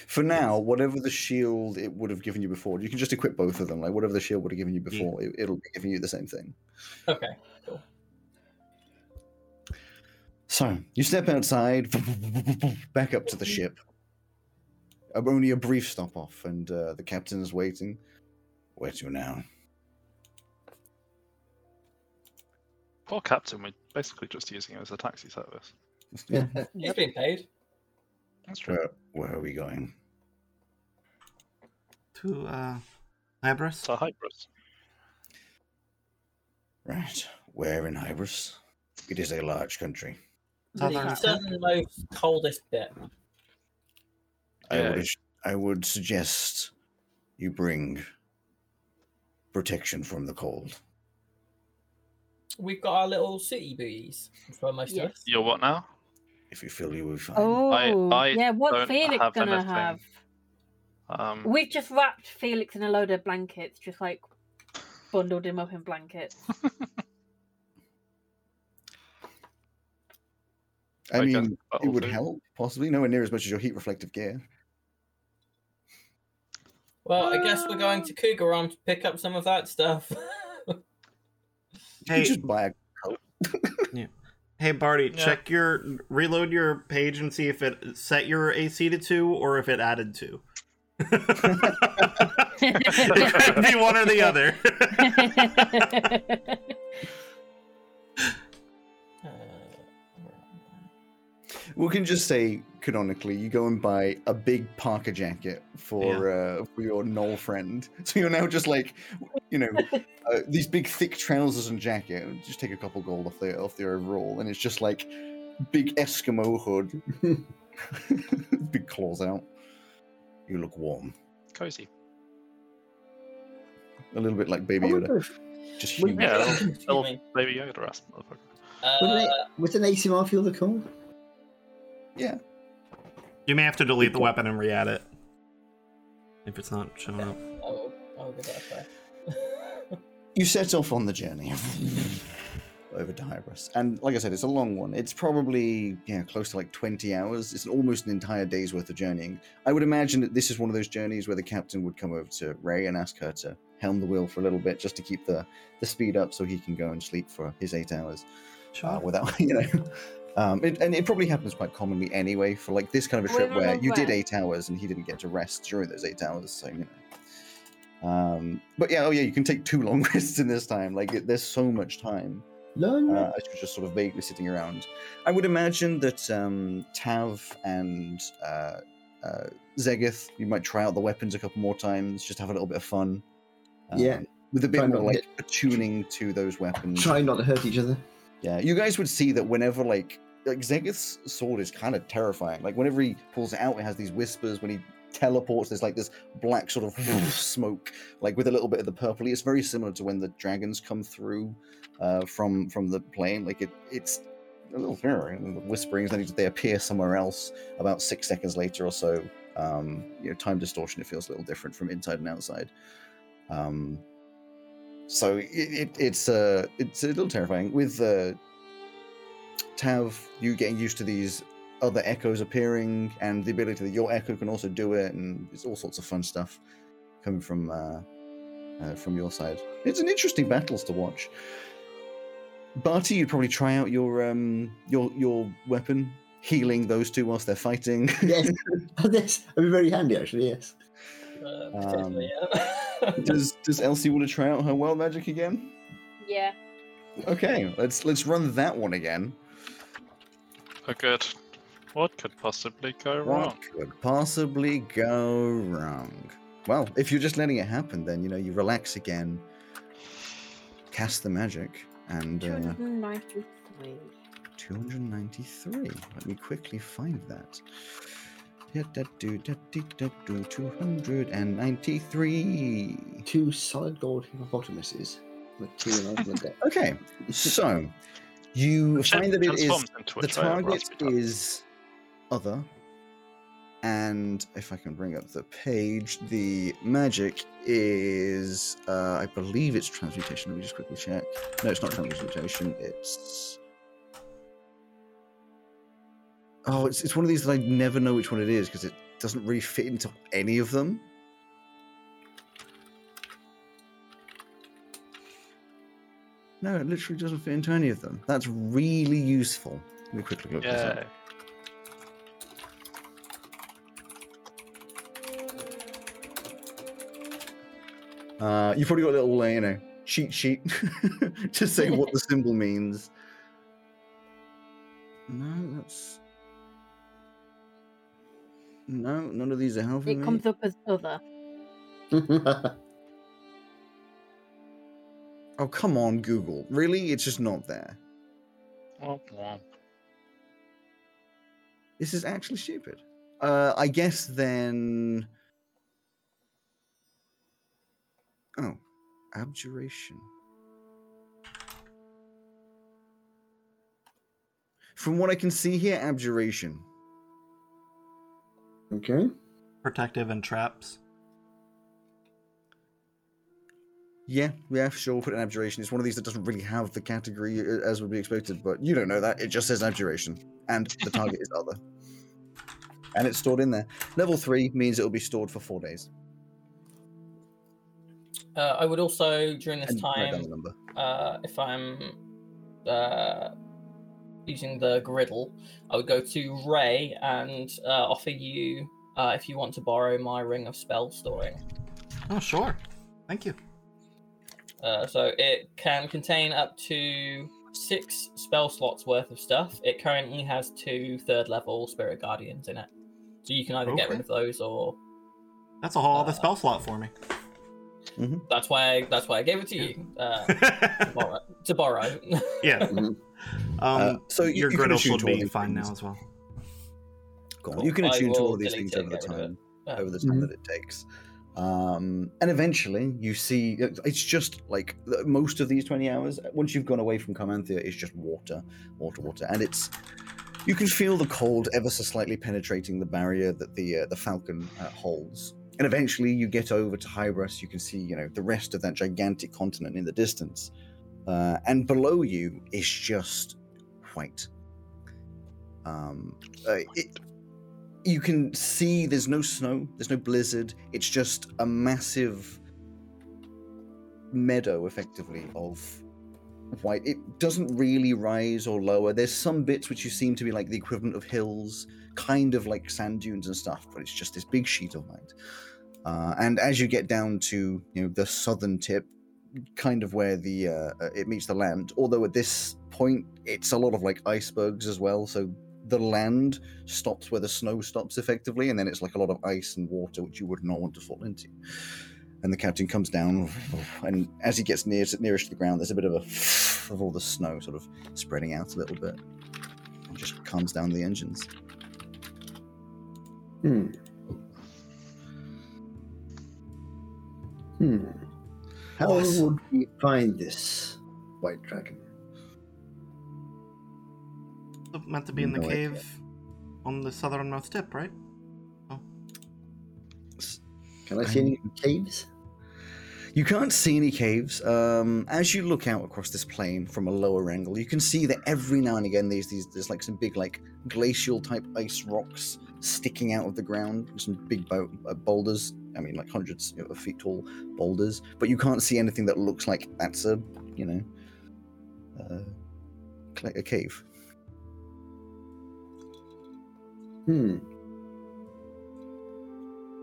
Speaker 1: For now, whatever the shield it would have given you before, you can just equip both of them. Like whatever the shield would have given you before, it, it'll be giving you the same thing.
Speaker 2: okay.
Speaker 1: So you step outside, back up to the ship. Uh, Only a brief stop off, and uh, the captain is waiting. Where to now?
Speaker 7: Poor captain. We're basically just using him as a taxi service.
Speaker 2: He's been paid.
Speaker 7: That's true.
Speaker 1: Where, where are we going?
Speaker 6: To uh, Hybris.
Speaker 7: So Hybris.
Speaker 1: Right, where in Hybris? It is a large country.
Speaker 6: Southern-
Speaker 2: The southernmost coldest bit.
Speaker 1: I
Speaker 7: Yeah.
Speaker 1: would I would suggest you bring protection from the cold.
Speaker 2: We've got our little city buoys for most of us.
Speaker 7: You're what now?
Speaker 1: If you feel you will find.
Speaker 3: Oh,
Speaker 7: I
Speaker 3: yeah. What
Speaker 7: don't
Speaker 3: Felix
Speaker 7: have
Speaker 3: gonna
Speaker 7: anything.
Speaker 3: have?
Speaker 7: Um,
Speaker 3: We've just wrapped Felix in a load of blankets, just like bundled him up in blankets.
Speaker 1: I
Speaker 7: guess
Speaker 1: mean, it
Speaker 7: that'll
Speaker 1: would
Speaker 7: do.
Speaker 1: help possibly. Nowhere near as much as your heat reflective gear.
Speaker 2: Well, I guess we're going to Cougar Arm to pick up some of that stuff. Uh,
Speaker 1: You
Speaker 6: Hey,
Speaker 1: just buy a
Speaker 6: hey, Barty,
Speaker 7: Yeah.
Speaker 6: check your reload your page and see if it set your AC to two or if it added two. it could be one or the other.
Speaker 2: Uh,
Speaker 1: We can just say canonically, you go and buy a big Parker jacket for uh, for your Knoll friend. So you're now just like, you know, uh, these big thick trousers and jacket. and Just take a couple gold off the off the overall, and it's just like big Eskimo hood, big claws out. You look warm.
Speaker 7: cozy.
Speaker 1: a little bit like Baby
Speaker 5: I
Speaker 1: Yoda.
Speaker 5: wonder if-
Speaker 1: Just
Speaker 5: Well,
Speaker 1: human.
Speaker 7: Yeah,
Speaker 2: Excuse
Speaker 7: little
Speaker 2: me.
Speaker 7: baby Yoda ass motherfucker.
Speaker 5: Wouldn't
Speaker 2: Uh,
Speaker 5: it, would an ASMR feel the cold?
Speaker 6: You may have to delete the weapon and re-add it if it's not showing up.
Speaker 2: I'll, I'll give that a try. Uh,
Speaker 1: You set off on the journey over to Hybris. And like I said, it's a long one. It's probably yeah, close to like 20 hours. It's almost an entire day's worth of journeying. I would imagine that this is one of those journeys where the captain would come over to Ray and ask her to helm the wheel for a little bit just to keep the, the speed up so he can go and sleep for his eight hours uh, without, you know. Um, it, and it probably happens quite commonly anyway for like this kind of a
Speaker 3: Wait,
Speaker 1: trip
Speaker 3: wait,
Speaker 1: where
Speaker 3: wait,
Speaker 1: you did eight
Speaker 3: wait.
Speaker 1: hours and he didn't get to rest during those eight hours. So, you know. Um, but yeah, oh yeah, you can take two long rests in this time. Like, it, there's so much time.
Speaker 5: Long.
Speaker 1: Uh, as you're just sort of vaguely sitting around. I would imagine that um, Tav and uh, uh, Zegith, you might try out the weapons a couple more times, just have a little bit of fun.
Speaker 5: Yeah.
Speaker 1: um, With a bit
Speaker 5: Try
Speaker 1: more
Speaker 5: not to
Speaker 1: like attuning to those weapons.
Speaker 5: Try not to hurt each other.
Speaker 1: Yeah, you guys would see that whenever like like Zegith's sword is kind of terrifying. Like whenever he pulls it out, it has these whispers. When he teleports, there's like this black sort of smoke, like with a little bit of the purpley. It's very similar to when the dragons come through uh, from from the plane. Like it it's a little scary, and the whisperings. Then they appear somewhere else about six seconds later or so. Um, you know, time distortion. It feels a little different from inside and outside. Um, so it, it, it's uh, it's a little terrifying with uh, Tav, you getting used to these other echoes appearing, and the ability that your echo can also do it, and it's all sorts of fun stuff coming from uh, uh, from your side. It's an interesting battles to watch. Barty, you'd probably try out your um, your your weapon, healing those two whilst they're fighting.
Speaker 5: Yes. this would be very handy, actually, yes.
Speaker 2: Uh, potentially, yeah.
Speaker 1: does Does Elsie want to try out her well magic again?
Speaker 3: Yeah.
Speaker 1: Okay, let's let's run that one again.
Speaker 7: Oh, good. What could possibly go wrong?
Speaker 1: What could possibly go wrong? Well, if you're just letting it happen, then you know you relax again, cast the magic, and uh,
Speaker 3: 293.
Speaker 1: 293. Let me quickly find that. Do-do-do, do-do-do-do, 293.
Speaker 5: Two solid gold hippopotamuses with two and on the deck.
Speaker 1: Okay, so you find that it is
Speaker 7: Transforms into a
Speaker 1: the
Speaker 7: giant
Speaker 1: target
Speaker 7: raspberry tart.
Speaker 1: is other and if i can bring up the page the magic is uh, i believe it's transmutation let me just quickly check no it's not transmutation it's oh it's, it's one of these that i never know which one it is because it doesn't really fit into any of them no it literally doesn't fit into any of them that's really useful let me quickly look this up
Speaker 7: Yeah.
Speaker 1: Uh, you've probably got a little, uh, you know, cheat sheet to say what the symbol means. No, that's no. None of these are helping
Speaker 3: It
Speaker 1: me.
Speaker 3: comes up as other.
Speaker 1: Oh, come on, Google. Really? It's just not there.
Speaker 7: Womp womp.
Speaker 1: This is actually stupid. Uh, I guess then. Oh, abjuration. From what I can see here, abjuration.
Speaker 5: okay.
Speaker 6: Protective and traps.
Speaker 1: Yeah, yeah, sure. Put an abjuration. It's one of these that doesn't really have the category uh, as would be expected, but you don't know that. It just says abjuration, and the target is other, and it's stored in there. Level three means it'll be stored for four days.
Speaker 2: Uh, I would also, during this
Speaker 1: And write down
Speaker 2: time,
Speaker 1: the number.
Speaker 2: uh, if I'm uh, using the griddle, I would go to Ray and uh, offer you uh, if you want to borrow my ring of spell storing.
Speaker 6: Oh, sure. Thank you.
Speaker 2: Uh, so it can contain up to six spell slots worth of stuff. It currently has two third level spirit guardians in it, so you can either get rid
Speaker 6: Okay.
Speaker 2: of those or
Speaker 6: That's a whole other
Speaker 2: Uh,
Speaker 6: spell slot for me.
Speaker 2: that's why I, that's why I gave it to you uh, to borrow. To borrow.
Speaker 6: yeah.
Speaker 5: Mhm.
Speaker 6: Um,
Speaker 1: Uh, so you-
Speaker 6: your
Speaker 1: you can
Speaker 6: griddle
Speaker 1: choose
Speaker 6: should
Speaker 1: all
Speaker 6: be
Speaker 1: the
Speaker 6: fine
Speaker 1: things.
Speaker 6: now as well.
Speaker 1: Go on.
Speaker 2: Cool.
Speaker 1: You can
Speaker 2: I
Speaker 1: attune to
Speaker 2: will
Speaker 1: all of these
Speaker 2: delete
Speaker 1: things
Speaker 2: it,
Speaker 1: over the
Speaker 2: get rid of
Speaker 1: time,
Speaker 2: Uh,
Speaker 1: over the time
Speaker 5: Mhm.
Speaker 1: that it takes. Um, and eventually, you see it's just like the- most of these 20 hours, once you've gone away from Carmanthia, it's just water, water, water. And it's you can feel the cold ever so slightly penetrating the barrier that the uh, the falcon uh, holds. And eventually, you get over to Hybris. You can see, you know, the rest of that gigantic continent in the distance, uh, and below you is just white. Um, uh, it, you can see there's no snow, there's no blizzard. It's just a massive meadow, effectively, of white. It doesn't really rise or lower. There's some bits which you seem to be like the equivalent of hills, kind of like sand dunes and stuff, but it's just this big sheet of white. Uh, and as you get down to you know the southern tip, kind of where the uh, uh, it meets the land. Although at this point, it's a lot of like icebergs as well. So the land stops where the snow stops effectively, and then it's like a lot of ice and water which you would not want to fall into. And the captain comes down, and as he gets near nearest to the ground, there's a bit of a of all the snow sort of spreading out a little bit, and just calms down the engines.
Speaker 5: Hmm. Hmm. How
Speaker 1: Awesome.
Speaker 5: would we find this white dragon?
Speaker 6: meant to be in the
Speaker 1: No idea.
Speaker 6: cave on the southernmost tip, right?
Speaker 5: Can I see any caves?
Speaker 1: You can't see any caves. Um, as you look out across this plain from a lower angle, you can see that every now and again there's these there's like some big like glacial type ice rocks sticking out of the ground, some big bo- uh, boulders. I mean, like hundreds of feet tall boulders, but you can't see anything that looks like that's a you know uh, cl- a cave.
Speaker 5: Hmm.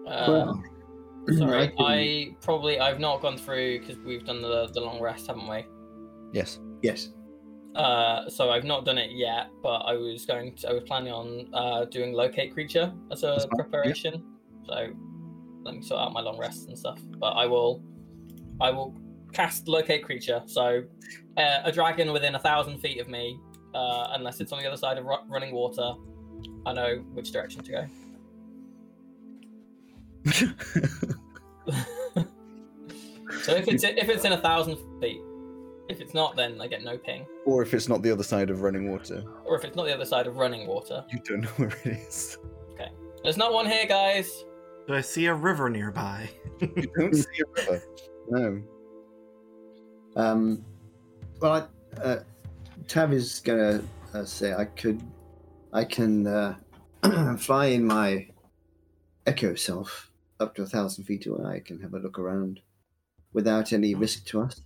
Speaker 2: Um,
Speaker 5: I
Speaker 2: sorry,
Speaker 5: can-
Speaker 2: I probably I've not gone through because we've done the the long rest, haven't we?
Speaker 1: Yes.
Speaker 5: Yes.
Speaker 2: Uh, so I've not done it yet, but I was going. To, I was planning on uh, doing locate creature as
Speaker 1: That's
Speaker 2: a
Speaker 1: fine, yeah.
Speaker 2: preparation. So let me sort out my long rests and stuff. But I will, I will cast locate creature. So uh, a dragon within a thousand feet of me, uh, unless it's on the other side of ru- running water. I know which direction to go. so if it's if it's in a thousand feet, if it's not, then I get no ping.
Speaker 1: or if it's not the other side of running water,
Speaker 2: Or if it's not the other side of running water.
Speaker 1: you don't know where it is.
Speaker 2: There's not one here, guys.
Speaker 6: Do I see a river nearby?
Speaker 1: You don't see a river. No.
Speaker 5: Um, well, I- uh, Tav is gonna uh, say I could, I can uh, fly in my echo self up to a thousand feet away. I can have a look around without any risk to us.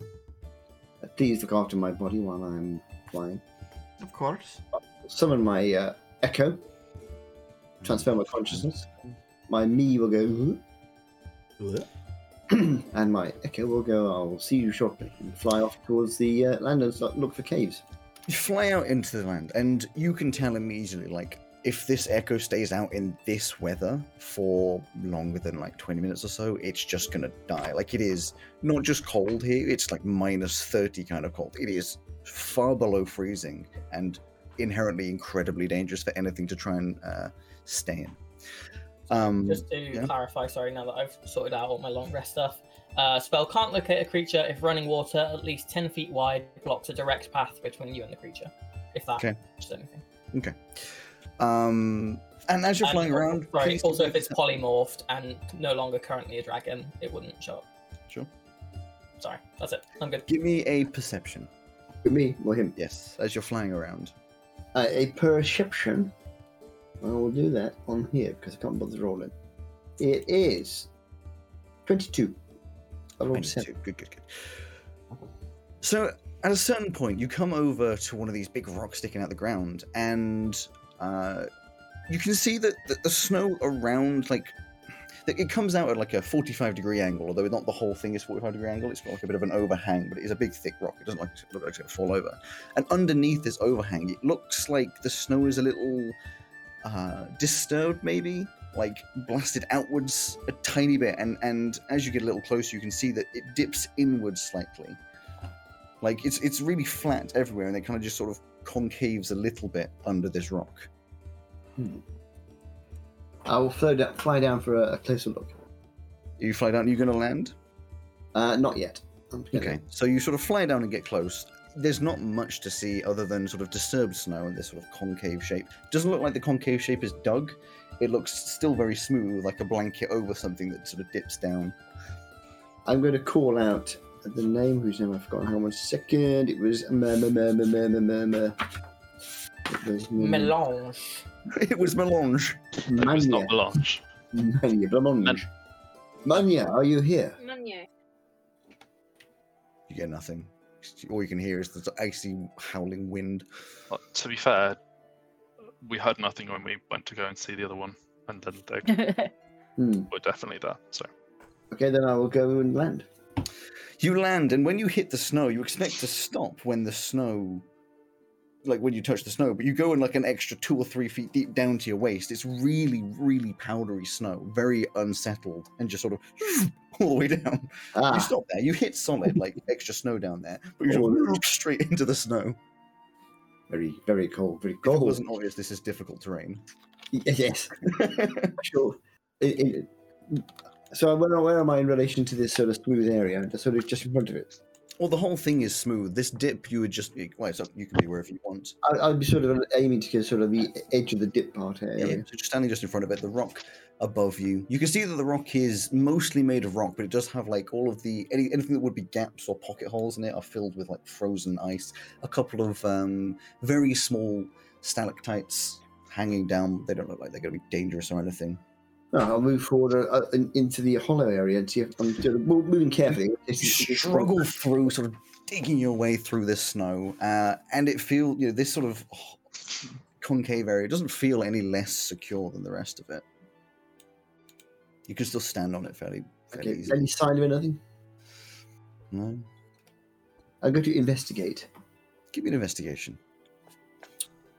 Speaker 5: Uh, Please look after my body while I'm flying.
Speaker 6: Of course.
Speaker 5: Summon my uh, echo, transfer my consciousness. My me will go. "Ooh," and my echo will go, I'll see you shortly, and fly off towards the uh, land and start- look for caves.
Speaker 1: You fly out into the land, and you can tell immediately, like, if this echo stays out in this weather for longer than like 20 minutes or so, it's just gonna die. Like, it is not just cold here, it's like minus 30 kind of cold. It is far below freezing and inherently incredibly dangerous for anything to try and uh, stay in. Um,
Speaker 2: Just to
Speaker 1: yeah.
Speaker 2: clarify, sorry, now that I've sorted out all my long rest stuff. Uh, spell can't locate a creature if running water at least 10 feet wide blocks a direct path between you and the creature. If that
Speaker 1: Okay.
Speaker 2: is anything.
Speaker 1: um, and as you're
Speaker 2: And-
Speaker 1: flying around,
Speaker 2: Right,
Speaker 1: please-
Speaker 2: also if it's polymorphed and no longer currently a dragon, it wouldn't show up.
Speaker 1: Sure.
Speaker 2: Sorry, that's it. I'm good.
Speaker 1: give me a perception.
Speaker 5: With me or him.
Speaker 1: Yes, as you're flying around.
Speaker 5: Uh, a perception. I will do that on here because I can't bother rolling. It is 22. I rolled
Speaker 1: Minus
Speaker 5: seven.
Speaker 1: two. Good, good, good. So at a certain point, you come over to one of these big rocks sticking out the ground, and uh, you can see that the, the snow around, like, that it comes out at like a 45 degree angle, although not the whole thing is 45 degree angle. It's got like a bit of an overhang, but it is a big thick rock. It doesn't like, look like it's going to fall over. And underneath this overhang, it looks like the snow is a little uh, disturbed, maybe like blasted outwards a tiny bit, and and as you get a little closer, you can see that it dips inwards slightly. Like it's it's really flat everywhere, and it kind of just sort of concaves a little bit under this rock.
Speaker 5: I will fly down, fly down for a, a closer look.
Speaker 1: You fly down. Are you going to land?
Speaker 5: Uh, not yet. I'm gonna-
Speaker 1: Okay. So you sort of fly down and get close. There's not much to see other than sort of disturbed snow and this sort of concave shape. Doesn't look like the concave shape is dug. It looks still very smooth, like a blanket over something that sort of dips down.
Speaker 5: I'm going to call out the name whose name I've forgotten. Hang on one second. It was murmur murmur murmur murmur. It was
Speaker 1: Mm.
Speaker 5: Mania.
Speaker 2: Melange.
Speaker 1: it was melange.
Speaker 7: It was not melange.
Speaker 5: Mania. Blamange. Mania, are you here?
Speaker 3: Manu.
Speaker 1: You get nothing. All you can hear is the icy howling wind.
Speaker 7: Uh, to be fair, we heard nothing when we went to go and see the other one, and then they
Speaker 5: Hmm.
Speaker 7: were definitely there. So
Speaker 5: Okay, then I will go and land.
Speaker 1: You land, and when you hit the snow, you expect to stop when the snow, like when you touch the snow, but you go in like an extra two or three feet deep down to your waist. It's really, really powdery snow, very unsettled, and just sort of all the way down.
Speaker 5: Ah,
Speaker 1: You stop there. You hit solid, like extra snow down there, but you
Speaker 5: Oh.
Speaker 1: just straight into the snow.
Speaker 5: very very cold, very
Speaker 1: If it
Speaker 5: cold.
Speaker 1: wasn't obvious this is difficult terrain.
Speaker 5: Y- Yes, sure. It- it- so where, where am I in relation to this sort of smooth area? Just Sort of just in front of it.
Speaker 1: well, the whole thing is smooth. This dip, you would just well, it's up, you can be wherever you want.
Speaker 5: I, I'd be sort of aiming to get sort of the edge of the dip part
Speaker 1: Yeah,
Speaker 5: area.
Speaker 1: so just standing just in front of it, the rock above you. You can see that the rock is mostly made of rock, but it does have like all of the any, anything that would be gaps or pocket holes in it are filled with like frozen ice. A couple of um, very small stalactites hanging down. They don't look like they're going to be dangerous or anything.
Speaker 5: No, I'll move forward uh, uh, in- into the hollow area and see if I'm sort of mo- moving carefully. This
Speaker 1: You
Speaker 5: is- this is-
Speaker 1: struggle through, sort of digging your way through this snow, uh, and it feels you know this sort of concave area doesn't feel any less secure than the rest of it. You can still stand on it fairly, fairly
Speaker 5: Okay,
Speaker 1: easily.
Speaker 5: any sign of anything?
Speaker 1: No.
Speaker 5: I'm going to investigate.
Speaker 1: Give me an investigation.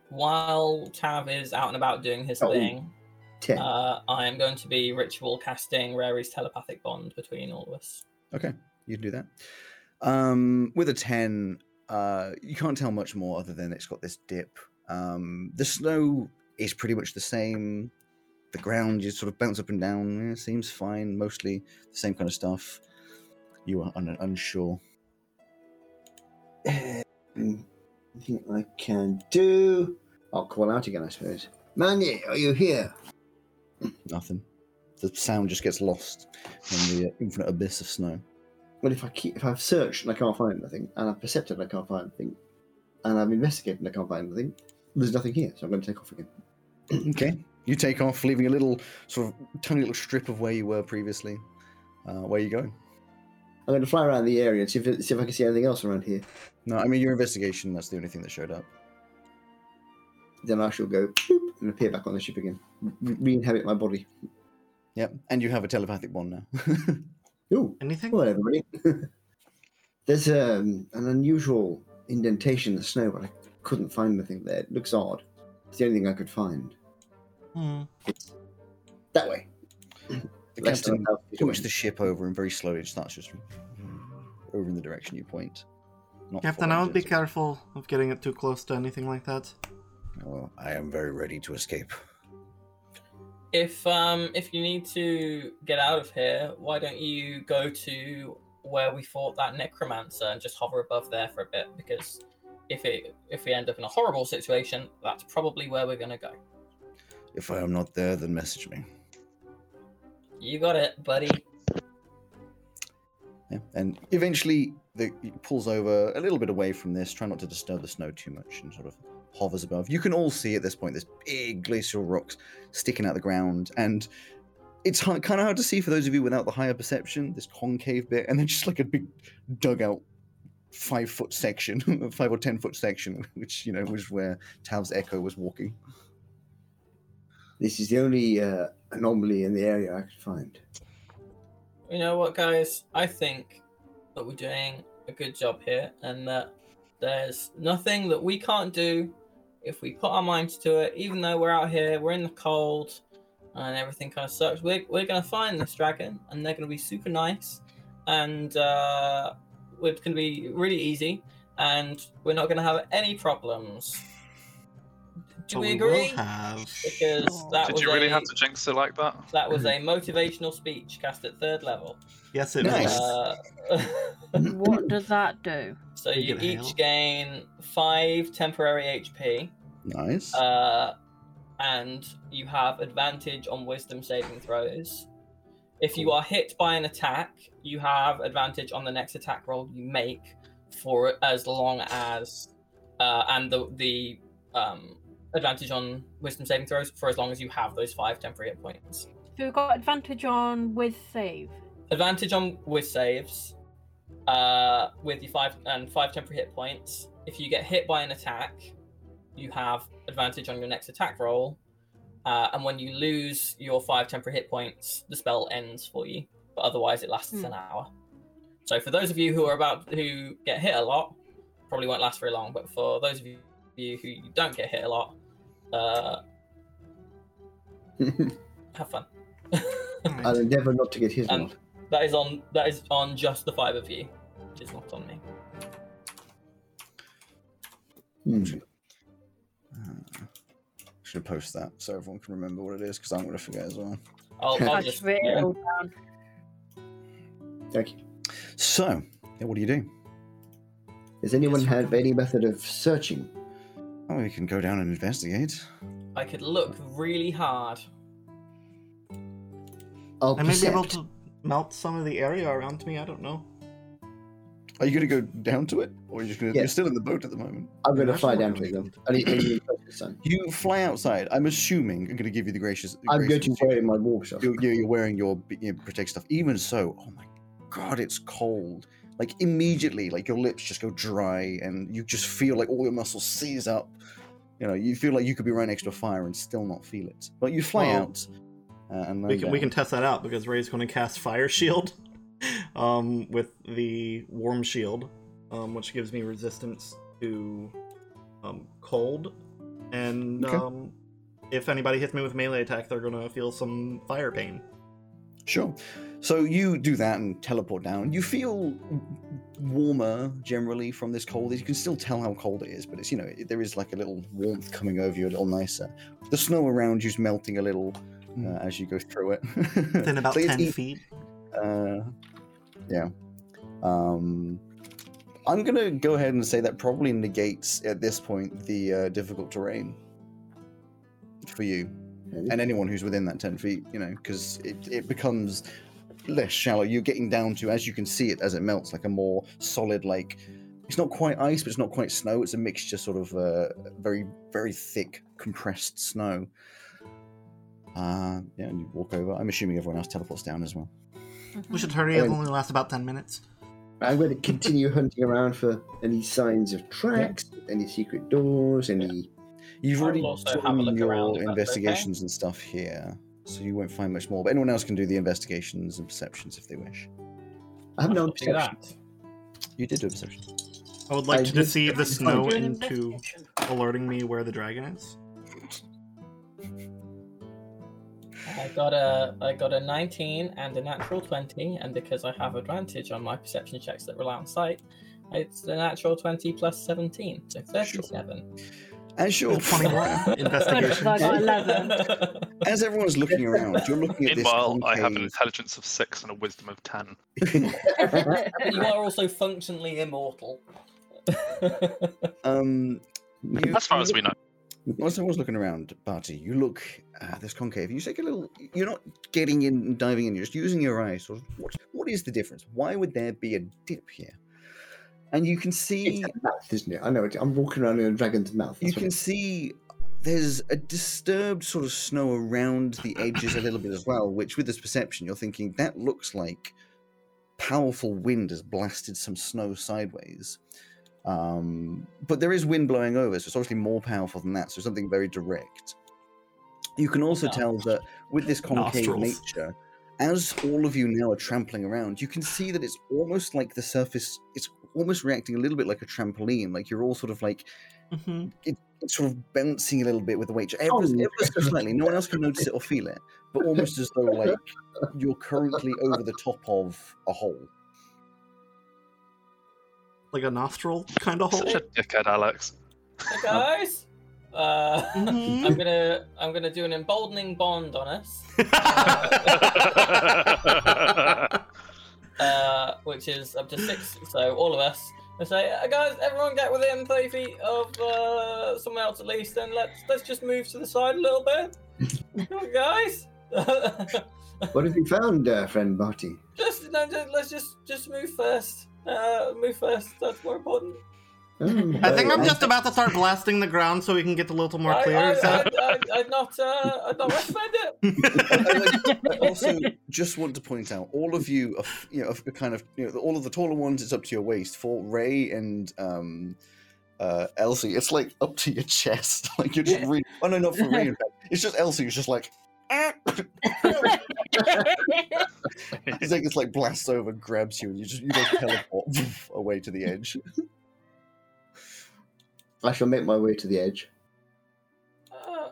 Speaker 2: While Tav is out and about doing his
Speaker 5: Oh.
Speaker 2: thing,
Speaker 5: Ten.
Speaker 2: uh, I am going to be ritual casting Rary's telepathic bond between all of us.
Speaker 1: You can do that. Um, with a 10, uh, you can't tell much more other than it's got this dip. Um, the snow is pretty much the same. The ground just sort of bounce up and down. It seems fine. Mostly the same kind of stuff. You are un- unsure.
Speaker 5: Um, Nothing I can do. I'll call out again, I suppose. Manny, are you here?
Speaker 1: Nothing. The sound just gets lost in the uh, infinite abyss of snow.
Speaker 5: Well, if I keep, if I've searched and I can't find nothing, and I've percepted and I can't find nothing, and I've investigated and I can't find nothing, there's nothing here, so I'm going to take off again.
Speaker 1: Okay. You take off, leaving a little sort of tiny little strip of where you were previously. Uh, where are you going?
Speaker 5: I'm going to fly around the area and see if, see if I can see anything else around here.
Speaker 1: No, I mean your investigation. That's the only thing that showed up.
Speaker 5: Then I shall go boop, and appear back on the ship again, Re- re-inhabit my body.
Speaker 1: Yep, and you have a telepathic one now.
Speaker 5: Ooh,
Speaker 6: Anything?
Speaker 5: hello everybody. There's um, an unusual indentation in the snow, but I couldn't find anything there. It looks odd. It's the only thing I could find.
Speaker 6: Hmm.
Speaker 5: That way.
Speaker 1: the
Speaker 5: Less than
Speaker 1: captain
Speaker 5: a thousand feet
Speaker 1: points
Speaker 5: away.
Speaker 1: the ship over and very slowly it starts just over in the direction you point. Not
Speaker 6: Captain,
Speaker 1: following
Speaker 6: I would be
Speaker 1: Joseph.
Speaker 6: careful of getting it too close to anything like that.
Speaker 1: Oh, I am very ready to escape.
Speaker 2: If um if you need to get out of here, why don't you go to where we fought that necromancer and just hover above there for a bit? Because if it if we end up in a horrible situation, that's probably where we're gonna go.
Speaker 1: If I am not there, then message me.
Speaker 2: You got it, buddy.
Speaker 1: Yeah. And eventually, the, it pulls over a little bit away from this. Try not to disturb the snow too much, and sort of hovers above. You can all see at this point this big glacial rocks sticking out the ground, and it's hard, kind of hard to see for those of you without the higher perception. This concave bit, and then just like a big dugout, five foot section, five or ten foot section, which you know was where Tav's Echo was walking.
Speaker 5: This is the only uh, anomaly in the area I could find.
Speaker 2: You know what, guys? I think that we're doing a good job here, and that there's nothing that we can't do if we put our minds to it. Even though we're out here, we're in the cold, and everything kind of sucks. We're, we're gonna find this dragon, and they're gonna be super nice, and uh, it's gonna be really easy, and we're not gonna have any problems. Do
Speaker 6: but
Speaker 2: we
Speaker 6: will
Speaker 2: agree?
Speaker 6: have-
Speaker 2: Because that
Speaker 7: Did
Speaker 2: was
Speaker 7: you really
Speaker 2: a,
Speaker 7: have to jinx it like that?
Speaker 2: that was a motivational speech cast at third level.
Speaker 6: Yes, it
Speaker 1: Nice.
Speaker 6: was.
Speaker 2: Uh,
Speaker 3: What does that do?
Speaker 2: so
Speaker 6: You
Speaker 2: you
Speaker 6: get
Speaker 2: each
Speaker 6: hailed.
Speaker 2: gain five temporary HP,
Speaker 1: Nice.
Speaker 2: uh, and you have advantage on wisdom saving throws. If you are hit by an attack, you have advantage on the next attack roll you make for as long as, uh, and the the um, advantage on wisdom saving throws for as long as you have those five temporary hit points.
Speaker 3: So we've got advantage on with save.
Speaker 2: advantage on with saves uh, with your five and five temporary hit points. If you get hit by an attack, you have advantage on your next attack roll, uh, and when you lose your five temporary hit points, the spell ends for you. But otherwise, it lasts
Speaker 3: Hmm.
Speaker 2: an hour. So for those of you who are about who get hit a lot, probably won't last very long. But for those of you you who don't get hit a lot, uh, have fun. Uh,
Speaker 5: I'll endeavour not to get hit.
Speaker 2: Um,
Speaker 5: enough.
Speaker 2: that is on that is on just the five of you. It's not on me.
Speaker 5: Hmm.
Speaker 1: Ah, Should post that so everyone can remember what it is because I'm going to forget as well.
Speaker 2: I'll, I'll
Speaker 3: That's
Speaker 2: just
Speaker 3: written
Speaker 2: yeah.
Speaker 3: all down.
Speaker 5: Thank you.
Speaker 1: So, yeah, what do you do?
Speaker 5: Does anyone
Speaker 2: Yes,
Speaker 5: have any method of searching?
Speaker 1: Oh, we can go down and investigate.
Speaker 2: I could look really hard.
Speaker 5: I'll
Speaker 6: I may be able
Speaker 5: percept.
Speaker 6: to melt some of the area around me. I don't know.
Speaker 1: Are you going to go down to it, or are you just going to?
Speaker 5: Yeah.
Speaker 1: You're still in the boat at the moment.
Speaker 5: I'm going to
Speaker 6: That's
Speaker 5: fly
Speaker 6: what
Speaker 5: down
Speaker 6: I'm
Speaker 5: to them.
Speaker 6: doing.
Speaker 5: I need I need to focus on.
Speaker 1: You fly outside. I'm assuming I'm going to give you the gracious.
Speaker 5: I'm going
Speaker 1: gracious
Speaker 5: to wear my warm stuff.
Speaker 1: You're, you're you're wearing your b- you know, protect stuff. Even so, oh my god, it's cold. Like immediately, like your lips just go dry, and you just feel like all your muscles seize up. You know, you feel like you could be right next to a fire and still not feel it. But you fly
Speaker 6: Well,
Speaker 1: out. Uh, and
Speaker 6: we
Speaker 1: land
Speaker 6: can we
Speaker 1: down.
Speaker 6: can test that out because Ray's going to cast Fire Shield, um, with the Warm Shield, um, which gives me resistance to, um, cold, and
Speaker 1: Okay.
Speaker 6: um, if anybody hits me with melee attack, they're going to feel some fire pain.
Speaker 1: Sure. So you do that and teleport down. You feel warmer generally from this cold. You can still tell how cold it is, but it's you know it- there is like a little warmth coming over you, a little nicer. The snow around you is melting a little uh, as you go through it.
Speaker 6: Hmm. Within about
Speaker 1: So it's
Speaker 6: ten
Speaker 1: e-
Speaker 6: feet.
Speaker 1: Uh, yeah. Um, I'm gonna go ahead and say that probably negates at this point the uh, difficult terrain for you and anyone who's within that 10 feet, you know, because it, it becomes less shallow. You're getting down to, as you can see it as it melts, like a more solid, like it's not quite ice, but it's not quite snow. It's a mixture, sort of uh, very, very thick, compressed snow. Uh, yeah, and you walk over. I'm assuming everyone else teleports down as well.
Speaker 3: Mm-hmm.
Speaker 6: We should hurry. It'll only last about ten minutes.
Speaker 5: I'm going to continue hunting around for any signs of tracks, any secret doors, any.
Speaker 1: You've
Speaker 2: I'll
Speaker 1: already
Speaker 2: also have a
Speaker 1: done
Speaker 2: look around,
Speaker 1: your
Speaker 2: if that's
Speaker 1: investigations and stuff here, so you won't find much more. But anyone else can do the investigations and perceptions if they wish.
Speaker 5: I have no
Speaker 2: I'll do
Speaker 5: perception.
Speaker 2: that.
Speaker 1: You did do a perception.
Speaker 6: I would like
Speaker 5: I
Speaker 6: to
Speaker 5: did-
Speaker 6: deceive the snow
Speaker 3: Do an
Speaker 6: into
Speaker 3: investigation.
Speaker 6: alerting me where the dragon is.
Speaker 2: I got a I got a 19 and a natural 20, and because I have advantage on my perception checks that rely on sight, it's a natural 20 plus 17, so 37.
Speaker 1: As you're
Speaker 6: Good 21 investigation.
Speaker 3: I got 11.
Speaker 1: as everyone's looking around, you're looking at this.
Speaker 7: Meanwhile, I have an
Speaker 1: concave-
Speaker 7: intelligence of six and a wisdom of ten.
Speaker 2: you are also functionally immortal.
Speaker 1: um, you-
Speaker 7: As far as we know,
Speaker 1: Once I was looking around, Barty, you look at this concave. You take a little. You're not getting in and diving in. You're just using your eyes. Sort of, what, what is the difference? Why would there be a dip here? And you can
Speaker 5: It's
Speaker 1: see,
Speaker 5: a mouth, isn't it? I know it. I'm walking around in a dragon's mouth.
Speaker 1: you
Speaker 5: that's what
Speaker 1: can
Speaker 5: it-
Speaker 1: see there's a disturbed sort of snow around the edges a little bit as well. Which, with this perception, you're thinking that looks like powerful wind has blasted some snow sideways. Um, but there is wind blowing over, so it's obviously more powerful than that. So something very direct. You can also
Speaker 2: Yeah.
Speaker 1: tell that with this concave
Speaker 6: Nostrils.
Speaker 1: nature, as all of you now are trampling around, you can see that it's almost like the surface. It's almost reacting a little bit like a trampoline. Like you're all sort of like
Speaker 6: Mhm.
Speaker 1: it's sort of bouncing a little bit with the weight, ever, ever so slightly. No one else can notice it or feel it, but almost as though like you're currently over the top of a hole.
Speaker 6: Like a nostril kind of hole.
Speaker 7: such a dickhead, Alex.
Speaker 2: Hey guys, Uh,
Speaker 6: Mhm.
Speaker 2: I'm gonna I'm gonna do an emboldening bond on us, uh, which is up to six. So all of us. I say, uh, guys, everyone get within thirty feet of uh, someone else at least, and let's let's just move to the side a little bit, Come on, guys.
Speaker 5: What have you found, uh, friend Barty?
Speaker 2: just, no, just let's just just move first. Uh, move first. That's more important.
Speaker 5: Oh,
Speaker 6: I think
Speaker 5: well,
Speaker 6: I'm just about to start blasting the ground so we can get a little more
Speaker 2: I,
Speaker 6: clear.
Speaker 2: I,
Speaker 6: Is that-
Speaker 2: I'd, I'd, I'd not uh, I'd not recommend it.
Speaker 1: I I also just want to point out all of you are f- you know are kind of you know all of the taller ones it's up to your waist for ray and um uh elsie it's like up to your chest like you're just
Speaker 8: Yeah.
Speaker 1: really oh no not for ray in fact. it's just elsie who's just like "Ah!" it's like it's like blasts over grabs you and you just you guys teleport away to the edge
Speaker 5: I shall make my way to the edge.
Speaker 2: Uh,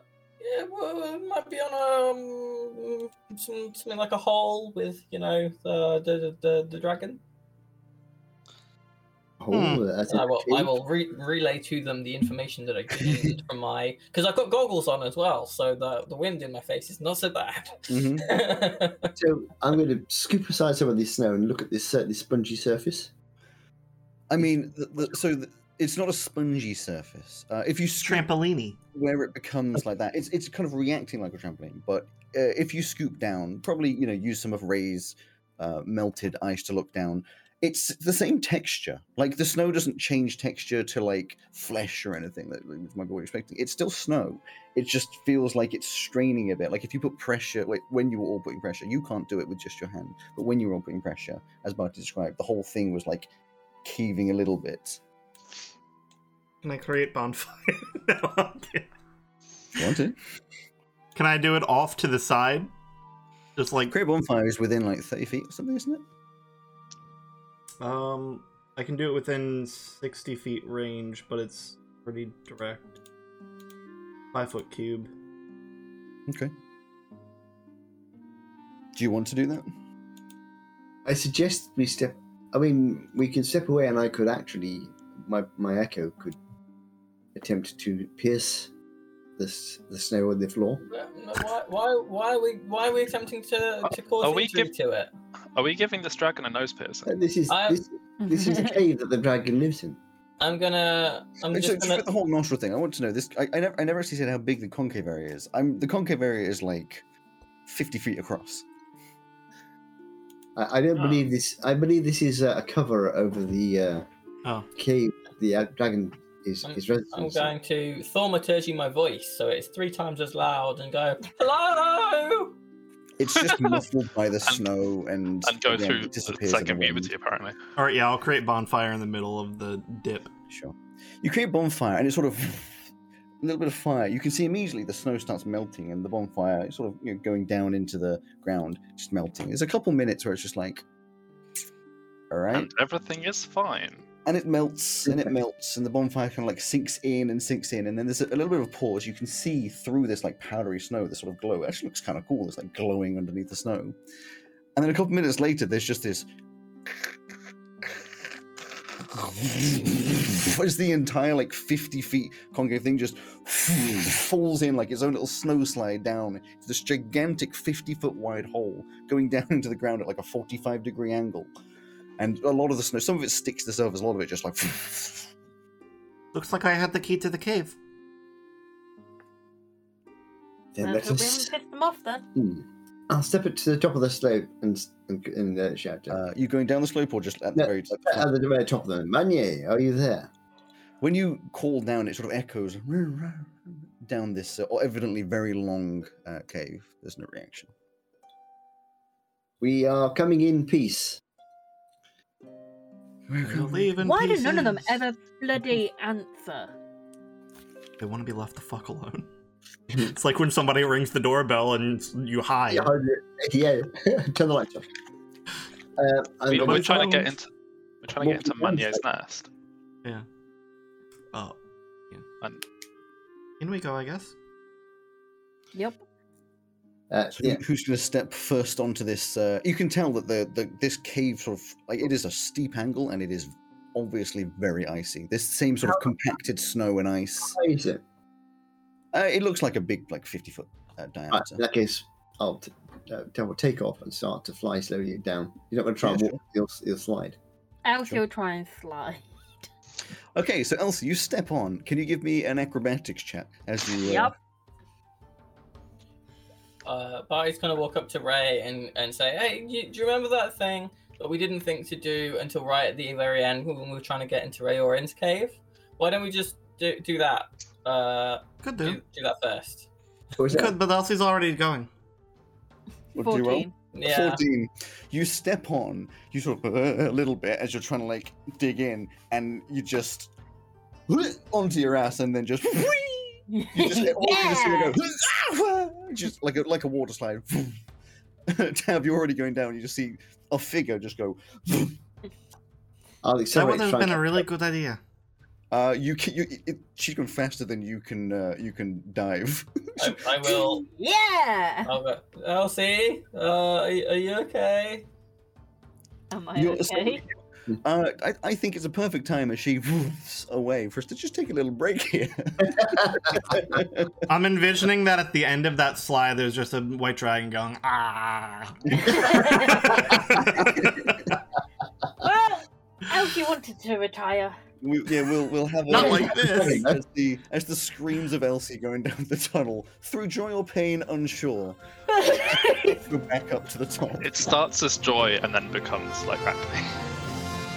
Speaker 2: yeah, well, it might be on um some, something like a hole with you know the the the, the dragon.
Speaker 5: Oh, that's
Speaker 2: I will I
Speaker 5: interesting.
Speaker 2: will re- relay to them the information that I gained from my because I've got goggles on as well, so the the wind in my face is not so bad.
Speaker 1: Mhm.
Speaker 5: So I'm going to scoop aside some of this snow and look at this uh, this spongy surface.
Speaker 1: i mean the, the, so the, it's not a spongy surface uh, if you strip
Speaker 6: Trampolini.
Speaker 1: where it becomes like that. It's it's kind of reacting like a trampoline, but uh, if you scoop down, probably you know use some of Ray's uh, melted ice to look down. It's the same texture. Like the snow doesn't change texture to like flesh or anything that like, which might be what you're expecting. It's still snow. It just feels like it's straining a bit. Like if you put pressure, like when you were all putting pressure, you can't do it with just your hand. But when you were all putting pressure, as Barty described, the whole thing was like caving a little bit.
Speaker 6: Can I create bonfire? No, I'm kidding.
Speaker 1: You want to?
Speaker 6: can I do it off to the side? Just like
Speaker 1: Create bonfire is within like 30 feet or something, isn't it?
Speaker 6: um, I can do it within sixty feet range, but it's pretty direct. Five foot cube.
Speaker 1: Okay. Do you want to do that?
Speaker 5: I suggest we step. I mean, we can step away, and I could actually my my echo could attempt to pierce this the snow on the floor.
Speaker 2: why, why why are we why are we attempting to to cause
Speaker 7: Uh, Are we
Speaker 2: injury
Speaker 7: giv-
Speaker 2: to it?
Speaker 7: Are we giving this dragon a nose piercing?
Speaker 5: And this is
Speaker 2: I-
Speaker 5: this, this is a cave that the dragon lives in.
Speaker 2: I'm gonna
Speaker 1: Actually,
Speaker 2: I'm just
Speaker 1: just
Speaker 2: gonna
Speaker 1: with the whole nostril thing, I want to know this. I, I, never, I never actually said how big the concave area is. I'm the concave area is like fifty feet across.
Speaker 5: I, I don't
Speaker 2: Ah.
Speaker 5: believe this. I believe this is a, a cover over the uh,
Speaker 6: Oh.
Speaker 5: cave. that The uh, dragon is is
Speaker 2: I'm
Speaker 5: residence. in.
Speaker 2: going to thaumaturgy my voice so it's three times as loud and go, Hello!
Speaker 1: It's just muffled by the snow and
Speaker 7: And go
Speaker 1: again,
Speaker 7: through
Speaker 1: it
Speaker 7: the
Speaker 1: disappears in
Speaker 7: second
Speaker 1: wind.
Speaker 7: puberty, apparently.
Speaker 6: All right, yeah, I'll create bonfire in the middle of the dip.
Speaker 1: Sure. You create bonfire, and it sort of a little bit of fire. You can see immediately the snow starts melting, and the bonfire is sort of you know, going down into the ground, just melting. There's a couple minutes where it's just like, all right,
Speaker 7: And everything is fine.
Speaker 1: and it melts and it melts and the bonfire kind of like sinks in and sinks in and then there's a, a little bit of a pause you can see through this like powdery snow this sort of glow it actually looks kind of cool it's like glowing underneath the snow and then a couple minutes later there's just this it's the entire like 50 feet concave thing just falls in like its own little snow slide down into this gigantic 50 foot wide hole going down into the ground at like a 45 degree angle and a lot of the snow, some of it sticks to the surface, a lot of it just like.
Speaker 6: Looks like I had the key to the cave.
Speaker 5: Then let us.
Speaker 3: them off then.
Speaker 5: Hmm. I'll step it to the top of the slope and s- and, and uh, shout. to-
Speaker 1: Uh, you going down the slope or just at the
Speaker 5: No,
Speaker 1: very top?
Speaker 5: at the very top of them, Manier, are you there?
Speaker 1: When you call down, it sort of echoes down this uh, evidently very long uh, cave. There's no reaction.
Speaker 5: We are coming in peace.
Speaker 6: We'll
Speaker 5: Um,
Speaker 6: leave in
Speaker 3: Mm. Why do none of them
Speaker 6: pieces.
Speaker 3: ever bloody answer?
Speaker 6: They want to be left the fuck alone. it's like when somebody rings the doorbell and you hide.
Speaker 5: Yeah, yeah. turn the lights off. Uh,
Speaker 7: We,
Speaker 5: I'm
Speaker 7: we're
Speaker 6: nobody's
Speaker 7: trying to get
Speaker 6: home.
Speaker 7: into we're trying to get into
Speaker 5: Multiple
Speaker 7: Manier's nest.
Speaker 6: Oh,
Speaker 7: And
Speaker 6: in we go, I guess.
Speaker 3: Yep.
Speaker 5: uh,
Speaker 1: So who-
Speaker 5: yeah.
Speaker 1: who's going to step first onto this? Uh, you can tell that the, the this cave sort of like it is a steep angle and it is obviously very icy. This same sort of compacted snow and ice.
Speaker 5: How is it?
Speaker 1: Uh, it looks like a big, like 50 foot uh,
Speaker 5: Right,
Speaker 1: diameter.
Speaker 5: in that case, I'll t- uh, tell what take off and start to fly slowly down. You're not going to try
Speaker 1: Yeah,
Speaker 5: and walk;
Speaker 1: sure.
Speaker 5: you'll, you'll slide.
Speaker 3: I'll still try and slide.
Speaker 1: Okay, so Elsa, you step on. Can you give me an acrobatics check as you? Uh,
Speaker 3: Yup.
Speaker 2: Uh, Barty's gonna walk up to Ray and, and say, "Hey, you, do you remember that thing that we didn't think to do until right at the very end when we were trying to get into Ray Orin's cave? Why don't we just do, do that? Uh,
Speaker 6: Could do.
Speaker 2: do, do that first.
Speaker 5: Or is that
Speaker 6: Could, but Elsie's already going.
Speaker 1: what do you roll?
Speaker 3: 14.
Speaker 2: Yeah,
Speaker 1: 14. You step on, you sort of uh, a little bit as you're trying to like dig in, and you just onto your ass, and then just you just all you just hear go just like a like a water slide. Tab, you're already going down. You just see a figure just go.
Speaker 5: I'll
Speaker 6: That
Speaker 5: accelerate.
Speaker 6: would have
Speaker 5: try and
Speaker 6: been a
Speaker 5: catch
Speaker 6: really
Speaker 5: up.
Speaker 6: good idea.
Speaker 1: Uh, you can you it, she's going faster than you can uh, you can dive.
Speaker 2: I, I will.
Speaker 3: Yeah.
Speaker 2: I'll go, Elsie, uh, are, are you okay?
Speaker 3: Am I
Speaker 1: You're-
Speaker 3: okay?
Speaker 1: Uh, I, I think it's a perfect time as she woofs away for us to just take a little break here.
Speaker 6: I'm envisioning that at the end of that slide, there's just a white dragon going ah.
Speaker 3: well, Elsie wanted to retire.
Speaker 1: We, yeah, we'll we'll have a
Speaker 6: Not like this.
Speaker 1: as the as the screams of Elsie going down the tunnel through joy or pain, unsure. Go back up to the top.
Speaker 7: It starts as joy and then becomes like rapidly.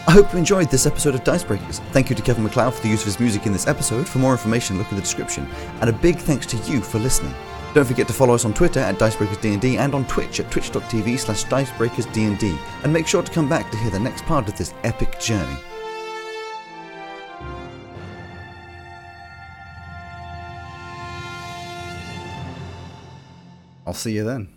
Speaker 9: I hope you enjoyed this episode of Dicebreakers. Thank you to Kevin McLeod for the use of his music in this episode. For more information, look in the description. And a big thanks to you for listening. Don't forget to follow us on Twitter at DicebreakersDND and on Twitch at twitch.tv slash DicebreakersDND. And make sure to come back to hear the next part of this epic journey. I'll see you then.